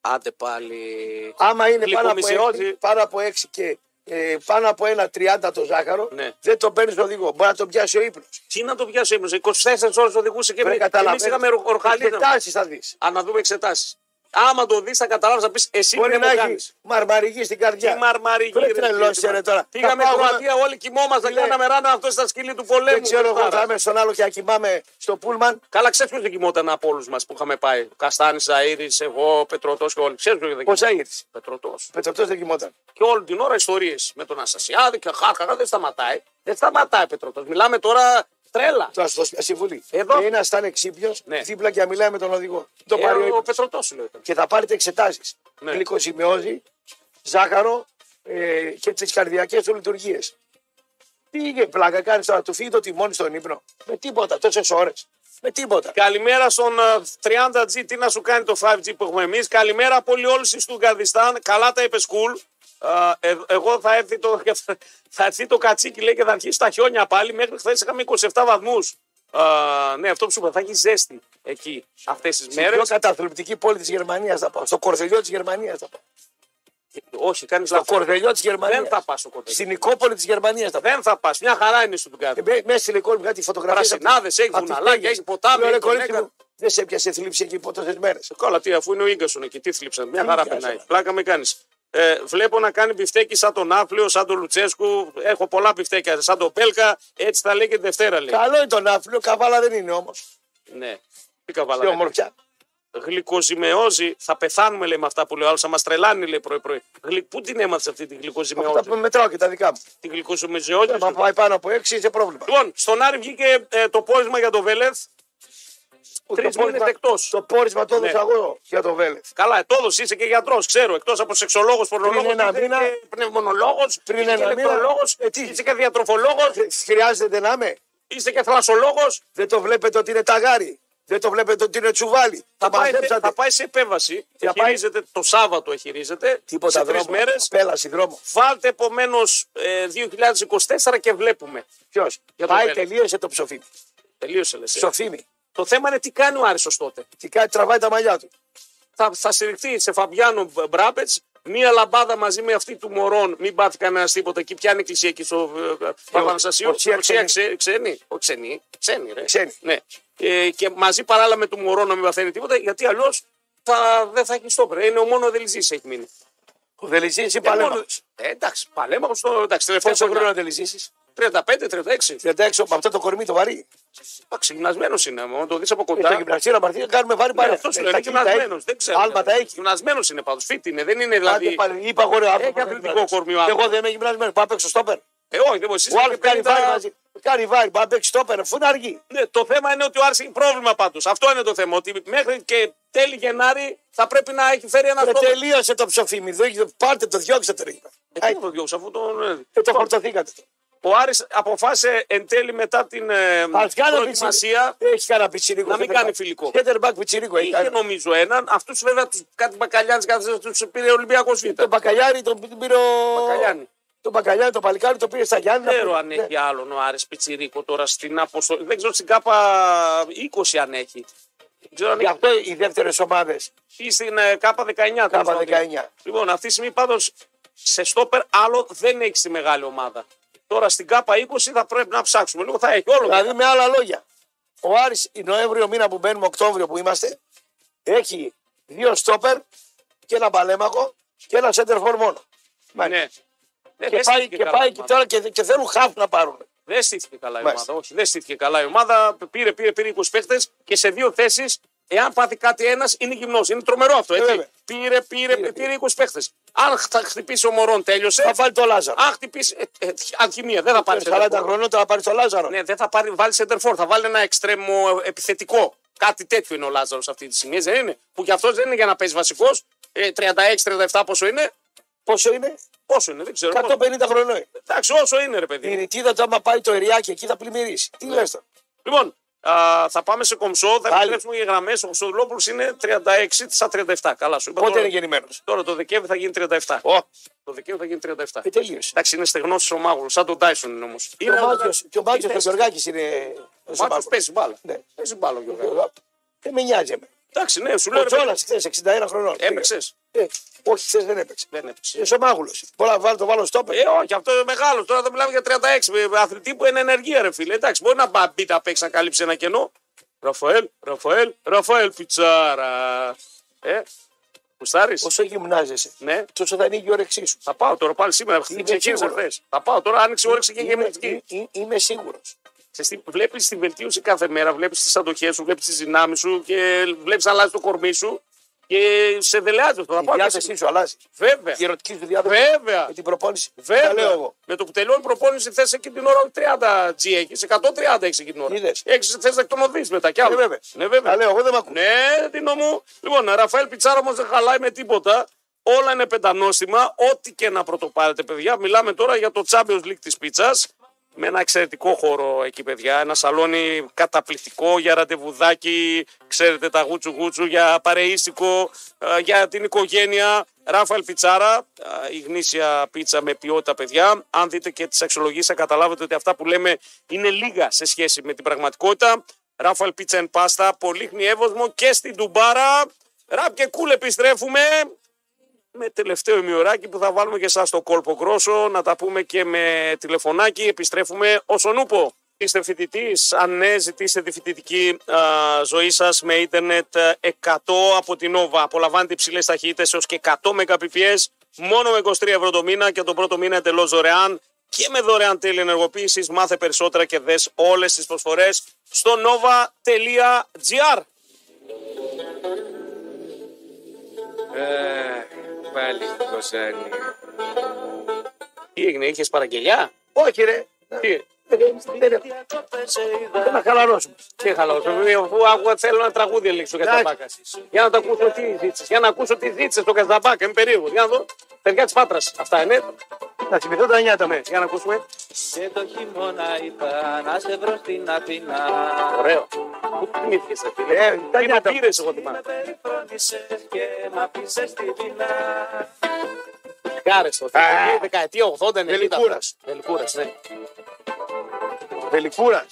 S1: Άντε πάλι.
S2: Άμα είναι πάνω από,
S1: Γλυκομισιώδη.
S2: 6, πάνω από έξι και ε, πάνω από ένα 30 το ζάχαρο,
S1: Ναι. Ε,
S2: δεν το παίρνεις οδηγό. Μπορεί να τον πιάσει ο ύπνος.
S1: Τι να το πιάσει έμεινε. 24 ώρες οδηγούσε και
S2: Δεν
S1: εμείς.
S2: καταλαβαίνεις.
S1: είχαμε ρο- ορχαλίδα.
S2: Εξετάσεις θα δεις.
S1: Α, να δούμε εξετάσεις. Άμα το δεις, θα καταλάβεις, θα πεις εσύ
S2: Μπορεί
S1: δεν
S2: να
S1: μου
S2: έχει
S1: κάνεις.
S2: μαρμαρική στην καρδιά.
S1: Τι μαρμαρική.
S2: Βρε,
S1: ρε,
S2: τρελός,
S1: κύριε,
S2: ρε, τώρα.
S1: Πήγαμε
S2: Θα πάω,
S1: Κροατία, όλοι κοιμόμασταν.
S2: Φίλε.
S1: Κάναμε ράνα αυτό στα σκυλή του πολέμου.
S2: Δεν ξέρω εγώ,
S1: Χριστάρα.
S2: θα είμαι στον άλλο και θα κοιμάμαι στο πούλμαν.
S1: Καλά, ξέρεις ποιος δεν κοιμόταν από όλους μας που είχαμε πάει. Καστάνη, Ζαήρη, εγώ, Πετρωτός και όλοι. Ξέρεις ποιος δεν
S2: Ο
S1: κοιμόταν.
S2: Ζαήρη.
S1: Πετρωτό.
S2: Πετροπτό δεν κοιμόταν.
S1: Και όλη την ώρα ιστορίες με τον Αναστασιάδη και χάχαρα δεν σταματάει. Δεν σταματάει Πετρωτός. Μιλάμε τώρα τρέλα.
S2: Τώρα στο συμβουλή.
S1: Εδώ.
S2: Ένας θα είναι ξύπνιο,
S1: Ναι.
S2: δίπλα και να μιλάει με τον οδηγό. Το
S1: Ε,
S2: πάρει ο
S1: ο
S2: ύπνος.
S1: Πετρωτό λέει.
S2: Και θα πάρετε εξετάσεις.
S1: Ναι.
S2: Γλυκοσημειώδη, ζάχαρο ε, και τις καρδιακές του λειτουργίες. Τι είχε πλάκα κάνεις τώρα, του φύγει το τιμόνι στον ύπνο. Με τίποτα, τόσες ώρες. Με τίποτα.
S1: Καλημέρα στον ε, 30G. Τι να σου κάνει το 5G που έχουμε εμείς. Καλημέρα από όλοι όλοι στη Στουγκαρδιστάν. Καλά τα είπε cool. Ε, ε, εγώ θα έρθει, το, θα έρθει το κατσίκι λέει και θα αρχίσει τα χιόνια πάλι. Μέχρι χθες είχαμε 27 βαθμού. ναι, αυτό που σου είπα, θα έχει ζέστη εκεί αυτές τις
S2: Στην
S1: μέρε.
S2: πιο καταθλιπτική πόλη της Γερμανίας θα πάω. Στο κορδελιό της Γερμανίας θα πάω.
S1: Όχι, κάνεις
S2: Στο κορδελιό της Γερμανία.
S1: Δεν θα πας στο κορδελιό.
S2: Στην οικόπολη της Γερμανίας θα πάω.
S1: Δεν θα πας. Μια χαρά είναι στο
S2: Ε,
S1: Στουγκάρδι.
S2: με- Μέσα στη λεκόρη μου κάτι φωτογραφίες.
S1: Πρασινάδες, έχει βουναλάκια, έχει ποτάμι,
S2: Λέω, ρε,
S1: έχει
S2: κορίτσι
S1: γυναίκα.
S2: μου, δεν σε έπιασε θλίψη εκεί από τόσε μέρες.
S1: Καλά, τι, αφού είναι ο γκασον εκεί, τι θλίψαν. Μια χαρά
S2: θλίψαν.
S1: περνάει. Πλάκα με κάνεις. Ε, βλέπω να κάνει μπιφτέκι σαν τον Άφλιο, σαν τον Λουτσέσκου. Έχω πολλά μπιφτέκια. Σαν τον Πέλκα, έτσι θα λέει και τη Δευτέρα λέει.
S2: Καλό είναι τον άφλιο, καβάλα δεν είναι όμως.
S1: Ναι. Τι
S2: Τι
S1: καβαλά.
S2: ομορφιά.
S1: Γλυκοζημεώζει. Θα πεθάνουμε λέει με αυτά που λέει ο άλλος. Θα μας τρελάνει λέει πρωί-πρωί. Γλυ... Πού την έμαθε αυτή τη
S2: Αυτά
S1: γλυκοζημεώζει.
S2: που μετράω και τα δικά μου.
S1: Τη γλυκοζημεώζει.
S2: Άμα πάει πάνω από έξι, είσαι πρόβλημα.
S1: Λοιπόν, στον Άρη βγήκε ε, το πόρισμα για τον Βέλεθ. Τρει
S2: Το
S1: μήνε
S2: πόρισμα-
S1: εκτό.
S2: Το πόρισμα το έδωσα
S1: Ναι.
S2: εγώ για το Βέλεθ.
S1: Καλά, ετόδο είσαι και γιατρός, ξέρω. Εκτός από σεξολόγος, πορνολόγο,
S2: ένα μήνα-
S1: πνευμονολόγος,
S2: Πριν
S1: είσαι και
S2: ένα μήνα-
S1: ηλεκτρολόγο,
S2: Ε, τι?
S1: είσαι και διατροφολόγος,
S2: Χρειάζεται να είμαι.
S1: είσαι και θρασολόγος.
S2: Δεν το βλέπετε ότι είναι ταγάρι. Δεν το βλέπετε ότι είναι τσουβάλι.
S1: Θα,
S2: Τα
S1: πάει-
S2: μαζέψατε.
S1: θα πάει σε επέμβαση.
S2: Θα πάει-
S1: Εχειρίζεται το Σάββατο, εχειρίζεται.
S2: Τίποτα
S1: σε τρεις
S2: δρόμο.
S1: μέρες.
S2: Πέλαση δρόμο.
S1: Βάλτε ε, επομένω 2024 και βλέπουμε.
S2: Ποιος.
S1: Για το Ναι.
S2: Πάει
S1: Βέλεθ.
S2: τελείωσε το ψοφίμι.
S1: Τελείωσε λες.
S2: Ψοφίμι.
S1: Το θέμα είναι τι κάνει ο Άρης ως τότε.
S2: Τι κάνει, τραβάει τα μαλλιά του.
S1: θα, θα στηριχθεί σε Φαμπιάνο Μπράμπετ. Μία λαμπάδα μαζί με αυτή του Μωρών, μην πάθει κανένας τίποτα. Εκεί πιάνει εκκλησία εκεί στο ε, Παπαναστασίου.
S2: ο Τσία
S1: Τσία ξε- ξένη. Ο ξένη. Ξένη, ρε.
S2: Ξένη.
S1: Ναι. Ε, και μαζί παράλληλα με του Μωρών να μην παθαίνει τίποτα, γιατί αλλιώς δεν θα έχει στόπερ. Είναι ο μόνο Δελιζή έχει μείνει.
S2: Ο Δελιζή είναι
S1: Και
S2: παλαιό.
S1: μόνο- Ε, εντάξει, παλέμαχος στο. Εντάξει, τελευταίο
S2: Πόσο χρόνο
S1: χρόνο.
S2: να τελειζήσει.
S1: 35-36.
S2: 36 με αυτό το κορμί το βαρύ.
S1: Ξυγνασμένο είναι. Αν το δεις από
S2: Ε, Στο
S1: κοντά.
S2: γυμναστήριο Μαρτίνο κάνουμε βάρη
S1: Ναι,
S2: παρέα.
S1: αυτό σου
S2: Ε,
S1: λέει.
S2: τα
S1: Είναι
S2: κινητά
S1: γυμνασμένος.
S2: έχει.
S1: Δεν ξέρω.
S2: Άλμα τα έχει.
S1: Γυμνασμένος είναι πάντως. Φίτη είναι. Δεν είναι
S2: Άντε
S1: δηλαδή.
S2: πάλι, είπα εγώ ρε άνθρωπο.
S1: Έχει αθλητικό κορμί ο
S2: Εγώ δεν είμαι γυμνασμένος. Πάω παίξω στόπερ.
S1: Ε, όχι, δεν μπορείς. Εσείς
S2: Ο άλλος
S1: έχετε
S2: κάνει
S1: 50
S2: βάρη μαζί. Κάνει βάρη, πάω παίξει στόπερ. Αφού είναι αργή.
S1: Ναι, το θέμα είναι ότι ο Άρης έχει πρόβλημα πάντως. Αυτό είναι το θέμα. Ότι μέχρι και τέλη Γενάρη θα πρέπει να έχει φέρει ένα
S2: Ρε,
S1: στόχο.
S2: Ε, τελείωσε το ψοφίμι. Δεν- Πάρτε το, διώξτε το. ρε.
S1: Ε,
S2: Άι,
S1: τι να το διώξω, αφού τον, ε,
S2: ε, Το φορτωθήκατε.
S1: Ο Άρης αποφάσισε εν τέλει μετά την ε,
S2: Ας κάνει ένα
S1: προετοιμασία.
S2: πιτσιρίκο. Έχεις κανένα πιτσιρίκο.
S1: Να μην
S2: center back.
S1: κάνει φιλικό.
S2: Center back πιτσιρίκο έχει
S1: Είχε
S2: κάνει.
S1: νομίζω έναν. Αυτούς βέβαια τους, κάτι μπακαλιάνες κάθε τους πήρε ο Ολυμπιακός Β.
S2: Τον Μπακαλιάρη τον πήρε ο.
S1: Μπακαλιάνη.
S2: Τον Μπακαλιάρη, τον Παλικάρι τον πήρε στα Γιάννη. Ναι.
S1: Δεν ξέρω αν έχει άλλον ο Άρης Πιτσιρίκο τώρα στην αποστολή. Δεν ξέρω στην ΚΑΠΑ 20 αν έχει. Δεν ξέρω αν
S2: Γι'
S1: έχει
S2: αυτό οι δεύτερες ομάδες.
S1: ή στην ε, ΚΑΠΑ 19.
S2: Κάπα 19.
S1: Λοιπόν, αυτή τη στιγμή πάντως σε στόπερ άλλο δεν έχει τη μεγάλη ομάδα. Τώρα στην ΚΑΠΑ 20 θα πρέπει να ψάξουμε λίγο. Θα έχει όλο.
S2: Δηλαδή με άλλα λόγια. Ο Άρης η Νοέμβριο μήνα που μπαίνουμε, Οκτώβριο που είμαστε, έχει δύο στόπερ και ένα παλέμαχο και ένα center for μόνο.
S1: Ναι. Δεν
S2: και, πάει,
S1: αισθήθηκε
S2: και,
S1: καλά
S2: πάει
S1: η
S2: και
S1: ομάδα.
S2: τώρα και, και θέλουν χαφ να πάρουν.
S1: Δεν στήθηκε καλά η
S2: Μάλιστα.
S1: ομάδα. Όχι, δεν στήθηκε καλά η ομάδα. Πήρε, πήρε, πήρε 20 παίχτες και σε δύο θέσεις, εάν πάθει κάτι ένας, είναι γυμνός. Είναι τρομερό αυτό. Έτσι.
S2: Ε, βέβαια.
S1: πήρε, πήρε, πήρε, 20 παίχτες. Αν χτα- χτυπήσει ο Μωρόν, τέλειωσε.
S2: Θα βάλει το Λάζαρο.
S1: Αν χτυπήσει. Ε, ε, αλχημία, δεν θα πάρει.
S2: Σε 40
S1: center forward.
S2: χρονών θα πάρει το Λάζαρο.
S1: Ναι, δεν θα πάρει, βάλει center forward, θα βάλει ένα εξτρέμο επιθετικό. Κάτι τέτοιο είναι ο Λάζαρος αυτή τη στιγμή, δεν είναι. Που κι αυτός δεν είναι για να παίζει βασικός. 36-37 πόσο είναι.
S2: Πόσο είναι,
S1: Πόσο είναι, δεν ξέρω.
S2: 150 χρονών.
S1: Εντάξει, όσο είναι, ρε παιδί.
S2: Η Ρητίδα, του άμα πάει το Εριάκι, εκεί θα πλημμυρίσει. Τι λες τώρα.
S1: Λοιπόν, α, θα πάμε σε κομψό, θα
S2: Πάλι.
S1: επιστρέψουμε για γραμμές. Ο Χρυστοδουλόπουλο είναι 36 στα 37. Καλά, σου είπα.
S2: Πότε
S1: τώρα,
S2: είναι γεννημένος.
S1: τώρα το Δεκέμβρη θα γίνει 37.
S2: Ω,
S1: Το Δεκέμβρη θα γίνει 37.
S2: ε, τελείωσε.
S1: Εντάξει, είναι στεγνός ο Μάγουλο, σαν τον Τάισον είναι όμως.
S2: Και ο Μάτιος- Και ο Μάτιο ο Γιωργάκης είναι.
S1: Ο Μάτιο παίζει μπάλα.
S2: Ναι.
S1: Παίζει μπάλα, ο Γιώργο.
S2: Γιωργάκη. Δεν με νοιάζει. εμένα.
S1: Εντάξει, ναι, σου λέω.
S2: Ο
S1: ρε παιδί,
S2: Τσόλα χθε 61 χρονών.
S1: Έπαιξες.
S2: Ε, όχι, χθε δεν έπαιξε.
S1: Δεν έπαιξε.
S2: Είναι σωμάγουλο. Μπορώ να βάλω το βάλω στο
S1: Ε, όχι, αυτό είναι μεγάλο. Τώρα δεν μιλάμε για 36. με Αθλητή που είναι ενεργεία, ρε φίλε. Εντάξει, μπορεί να μπα- μπει τα παίξει να καλύψει ένα κενό. Ραφαέλ, Ραφαέλ, Ραφαέλ Πιτσάρα. Ε, κουστάρει.
S2: Όσο γυμνάζεσαι,
S1: Ναι,
S2: τόσο θα ανοίγει η όρεξή σου.
S1: θα πάω τώρα πάλι σήμερα.
S2: Είμαι
S1: Ξεκίνησα
S2: σίγουρος.
S1: χθες. Θα πάω τώρα, άνοιξε η όρεξη και
S2: Είμαι-
S1: γεμιστική.
S2: ε- ε- Είμαι σίγουρος.
S1: Βλέπει την βελτίωση κάθε μέρα, βλέπεις τις αντοχές σου, βλέπεις τις δυνάμεις σου και βλέπεις αλλάζει το κορμί σου και σε δελεάζει αυτό. Θα
S2: Η
S1: πάω και
S2: διάθεσή
S1: σε-
S2: σου αλλάζει.
S1: Βέβαια.
S2: Η ερωτική σου διάθεση.
S1: Βέβαια.
S2: Με την προπόνηση. Τα λέω
S1: Βέβαια.
S2: εγώ.
S1: Με το που τελειώνει η προπόνηση θες εκεί την ώρα όχι 30 G έχει. 130 έχει εκεί την ώρα.
S2: Είδες.
S1: Έχεις θες να εκτονωθείς μετά κι άλλο.
S2: Ε, βέβαια.
S1: Ναι, βέβαια.
S2: Τα λέω εγώ δεν με ακούω.
S1: Ναι, Δίνο μου. Λοιπόν, Ραφαέλ Πιτσάρα όμως δεν χαλάει με τίποτα. Όλα είναι πεντανόστιμα. Ό,τι και να πρωτοπάρετε, παιδιά. Μιλάμε τώρα για το Champions League της πίτσας. Με ένα εξαιρετικό χώρο εκεί, παιδιά. Ένα σαλόνι καταπληκτικό για ραντεβουδάκι. Ξέρετε, τα γούτσου γούτσου για παρείστικο, ε, για την οικογένεια. Ράφαλ Πιτσάρα, ε, η γνήσια πίτσα με ποιότητα, παιδιά. Αν δείτε και τις αξιολογήσει, θα καταλάβετε ότι αυτά που λέμε είναι λίγα σε σχέση με την πραγματικότητα. Ράφαλ Pizza and Pasta, Πολύχνη Εύωσμο και στην Τουμπάρα. Ραπ και κούλ επιστρέφουμε με τελευταίο ημιωράκι που θα βάλουμε και εσά στο κόλπο κρόσο. Να τα πούμε και με τηλεφωνάκι. Επιστρέφουμε όσον ούπο. Είστε φοιτητής. Αν ναι, ζητήστε τη φοιτητική α, ζωή σας με ίντερνετ ε, 100 από την Nova. Απολαμβάνετε υψηλές ταχύτητες έως και 100 Mbps μόνο με 23 ευρώ το μήνα και τον πρώτο μήνα εντελώς δωρεάν και με δωρεάν τελειενεργοποίηση. Μάθε περισσότερα και δες όλες τις προσφορές στο nova.gr.
S4: Ε, πάλι στην Κοζάνη.
S1: Τι έγινε, είχες παραγγελιά.
S2: Όχι, ρε.
S1: Τι,
S2: Δεν- δεν- Δεν να χαλαρώσουμε.
S1: τι χαλάω, Ε, αφού άκουγα θέλω ένα τραγούδι ελίξω για Καζαμπάκα. Για να το ακούσω τι ζήτησες, για να ακούσω τι ζήτησες στο Καζαμπάκα, είμαι περίεργος. Για να δω, παιδιά της Πάτρας, αυτά είναι.
S2: Να θυμηθώ τα νιάτα μου.
S1: Ναι, για να ακούσουμε.
S4: Και το χειμώνα είπα να σε βρω στην Αθηνά.
S1: Ωραίο. Πού θυμήθηκες, ρε φίλε.
S2: Ε, τα
S1: Τι να
S2: νιάτα.
S1: πήρες, εγώ θυμάμαι.
S4: Με περιφρόνησες και με αφήσες στη δεινά.
S1: Δεκάρες τότε.
S2: Α.
S1: Δεκαετία 80, 90.
S2: Βελικούρας.
S1: Βελικούρας, ναι.
S2: Βελικούρας.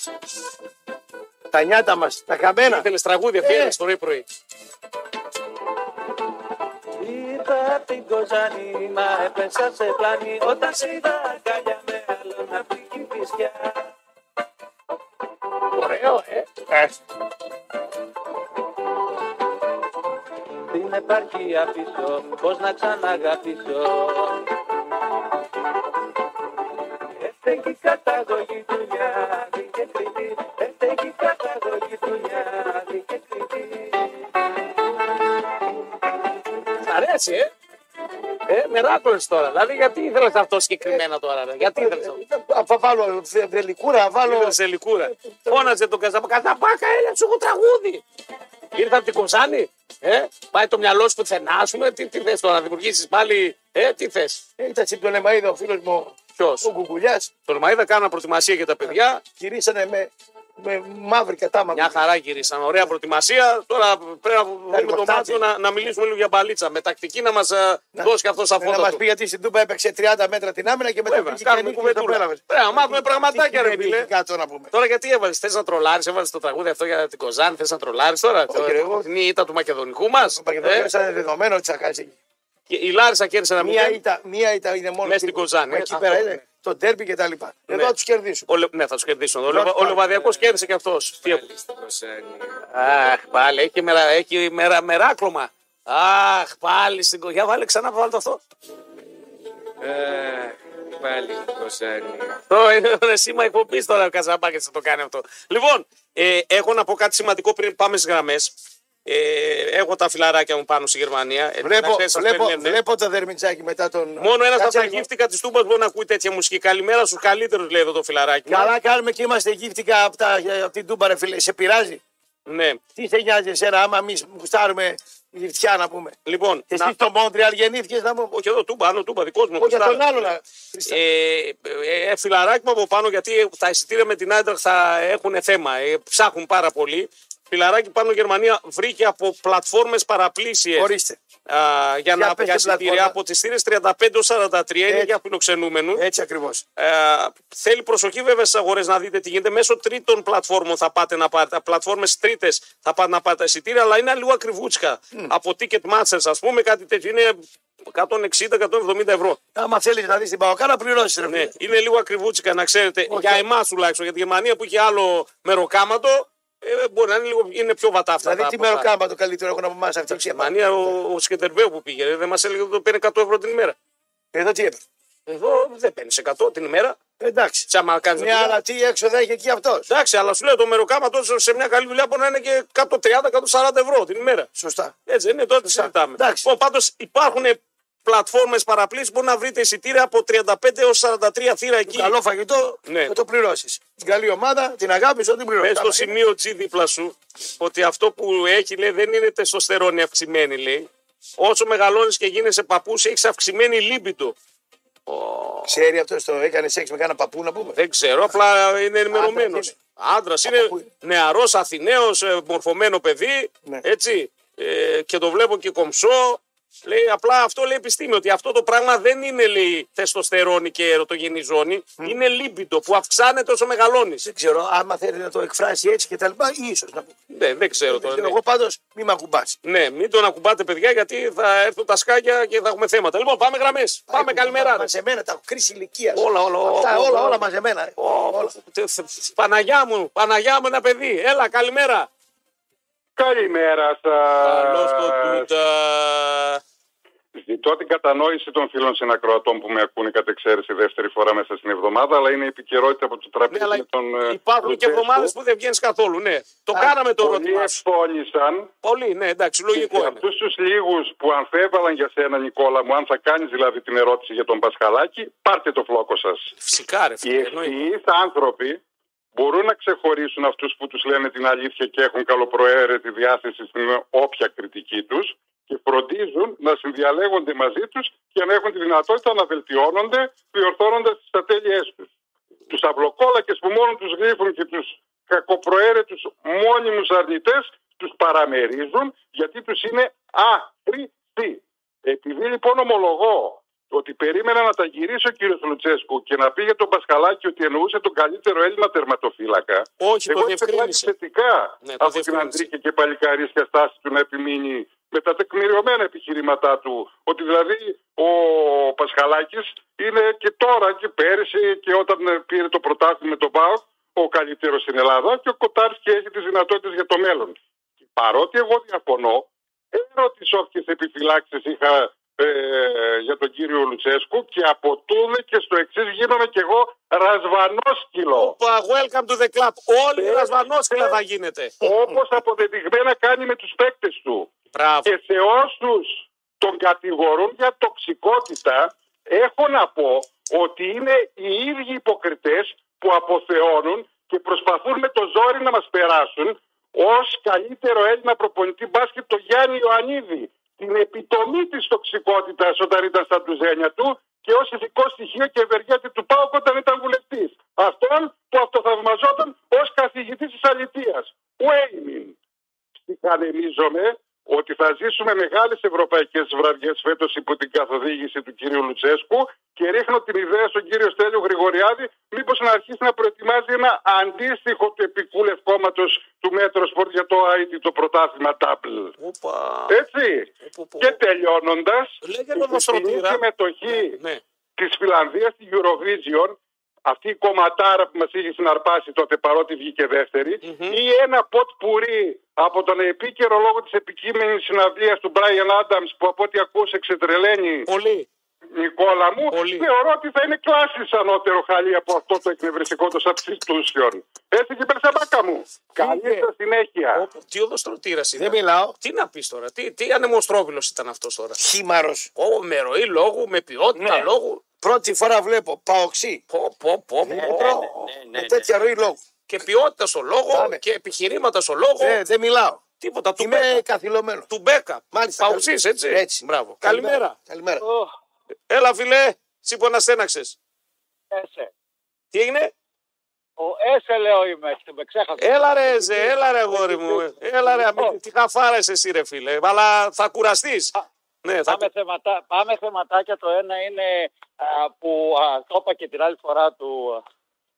S2: Τα νιάτα μας, τα χαμένα.
S1: Ήθελες τραγούδι,
S2: Ε.
S1: αφιέρες το πρωί.
S4: Είδα την Κοζάνη μα έπεσα σε πλάνη όταν σε είδα αγκαλιά με άλλον απ' την Κηφισιά.
S1: Ωραίο, ε.
S4: Την επαρχία πίσω πως να ξαναγαπήσω. Έφταιγε η καταγωγή του Λιάδη και Κρήτη. Έφταιγε η καταγωγή του Λιάδη και Κρήτη.
S1: Σ' αρέσει, ε. Ε, με ράκολες τώρα. Δηλαδή, γιατί ήθελες αυτό συγκεκριμένα τώρα, ρε. Γιατί ήθελες αυτό.
S2: Θα βάλω δε- βελικούρα, θα βάλω.
S1: Ήθελες ελικούρα. Φώναζε τον Καζαμπάκα. Καζαμπάκα, έλα, σου έχω τραγούδι. Ήρθα από την Κοζάνη. Ε, πάει το μυαλό σου πουθενά, ας πούμε. Τι, τι θες τώρα, να δημιουργήσεις πάλι. Ε, τι θες.
S2: Ήταν τον Εμαίδα ο φίλος μου
S1: Ποιος.
S2: ο Κουκουλιάς.
S1: Τολμαίδα κάνα προετοιμασία για τα παιδιά.
S2: Γυρίσανε με, με μαύρη κατάμαυρη.
S1: Μια χαρά γυρίσαν. Ωραία προετοιμασία. Τώρα πρέπει να βρούμε το
S2: λεπτά,
S1: μάτσο να, να μιλήσουμε λίγο για μπαλίτσα. Με τακτική να μας δώσει και αυτός τα
S2: Να
S1: φώτα.
S2: μας
S1: του.
S2: πει γιατί στην Τούμπα έπαιξε 30 μέτρα την άμυνα και μετά
S1: Βέβαια,
S2: πήγε
S1: κάνουμε
S2: και το
S1: κουβεντούλα.
S2: πέραμε.
S1: Πρέπει να μάθουμε
S2: Τι-
S1: πραγματάκια,
S2: τι
S1: ρε φίλε.
S2: έχει Κάτω να πούμε.
S1: Τώρα γιατί έβαλες, θες να τρολάρεις, έβαλες το τραγούδι αυτό για την Κοζάνη, θες να τρολάρεις τώρα. Το-
S2: ρε, εγώ-
S1: Είναι η ήττα του μακεδονικού μας.
S2: Το Μακεδονία ήταν δεδομένο ότι θα χάσει εκεί.
S1: Η Λάρισα κέρδισε ένα
S2: Μία
S1: μήνυμα.
S2: ήττα, μία ήττα είναι μόνο.
S1: Μέσα στην Κοζάνη,
S2: Εκεί
S1: αυτό
S2: πέρα
S1: είναι.
S2: είναι το τέρμπι και τα λοιπά. Εδώ θα τους κερδίσουν.
S1: Ναι, θα τους κερδίσουν. Ο,
S2: Πρώτη
S1: Λεβα- ο
S2: φορά.
S1: Λεβαδιακό κέρδισε και αυτός.
S4: Πάλι στην Κοζάνη.
S1: Αχ, πάλι έχει, μερα, έχει μερα, μεράκλωμα. Αχ, πάλι στην Κοζάνη. Για βάλε ξανά, βάλε το αυτό.
S4: Ε,
S5: πάλι κοσάρι.
S1: Το είναι ένα σήμα εκπομπής τώρα ο Καζαμπάκης θα το κάνει αυτό. Λοιπόν, ε, έχω να πω κάτι σημαντικό πριν πάμε στις γραμμές. Ε, έχω τα φιλαράκια μου πάνω στη Γερμανία. Ε,
S2: Βλέπω,
S1: να ξέρεις, σας
S2: βλέπω,
S1: περιμένουν.
S2: βλέπω το δερμιτζάκι μετά τον.
S1: Μόνο ένας από
S2: Κάτσε
S1: τα
S2: λίγο.
S1: γύφτηκα της Τούμπας μπορεί να ακούει τέτοια μουσική. Καλημέρα στους καλύτερους, λέει εδώ το φιλαράκι. μου.
S2: Καλά κάνουμε και είμαστε γύφτηκα από, τα, από την Τούμπα, ρε φίλε. Σε πειράζει.
S1: Ναι.
S2: Τι σε νοιάζει εσένα, άμα εμείς γουστάρουμε γυφτιά να πούμε.
S1: Λοιπόν,
S2: Και
S1: να...
S2: εσύ στο Μόντρεαλ γεννήθηκες να μου.
S1: όχι εδώ Τούμπα, άνω Τούμπα, δικός μου.
S2: Όχι, για
S1: Χρυστάλλα.
S2: τον άλλο να.
S1: Ε, ε, ε, φιλαράκι μου από πάνω γιατί τα εισιτήρια με την Άιντραχ θα έχουν θέμα. Ε, ψάχνουν πάρα πολύ. Φιλαράκι πάνω Γερμανία βρήκε από πλατφόρμες παραπλήσιες
S2: Ορίστε.
S1: Α, για να
S2: πες
S1: για
S2: την
S1: εισιτήρια
S2: πλατφόρμα.
S1: από τις θύρες 35-43 είναι
S2: Έτσι.
S1: για φιλοξενούμενους.
S2: Έτσι ακριβώς.
S1: Ε, θέλει προσοχή βέβαια στις αγορές να δείτε τι γίνεται. Μέσω τρίτων πλατφόρμων θα πάτε να πάρετε. Τα πλατφόρμες τρίτες θα πάτε να πάρετε τα εισιτήρια, αλλά είναι αλλού ακριβούτσικα. Από ticket matchers, ας πούμε, κάτι τέτοιο. Είναι 160-170 ευρώ.
S2: Άμα θέλει να δεις την Παοκά να πληρώσει.
S1: Ναι, είναι λίγο ακριβούτσικα, να ξέρετε. Για εμάς τουλάχιστον. Για τη Γερμανία που είχε άλλο μεροκάματο, ε, μπορεί να είναι, λίγο, είναι πιο βατά αυτά.
S2: Δηλαδή
S1: τα
S2: τι
S1: ποσά.
S2: μεροκάμα το καλύτερο έχουν από εμά αυτή
S1: Στη Γερμανία ο, ο Σκεντερμπέου που πήγε, δεν μας έλεγε ότι το παίρνει 100 ευρώ την ημέρα.
S2: Εδώ τι έπρεπε.
S1: Εδώ δεν παίρνεις 100 την ημέρα.
S2: Εντάξει.
S1: Τι άμα κάνεις
S2: Ναι,
S1: δουλειά.
S2: αλλά τι έξοδα έχει εκεί αυτός.
S1: Εντάξει, αλλά σου λέω το μεροκάματο σε μια καλή δουλειά μπορεί να είναι και 130-140 ευρώ την ημέρα.
S2: Σωστά.
S1: Έτσι δεν είναι, τότε τι συζητάμε.
S2: Εντάξει.
S1: Λοιπόν, πάντως υπάρχουν πλατφόρμες παραπλήσης που να βρείτε εισιτήρια από 35 έως 43 θύρα εκεί.
S2: Καλό φαγητό
S1: Ναι.
S2: θα το πληρώσεις. Την καλή ομάδα, την αγάπη σου, την πληρώσεις.
S1: Πες στο σημείο G δίπλα σου ότι αυτό που έχει λέει δεν είναι τεστοστερόνη αυξημένη λέει. Όσο μεγαλώνεις και γίνεσαι παππούς έχεις αυξημένη λίμπητο.
S2: Ξέρει αυτό το έκανε σεξ με κάνα παππού να πούμε.
S1: Δεν ξέρω, απλά είναι ενημερωμένος.
S2: Άντρας
S1: Άντρας
S2: Από πού
S1: είναι
S2: είναι?
S1: νεαρός, Αθηναίος, μορφωμένο παιδί.
S2: Ναι.
S1: Έτσι. Ε, και το βλέπω και κομψό. Λέει, απλά αυτό λέει επιστήμη, ότι αυτό το πράγμα δεν είναι λέει τεστοστερόνη και ερωτογενή ζώνη. Είναι λίμπιντο που αυξάνεται όσο μεγαλώνεις.
S2: Δεν ξέρω, άμα θέλει να το εκφράσει έτσι και τα λοιπά, ίσως να πούμε.
S1: Ναι, δεν ξέρω
S2: Δεν
S1: τώρα.
S2: ξέρω,
S1: ναι.
S2: Εγώ πάντως μη με ακουμπάς.
S1: Ναι, μην τον ακουμπάτε, παιδιά, γιατί θα έρθουν τα σκάκια και θα έχουμε θέματα. Λοιπόν, πάμε γραμμές. Πάμε, καλημέρα. ρε.
S2: Μαζεμένα, τα έχω κρίση ηλικίας.
S1: Όλα, όλα, όλα,
S2: Αυτά, όλα,
S1: όλα.
S2: όλα μαζεμένα. Όλα.
S1: Τε- θε- Παναγιά μου, Παναγιά μου ένα παιδί. Έλα, καλημέρα.
S6: Καλημέρα
S1: Καλώ το
S6: σα.
S1: τούτα.
S6: Ζητώ την κατανόηση των φίλων συνακροατών που με ακούνε κατά εξαίρεση δεύτερη φορά μέσα στην εβδομάδα, αλλά είναι η επικαιρότητα από το
S1: Ναι,
S6: τραπέζι
S1: αλλά
S6: με τον. ε,
S1: υπάρχουν και
S6: Λουτσέσκου.
S1: εβδομάδες που δεν βγαίνεις καθόλου. Ναι, το κάναμε το
S6: Πολλοί
S1: ερώτημά σου.
S6: εφώνησαν.
S1: Πολύ, ναι, εντάξει, λογικό είναι.
S6: Αυτούς τους λίγους που αμφέβαλαν για σένα, Νικόλα μου, αν θα κάνεις δηλαδή την ερώτηση για τον Πασχαλάκη, πάρτε το φλόκο σας.
S1: Φυσικά, ρε
S6: Οι
S1: φίλε. εννοείται.
S6: ευθυεί άνθρωποι μπορούν να ξεχωρίσουν αυτούς που τους λένε την αλήθεια και έχουν καλοπροαίρετη διάθεση στην όποια κριτική τους και φροντίζουν να συνδιαλέγονται μαζί τους και να έχουν τη δυνατότητα να βελτιώνονται διορθώνοντας τις ατέλειές τους. Τους αυλοκόλακε που μόνο τους γλύφουν και τους κακοπροαίρετους μόνιμους αρνητές τους παραμερίζουν γιατί τους είναι άχρηστοι. Επειδή λοιπόν ομολογώ ότι περίμενα να τα γυρίσει ο κύριος Λουτσέσκου και να πήγε τον Πασχαλάκη ότι εννοούσε τον καλύτερο Έλληνα τερματοφύλακα.
S1: Όχι, το
S6: Εγώ εξεπλάγει
S1: διευκρίνησε.
S6: θετικά
S1: Ναι, το
S6: από την
S1: διευκρίνησε.
S6: Αντρίκη και Παλικαρίσια στάση του να επιμείνει με τα τεκμηριωμένα επιχειρήματά του. Ότι δηλαδή ο Πασχαλάκης είναι και τώρα και πέρυσι και όταν ε, πήρε το πρωτάθλημα με τον ΠΑΟΚ ο καλύτερος στην Ελλάδα και ο Κοτάρσκι έχει τις δυνατότητες για το μέλλον. Παρότι εγώ διαφωνώ, Ξέρω τι όποιε επιφυλάξεις είχα ε, για τον κύριο Λουτσέσκου και από τούδε και στο εξής γίνομαι κι εγώ ρασβανόσκυλο.
S1: Όπα, welcome to the club. Όλοι οι
S6: Ε,
S1: ρασβανόσκυλα
S6: ε,
S1: θα γίνετε.
S6: Όπως αποδεδειγμένα κάνει με τους παίκτες του.
S1: Μπράβο.
S6: Και σε όσους τον κατηγορούν για τοξικότητα, έχω να πω ότι είναι οι ίδιοι υποκριτές που αποθεώνουν και προσπαθούν με το ζόρι να μας περάσουν ως καλύτερο Έλληνα προπονητή μπάσκετ το Γιάννη Ιωαννίδη. Την επιτομή της τοξικότητας όταν ήταν στα τουζένια του και ως ηθικό στοιχείο και ευεργέτη του ΠΑΟΚ όταν ήταν βουλευτής. Αυτόν που αυτοθαυμαζόταν ως καθηγητής της αλητεία. Wayne ψυχανεμίζομαι ότι θα ζήσουμε μεγάλες ευρωπαϊκές βραδιές φέτος υπό την καθοδήγηση του κυρίου Λουτσέσκου και ρίχνω την ιδέα στον κύριο Στέλιο Γρηγοριάδη μήπως να αρχίσει να προετοιμάζει ένα αντίστοιχο του επικού λευκόματο του μέτρο σπορτ για το IT, το πρωτάθλημα Double.
S1: Όπα.
S6: Έτσι.
S1: Πω, πω.
S6: Και τελειώνοντας,
S1: Λέγε
S6: η
S1: το
S6: χθεσινή
S1: δοστρωτήρα.
S6: συμμετοχή
S1: Ναι.
S6: της Φιλανδίας στη Eurovision, αυτή η κομματάρα που μας είχε συναρπάσει τότε παρότι βγήκε δεύτερη, ή ένα ποτ πουρί από τον επίκαιρο λόγο της επικείμενης συναυλία του Brian Adams που από ό,τι ακούσε ξετρελαίνει
S1: Πολύ.
S6: Νικόλα μου,
S1: Πολύ.
S6: θεωρώ ότι θα είναι κλάση ανώτερο χαλί από αυτό το εκνευριστικό των substitution. Έτσι και μπερσαμπάκα μου. Καλή
S2: Είπε.
S6: σας συνέχεια.
S1: Όπο, Τι οδοστρωτήρα
S2: Δεν
S1: ήταν.
S2: μιλάω.
S1: Τι να πεις τώρα, τι, τι ανεμοστρόβιλο ήταν αυτός τώρα.
S2: Χήμαρος.
S1: Ω, με ροή λόγου, με ποιότητα
S2: Ναι.
S1: λόγου.
S2: Πρώτη φορά βλέπω παοξή.
S1: Πω, πω, πω,
S6: Ναι,
S1: πω. Ναι,
S2: Με τέτοια ροή λόγου.
S1: Και ποιότητας στο λόγος
S2: Πάμε.
S1: και επιχειρήματα στο λόγος.
S6: Ναι.
S2: Ε, Δεν μιλάω.
S1: Τίποτα του
S2: Είμαι
S1: Μπέκα.
S2: καθυλωμένος.
S1: Του Μπέκα.
S2: Μάλιστα.
S1: Παουξής, έτσι.
S2: Έτσι.
S1: Μπράβο. Καλημέρα.
S2: Καλημέρα.
S1: Έλα, φιλέ. Σύμφωνα στέναξες.
S7: Έσε.
S1: Τι έγινε.
S7: Ε, Ο Έσε λέω είμαι, και με ξέχασα.
S1: Έλα ρε, ζε, έλα ρε, γόρι μου. Έλα ρε, αμέ,
S7: Λοιπόν.
S1: τι χαφάρα είσαι εσύ ρε φίλε. Αλλά θα κουραστείς. Ναι, θα...
S7: Πάμε, θεματά, πάμε θεματάκια. Το ένα είναι α, που α, το είπα και την άλλη φορά του,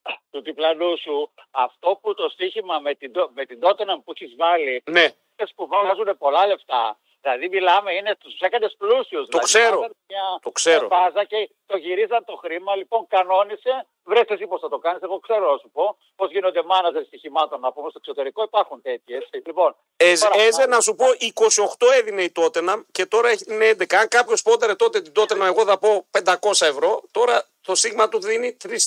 S7: α, του διπλανού σου. Αυτό που το στοίχημα με την, Το- με την Tottenham που έχεις βάλει,
S1: ναι.
S7: αυτές που βάζουν πολλά λεφτά. Δηλαδή μιλάμε, είναι τους έκανες πλούσιους.
S1: Το
S7: δηλαδή,
S1: ξέρω.
S7: βάζανε Μια
S1: Το ξέρω.
S7: Βάζα και το γυρίζαν το χρήμα. Λοιπόν, κανόνισε. Βρέστε εσύ πώς θα το κάνεις. Εγώ ξέρω, να σου πω. Πώς γίνονται μάναζερ στοιχημάτων, να πούμε στο εξωτερικό. Υπάρχουν τέτοιοι. Έτσι. Λοιπόν,
S1: Έζε,
S7: τώρα-
S1: Ε, έζε, να σου πω, 28 έδινε η Τότεναμ και τώρα έχει την 11. Αν κάποιος πόνταρε τότε την Τότεναμ, εγώ θα πω 500 ευρώ. Τώρα το σίγμα του δίνει 3- 3.500.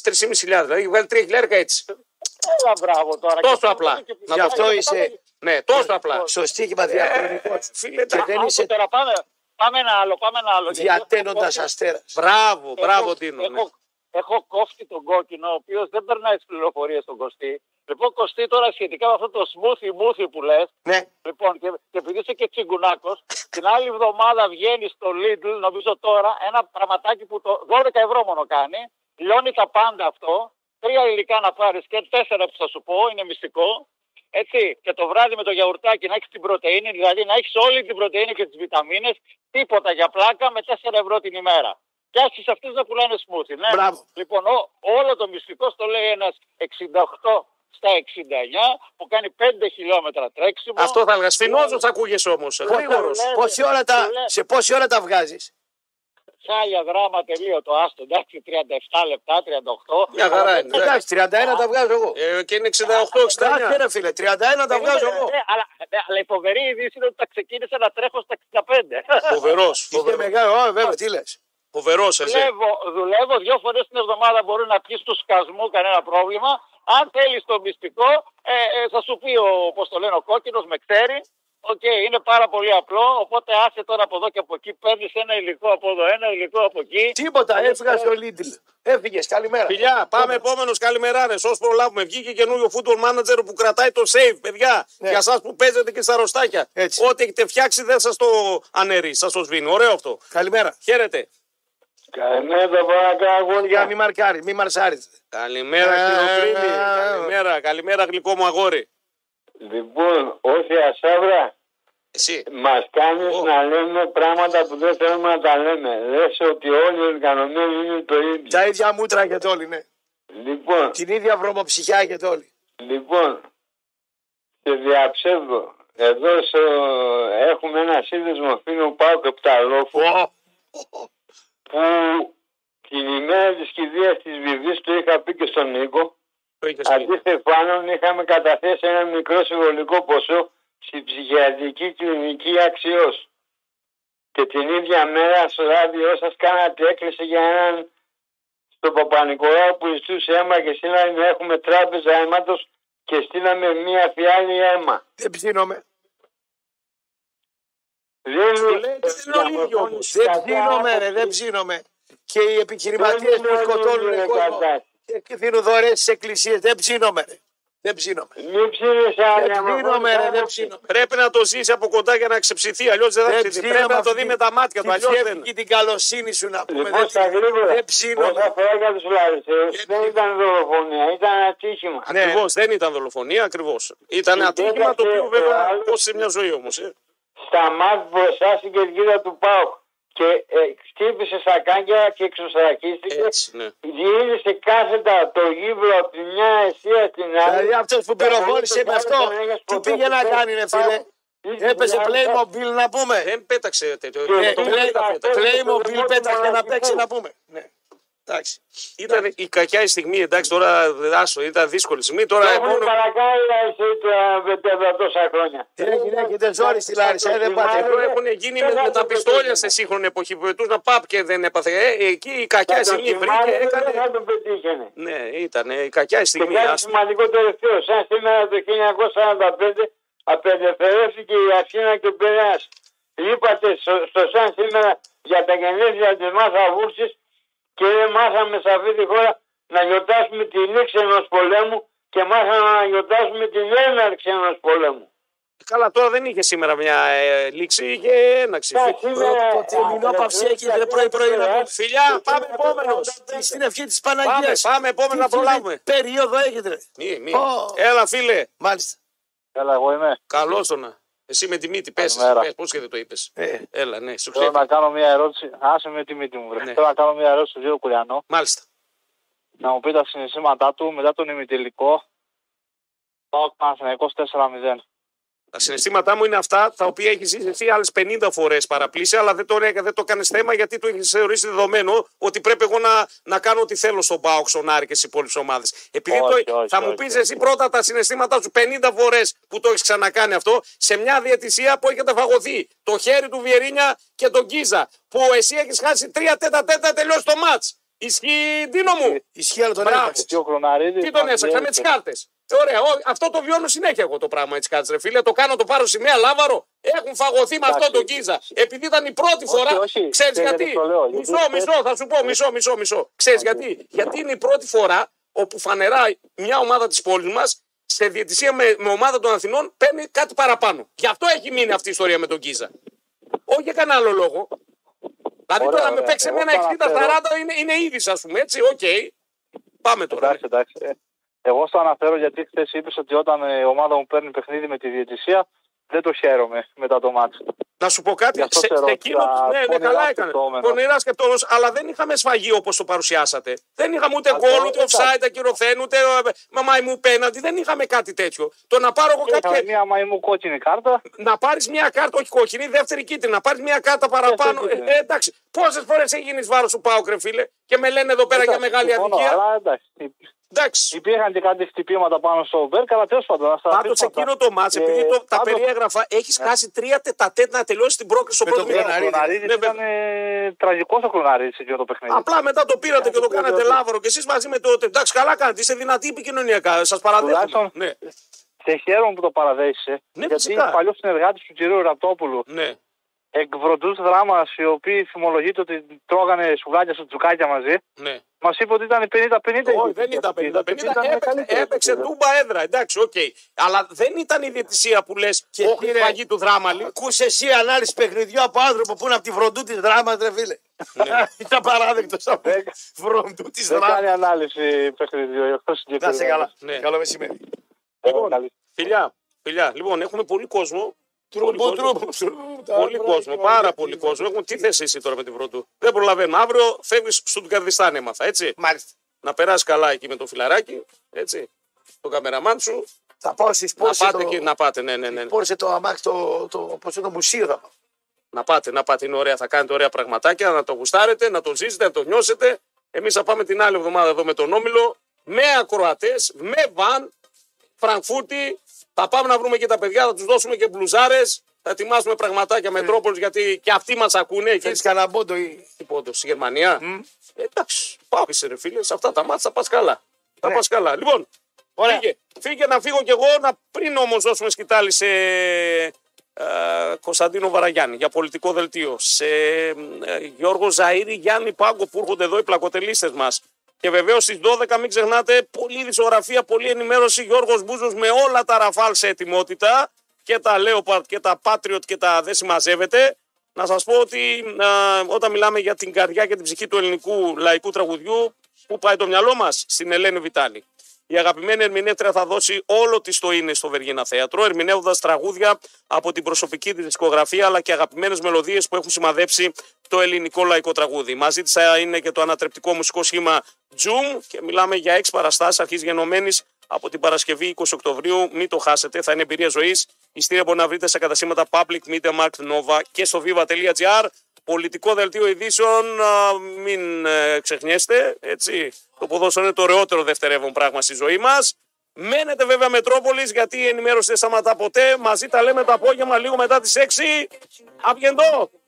S1: Δηλαδή βγάλει 3.000 έτσι.
S7: Έλα, μπράβο τώρα.
S1: Τόσο
S7: Και
S1: απλά.
S7: και-
S1: Να
S7: και-
S1: το-
S2: Αυτό
S7: και-
S2: είσαι
S1: Ναι, τόσο απλά.
S7: Λοιπόν,
S2: στο στίγμα διαχρονικό.
S1: Ε, Φίλε,
S2: Και
S1: τα-
S2: δεν
S7: Άκου
S2: είσαι
S7: τώρα, πάμε, πάμε ένα άλλο, πάμε ένα άλλο. Γιατί
S2: διατένοντας
S7: έχω-
S2: αστέρας.
S1: Μπράβο, μπράβο
S7: έχω-
S1: Τίνο. ναι.
S7: Έχω, έχω κόφτη τον κόκκινο, ο οποίος δεν περνάει τι πληροφορίε στον Κωστή. Λοιπόν, Κωστή, τώρα σχετικά με αυτό το smoothie μούθι που λες,
S2: Ναι.
S7: λοιπόν, και, και επειδή είσαι και τσιγκουνάκος, την άλλη εβδομάδα βγαίνεις στο Lidl, νομίζω τώρα, ένα πραγματάκι που το 12 ευρώ μόνο κάνει. Λιώνει τα πάντα αυτό. Τρία υλικά να πάρεις και τέσσερα που θα σου πω, είναι μυστικό. Έτσι, και το βράδυ με το γιαουρτάκι να έχεις την πρωτενη, δηλαδή να έχεις όλη την πρωτενη και τις βιταμίνες, τίποτα για πλάκα με 4 ευρώ την ημέρα. Και άρχισε αυτούς να πουλάνε smoothie. Ναι.
S2: Μπράβο.
S7: Λοιπόν, ό, όλο το μυστικό στο λέει ένας 68 στα 69 που κάνει 5 χιλιόμετρα τρέξιμο.
S1: Αυτό θα έλεγα. Σφινόζο ακούγε όμω. Γρήγορο.
S7: λες.
S2: Πόση ώρα τα,
S7: Του λέω.
S2: σε πόση ώρα τα βγάζεις.
S7: Χάλια δράμα τελείω το άστο, εντάξει, 37 λεπτά, 38.
S1: Μια χαρά είναι. Εντάξει.
S2: Εντάξει, 31 τα βγάζω εγώ.
S1: Ε, και είναι
S2: Εντάξει,
S1: 68-69.
S2: ρε φίλε, 31 τα βγάζω
S1: ε,
S2: εγώ.
S7: Ναι, αλλά, ναι, αλλά η φοβερή είδηση είναι ότι τα ξεκίνησα να τρέχω στα 65.
S1: Φοβερός.
S2: Είσαι μεγάλο, Ω, βέβαια, τι λες.
S1: Φοβερός,
S7: ε,
S1: Ερζέ.
S7: δουλεύω, δουλεύω δύο φορές την εβδομάδα. Μπορεί να πιεις του σκασμού, κανένα πρόβλημα. Αν θέλεις το μυστικό, ε, ε, θα σου πει ο, πώς το λένε, ο κόκκινος, με ξέρει. Οκ, είναι πάρα πολύ απλό. Οπότε άσε τώρα από εδώ και από εκεί. Παίρνεις ένα υλικό από εδώ, ένα υλικό από εκεί.
S2: Τίποτα, έφυγα στο Λίντλ. Έφυγες, καλημέρα.
S1: Φιλιά, πάμε επόμενο καλημεράρε. Όσο προλάβουμε, βγήκε καινούριο football manager που κρατάει το save, παιδιά.
S2: Ναι.
S1: Για εσά που παίζετε και στα αρρωστάκια.
S2: Έτσι.
S1: Ό,τι έχετε φτιάξει δεν σας το αναιρεί, σας το σβήνει. Ωραίο αυτό.
S2: Καλημέρα.
S1: Χαίρετε.
S6: Κανένα βάκα
S2: Για
S6: αγόρια.
S2: μη μαρκάρει, μη μαρσάρεις.
S1: Καλημέρα,
S2: Ε,
S1: Κληροφρύδη.
S2: ε,
S1: Καλημέρα, καλημέρα, γλυκό μου αγόρι.
S6: Λοιπόν, όχι ασάβρα,
S1: Εσύ.
S6: μας κάνεις
S1: Ω.
S6: να λέμε πράγματα που δεν θέλουμε να τα λέμε. Λες ότι όλοι οι οργανωμένοι είναι το ίδιο.
S2: Τα ίδια μούτρα έχετε όλοι, ναι.
S6: Λοιπόν,
S2: Την ίδια βρωμοψυχιά έχετε όλοι.
S6: Λοιπόν, σε διαψεύδω. Εδώ στο- έχουμε ένα σύνδεσμο φίλο Πάου Κεπταλόφου που την ημέρα της κηδείας της Βιβλής του είχα πει και στον Νίκο
S1: Το είχες πει.
S6: αντί Στεφάνων είχαμε καταθέσει ένα μικρό συμβολικό ποσό στην ψυχιατρική κλινική αξιός. Και την ίδια μέρα στο ράδιό σας κάνατε έκκληση για έναν στον Παπα-Νικολάου που ζητούσε αίμα και σήμερα να έχουμε τράπεζα αίματος και στείλαμε μία φιάλη αίμα.
S2: Δεν ψήνομαι.
S6: Ε, Δεν
S1: Σου λέει ότι δεν είναι όλοι ίδιοι όμως.
S2: Δεν ψήνομαι, ρε, δεν ψήνομαι. Και οι επιχειρηματίες που σκοτώνουν ε, κόσμο και- και δίνουν δωρεές στις εκκλησίες. Δεν ψήνομαι, ρε. Δεν ψήνομαι.
S6: Μην ψήνεις
S2: Δεν
S6: άγρια
S2: ψήνομαι, ρε, δεν ψήνομαι.
S1: Πρέπει να το ζήσει από κοντά για να ξεψηθεί. Αλλιώς δεν θα
S2: Δεν
S1: ξεψηθεί.
S2: ψήνομαι
S1: Πρέπει να το
S2: αυτή
S1: δει με τα μάτια του.
S2: την
S1: Αλλιώς δεν.
S2: ψεύτικη την καλοσύνη σου να πούμε.
S6: Λοιπόν,
S2: Δεν
S6: στα
S2: την-
S6: γρήγορα,
S2: Δεν
S6: όσον
S2: ψήνομαι.
S6: αφορά για τους Λαρισαίους, δεν ήταν δολοφονία, ήταν ατύχημα.
S2: Ναι.
S1: Ακριβώς, δεν ήταν δολοφονία, ακριβώς. Ήταν
S6: Την
S1: ατύχημα το οποίο
S6: πέταξε ο
S1: βέβαια
S6: άλλος.
S1: κόστησε μια ζωή όμως. Ε.
S6: στα μάτ μπροστά στην κερκίδα του ΠΑΟΚ και ε, χτύπησε στα κάγκια και
S7: Ε,
S6: εξωστρακίστηκε.
S1: Έτσι, ναι.
S6: Γύρισε κάθετα το γύβρο από τη μια αιστεία στην άλλη.
S2: Δηλαδή αυτός που πυροβόλησε με αυτό, τι πήγε να κάνει, ρε φίλε. Έπεσε Playmobil να πούμε.
S1: Ε, Δεν πέταξε τέτοιο. Ε,
S6: Ναι,
S1: το
S2: ε,
S6: ναι,
S1: μωρί τα
S6: ναι.
S1: πέταξε.
S6: ναι.
S2: Playmobil πέταξε να παίξει να πούμε. Ναι. Εντάξει.
S1: Ήταν η κακιά η στιγμή, εντάξει, τώρα δάσο, ήταν δύσκολη στιγμή. Τώρα
S7: Έχουν
S1: επόμενο-
S7: παρακάει εσύ τα- με τα- τα τόσα χρόνια.
S2: Τι έγινε, και δεν ζόρι στη Λάρισα, ε, δεν πάτε.
S1: Εδώ έχουν γίνει με, με τα πιστόλια σε σύγχρονη εποχή που πετούσαν παπ και δεν έπαθε. Ε, εκεί η κακιά
S7: Θα το
S1: στιγμή βρήκε,
S7: κοιμάται,
S1: έκανε.
S7: Δεν θα το πετύχαινε.
S1: Ναι, ήταν η κακιά
S7: Και
S1: στιγμή.
S7: κάτι
S1: Ας...
S7: σημαντικό τελευταίο. Σαν σήμερα το 1945 απελευθερώθηκε η Αθήνα και ο Πειραιάς. Είπατε στο, στο σαν σήμερα για τα γενέθλια της μας Αυγούστης και δεν μάθαμε σε αυτή τη χώρα να γιορτάσουμε τη λήξη ενός πολέμου και μάθαμε να γιορτάσουμε την έναρξη ενός πολέμου.
S1: Καλά, τώρα δεν είχε σήμερα μια ε, λήξη, είχε έναξη.
S7: Σαν σήμερα-
S2: Το τερμινόπαυση έχει δεν πρωί-πρωί να πούμε.
S1: Φιλιά, πάμε επόμενο.
S2: Στην ευχή της
S1: Πάμε,
S2: Παναγίας.
S1: πάμε επόμενο να προλάβουμε.
S2: Περίοδο έχετε.
S1: Μη, μη.
S2: Ω.
S1: Έλα, φίλε.
S2: Μάλιστα.
S7: Καλά, εγώ είμαι.
S1: Καλό το να. Εσύ με τη μύτη, πε.
S7: Καλημέρα.
S1: Πώς και δεν το είπες.
S2: Ε,
S1: Έλα, ναι, σου
S7: Θέλω
S1: κλέβει.
S7: να κάνω μια ερώτηση. Άσε με τη μύτη μου, βρε.
S1: Ναι.
S7: Θέλω να κάνω μια ερώτηση στον κύριο Κουλιανό.
S1: Μάλιστα.
S7: να μου πει τα συναισθήματά του μετά τον ημιτελικό. Πάω Παναθηναϊκός 4-0.
S1: Τα συναισθήματά μου είναι αυτά τα οποία έχεις ζήσει εσύ άλλες 50 φορέ παραπλήση, αλλά δεν το, έ- δεν το κάνεις θέμα γιατί το έχεις θεωρήσει δεδομένο ότι πρέπει εγώ να, να κάνω ό,τι θέλω στον Πάοξ, στον Άρη και στις υπόλοιπες ομάδες. Επειδή
S7: Όχι,
S1: το,
S7: όχι,
S1: θα
S7: όχι,
S1: μου πει
S7: όχι.
S1: εσύ πρώτα τα συναισθήματά σου 50 φορές που το έχεις ξανακάνει αυτό σε μια διαιτησία που έχει καταφαγωθεί το χέρι του Βιερίνια και τον Κίζα. Που εσύ έχεις χάσει 3 τέτα τέτα τελειώσει το μάτ. Ισχύει, Ντίνο
S7: Ε,
S1: μου.
S2: Ισχύει, αλλά τον
S1: Μπράβο.
S2: έπαιξε.
S7: Τι ο Κροναρίδης.
S1: Τι τον
S7: μας
S1: έσαξα με
S7: διέλυσε.
S1: τι κάρτες. Ωραία, ο- αυτό το βιώνω συνέχεια εγώ το πράγμα έτσι κάτσε, ρε φίλε. Το κάνω, το πάρω σημαία, λάβαρο. Έχουν φαγωθεί με αυτόν τον Κίζα. Επειδή ήταν η πρώτη
S7: Όχι,
S1: φορά.
S7: όχι,
S1: Ξέρεις
S7: δεν
S1: γιατί.
S7: το λέω, γιατί
S1: Μισό,
S7: χθες-
S1: μισό, θα σου πω, μισό, μισό, μισό. Ξέρεις γιατί. Γιατί είναι η πρώτη φορά όπου φανερά μια ομάδα της πόλης μας σε διαιτησία με, με ομάδα των Αθηνών παίρνει κάτι παραπάνω. Γι' αυτό έχει μείνει αυτή η ιστορία με τον Κίζα. Όχι για κανένα άλλο λόγο. Δηλαδή
S7: Ωραία,
S1: τώρα με
S7: ωραία.
S1: παίξει
S7: Εγώ
S1: εμένα 60-40
S7: παραφέρω.
S1: είναι, είναι είδηση, ας πούμε έτσι. Οκ. Πάμε τώρα.
S7: Εντάξει, εντάξει. Ε, Εγώ στο αναφέρω γιατί χθες είπες ότι όταν ε, η ομάδα μου παίρνει παιχνίδι με τη διαιτησία δεν το χαίρομαι μετά το μάτι.
S1: Να σου πω κάτι.
S7: Γι' αυτό
S1: Σε,
S7: σε
S1: σε
S7: ρώτησα,
S1: εκείνο που. Ναι, ναι,
S7: πονηρά
S1: καλά έκανε.
S7: σκεπτόμενο.
S1: Πονηρά σκεπτόμενο, αλλά δεν είχαμε σφαγή όπως το παρουσιάσατε. Δεν είχαμε ούτε γκολ, ούτε
S7: εντάξει.
S1: offside, ακυρωθέν, ούτε ε, μαμάι μου πέναντι. Δεν είχαμε κάτι τέτοιο. Το να πάρω εγώ
S7: Είχαμε
S1: κάποια.
S7: μία μαϊμού κόκκινη κάρτα.
S1: Να πάρεις μια κάρτα, όχι κόκκινη, δεύτερη κίτρινη. Να πάρεις μια κάρτα παραπάνω. Ε,
S7: κίτρινη.
S1: ε, εντάξει. Πόσες φορές έχει γίνει βάρο σου πάω, κρεφίλε, και με λένε εδώ πέρα για
S7: Εντάξει,
S1: μεγάλη
S7: συμφωνώ,
S1: αδικία.
S7: Αλλά εντάξει. Υ-
S1: Εντάξει.
S7: Υπήρχαν και κάτι χτυπήματα πάνω στο Μπέρκ, αλλά τέλος πάντων. ας τα
S1: Πάντως σε
S7: αφήσουμε αυτά.
S1: εκείνο το μάτς,
S7: Ε,
S1: επειδή το, τα
S7: πάντως, Ναι.
S1: περιέγραφα, έχεις χάσει τρία τετατέτ να τελειώσει την πρόκληση στο
S2: Με τον
S1: πρώτο μήνα.
S7: Ο Κροναρίδης
S1: Ναι, βέβαια.
S7: ήταν ε, τραγικός ο Κροναρίδης σε εκείνο το παιχνίδι.
S1: Απλά μετά το πήρατε και το κάνατε λάβαρο και εσείς μαζί με το. Εντάξει, καλά κάνατε. Είστε δυνατοί επικοινωνιακά. Σας παραδέχομαι.
S7: Τουλάχιστον-
S1: Ναι,
S7: Σε χαίρομαι που το παραδέχεσαι.
S1: Ναι,
S7: γιατί
S1: φυσικά.
S7: είναι παλιός συνεργάτης του κυρίου Ραπτόπουλου,
S1: ναι.
S7: εκβροντούς δράμας, οι οποίοι θυμολογείται ότι τρώγανε σουγάκια στο τσουκάκια μαζί,
S1: ναι.
S7: μας είπε ότι ήταν 50-50.
S1: Όχι, δεν ήταν 50-50. Έπαιξε, έπαιξε τούμπα έδρα. Εντάξει, οκ. Αλλά δεν ήταν η διαιτησία που λες.
S2: Και
S1: Όχι,
S2: πήρε-
S1: φαγή του δράμαλι.
S2: Ακούς εσύ ανάλυση παιχνιδιού από άνθρωπο που είναι από τη βροντού της δράμας, ρε φίλε. Ήταν παράδεκτος από τη
S7: Δεν-
S2: βροντού της
S7: Δεν
S2: δράμας.
S7: κάνει ανάλυση παιχνιδιού. γι' αυτό συγκεκριμένα.
S2: Να σε καλά.
S1: Ναι.
S2: Καλό μεσημέρι.
S7: Λοιπόν, καλή-
S1: Φιλιά, φιλιά. Λοιπόν, έχουμε πολύ κόσμο. Πολύ
S2: Τρούμπου,
S1: κόσμο.
S2: τρούμπου, τρούμπου. Τα
S1: Πολύ
S2: βράδια
S1: κόσμο,
S2: και
S1: πάρα
S2: βράδια.
S1: πολύ κόσμο. Έχουν τι θέση εσύ τώρα με την πρώτου. Δεν προλαβαίνω. Αύριο φεύγεις στον Καρδιστάν, έμαθα, έτσι.
S2: Μάλιστα.
S1: Να περάσεις καλά εκεί με το φιλαράκι, έτσι. Το καμεραμάν σου.
S2: Θα πάω στις
S1: Να
S2: πόρσε.
S1: πάτε, και, να πάτε, ναι, ναι, ναι. ναι.
S2: Πόρσε Λοιπόν, το αμάξι, το, το, πώς είναι το μουσείο θα πάω.
S1: Να πάτε, να πάτε, είναι ωραία. Θα κάνετε ωραία πραγματάκια, να το γουστάρετε, να το ζήσετε, να το νιώσετε. Εμείς θα πάμε την άλλη εβδομάδα εδώ με τον Όμιλο, με ακροατές, με βαν, Φραγκφούρτη. Θα πάμε να βρούμε και τα παιδιά, θα τους δώσουμε και μπλουζάρες. Θα ετοιμάσουμε πραγματάκια με τρόπο γιατί και αυτοί μας ακούνε. Και
S2: Θέλεις κανένα μπόντο ή...
S1: τι πόντο, στη Γερμανία. Ε, εντάξει, πάω σε ρε φίλες, σε αυτά τα μάτια θα πας καλά. Θα πας καλά. Λοιπόν,
S2: Ωραία.
S1: Φύγε, φύγε να φύγω κι εγώ, να πριν όμως δώσουμε σκητάλη σε ε, Κωνσταντίνο Βαραγιάννη για πολιτικό δελτίο, σε ε, Γιώργο Ζαήρη, Γιάννη Πάγκο που έρχονται εδώ οι πλακοτελίστε μας. Και βεβαίως στις 12 μην ξεχνάτε, πολλή δισογραφία, πολλή ενημέρωση. Γιώργος Μπούζος με όλα τα ραφάλ σε ετοιμότητα και τα Leopard και τα Patriot και τα δεν συμμαζεύεται. Να σας πω ότι α, όταν μιλάμε για την καρδιά και την ψυχή του ελληνικού λαϊκού τραγουδιού, πού πάει το μυαλό μας, στην Ελένη Βιτάλη. Η αγαπημένη ερμηνεύτρια θα δώσει όλο της το είναι στο Βεργίνα Θέατρο, ερμηνεύοντας τραγούδια από την προσωπική της δισκογραφία αλλά και αγαπημένες μελωδίες που έχουν σημαδέψει το ελληνικό λαϊκό τραγούδι. Μαζί της θα είναι και το ανατρεπτικό μουσικό σχήμα Zoom και μιλάμε για έξι παραστάσεις αρχής γενομένης από την Παρασκευή 20 Οκτωβρίου. Μην το χάσετε, θα είναι εμπειρία ζωής. Ιστήρια μπορεί να βρείτε σε κατασύμματα Public Media Markt Nova και στο viva.gr. Πολιτικό δελτίο ειδήσεων, α, μην ε, ξεχνιέστε. Έτσι. Το ποδόσφαιρο είναι το ωραιότερο δευτερεύον πράγμα στη ζωή μας. Μένετε βέβαια Μετρόπολης γιατί η ενημέρωση δεν σταματά ποτέ. Μαζί τα λέμε το απόγευμα λίγο μετά τις 6. Απ' και εδώ.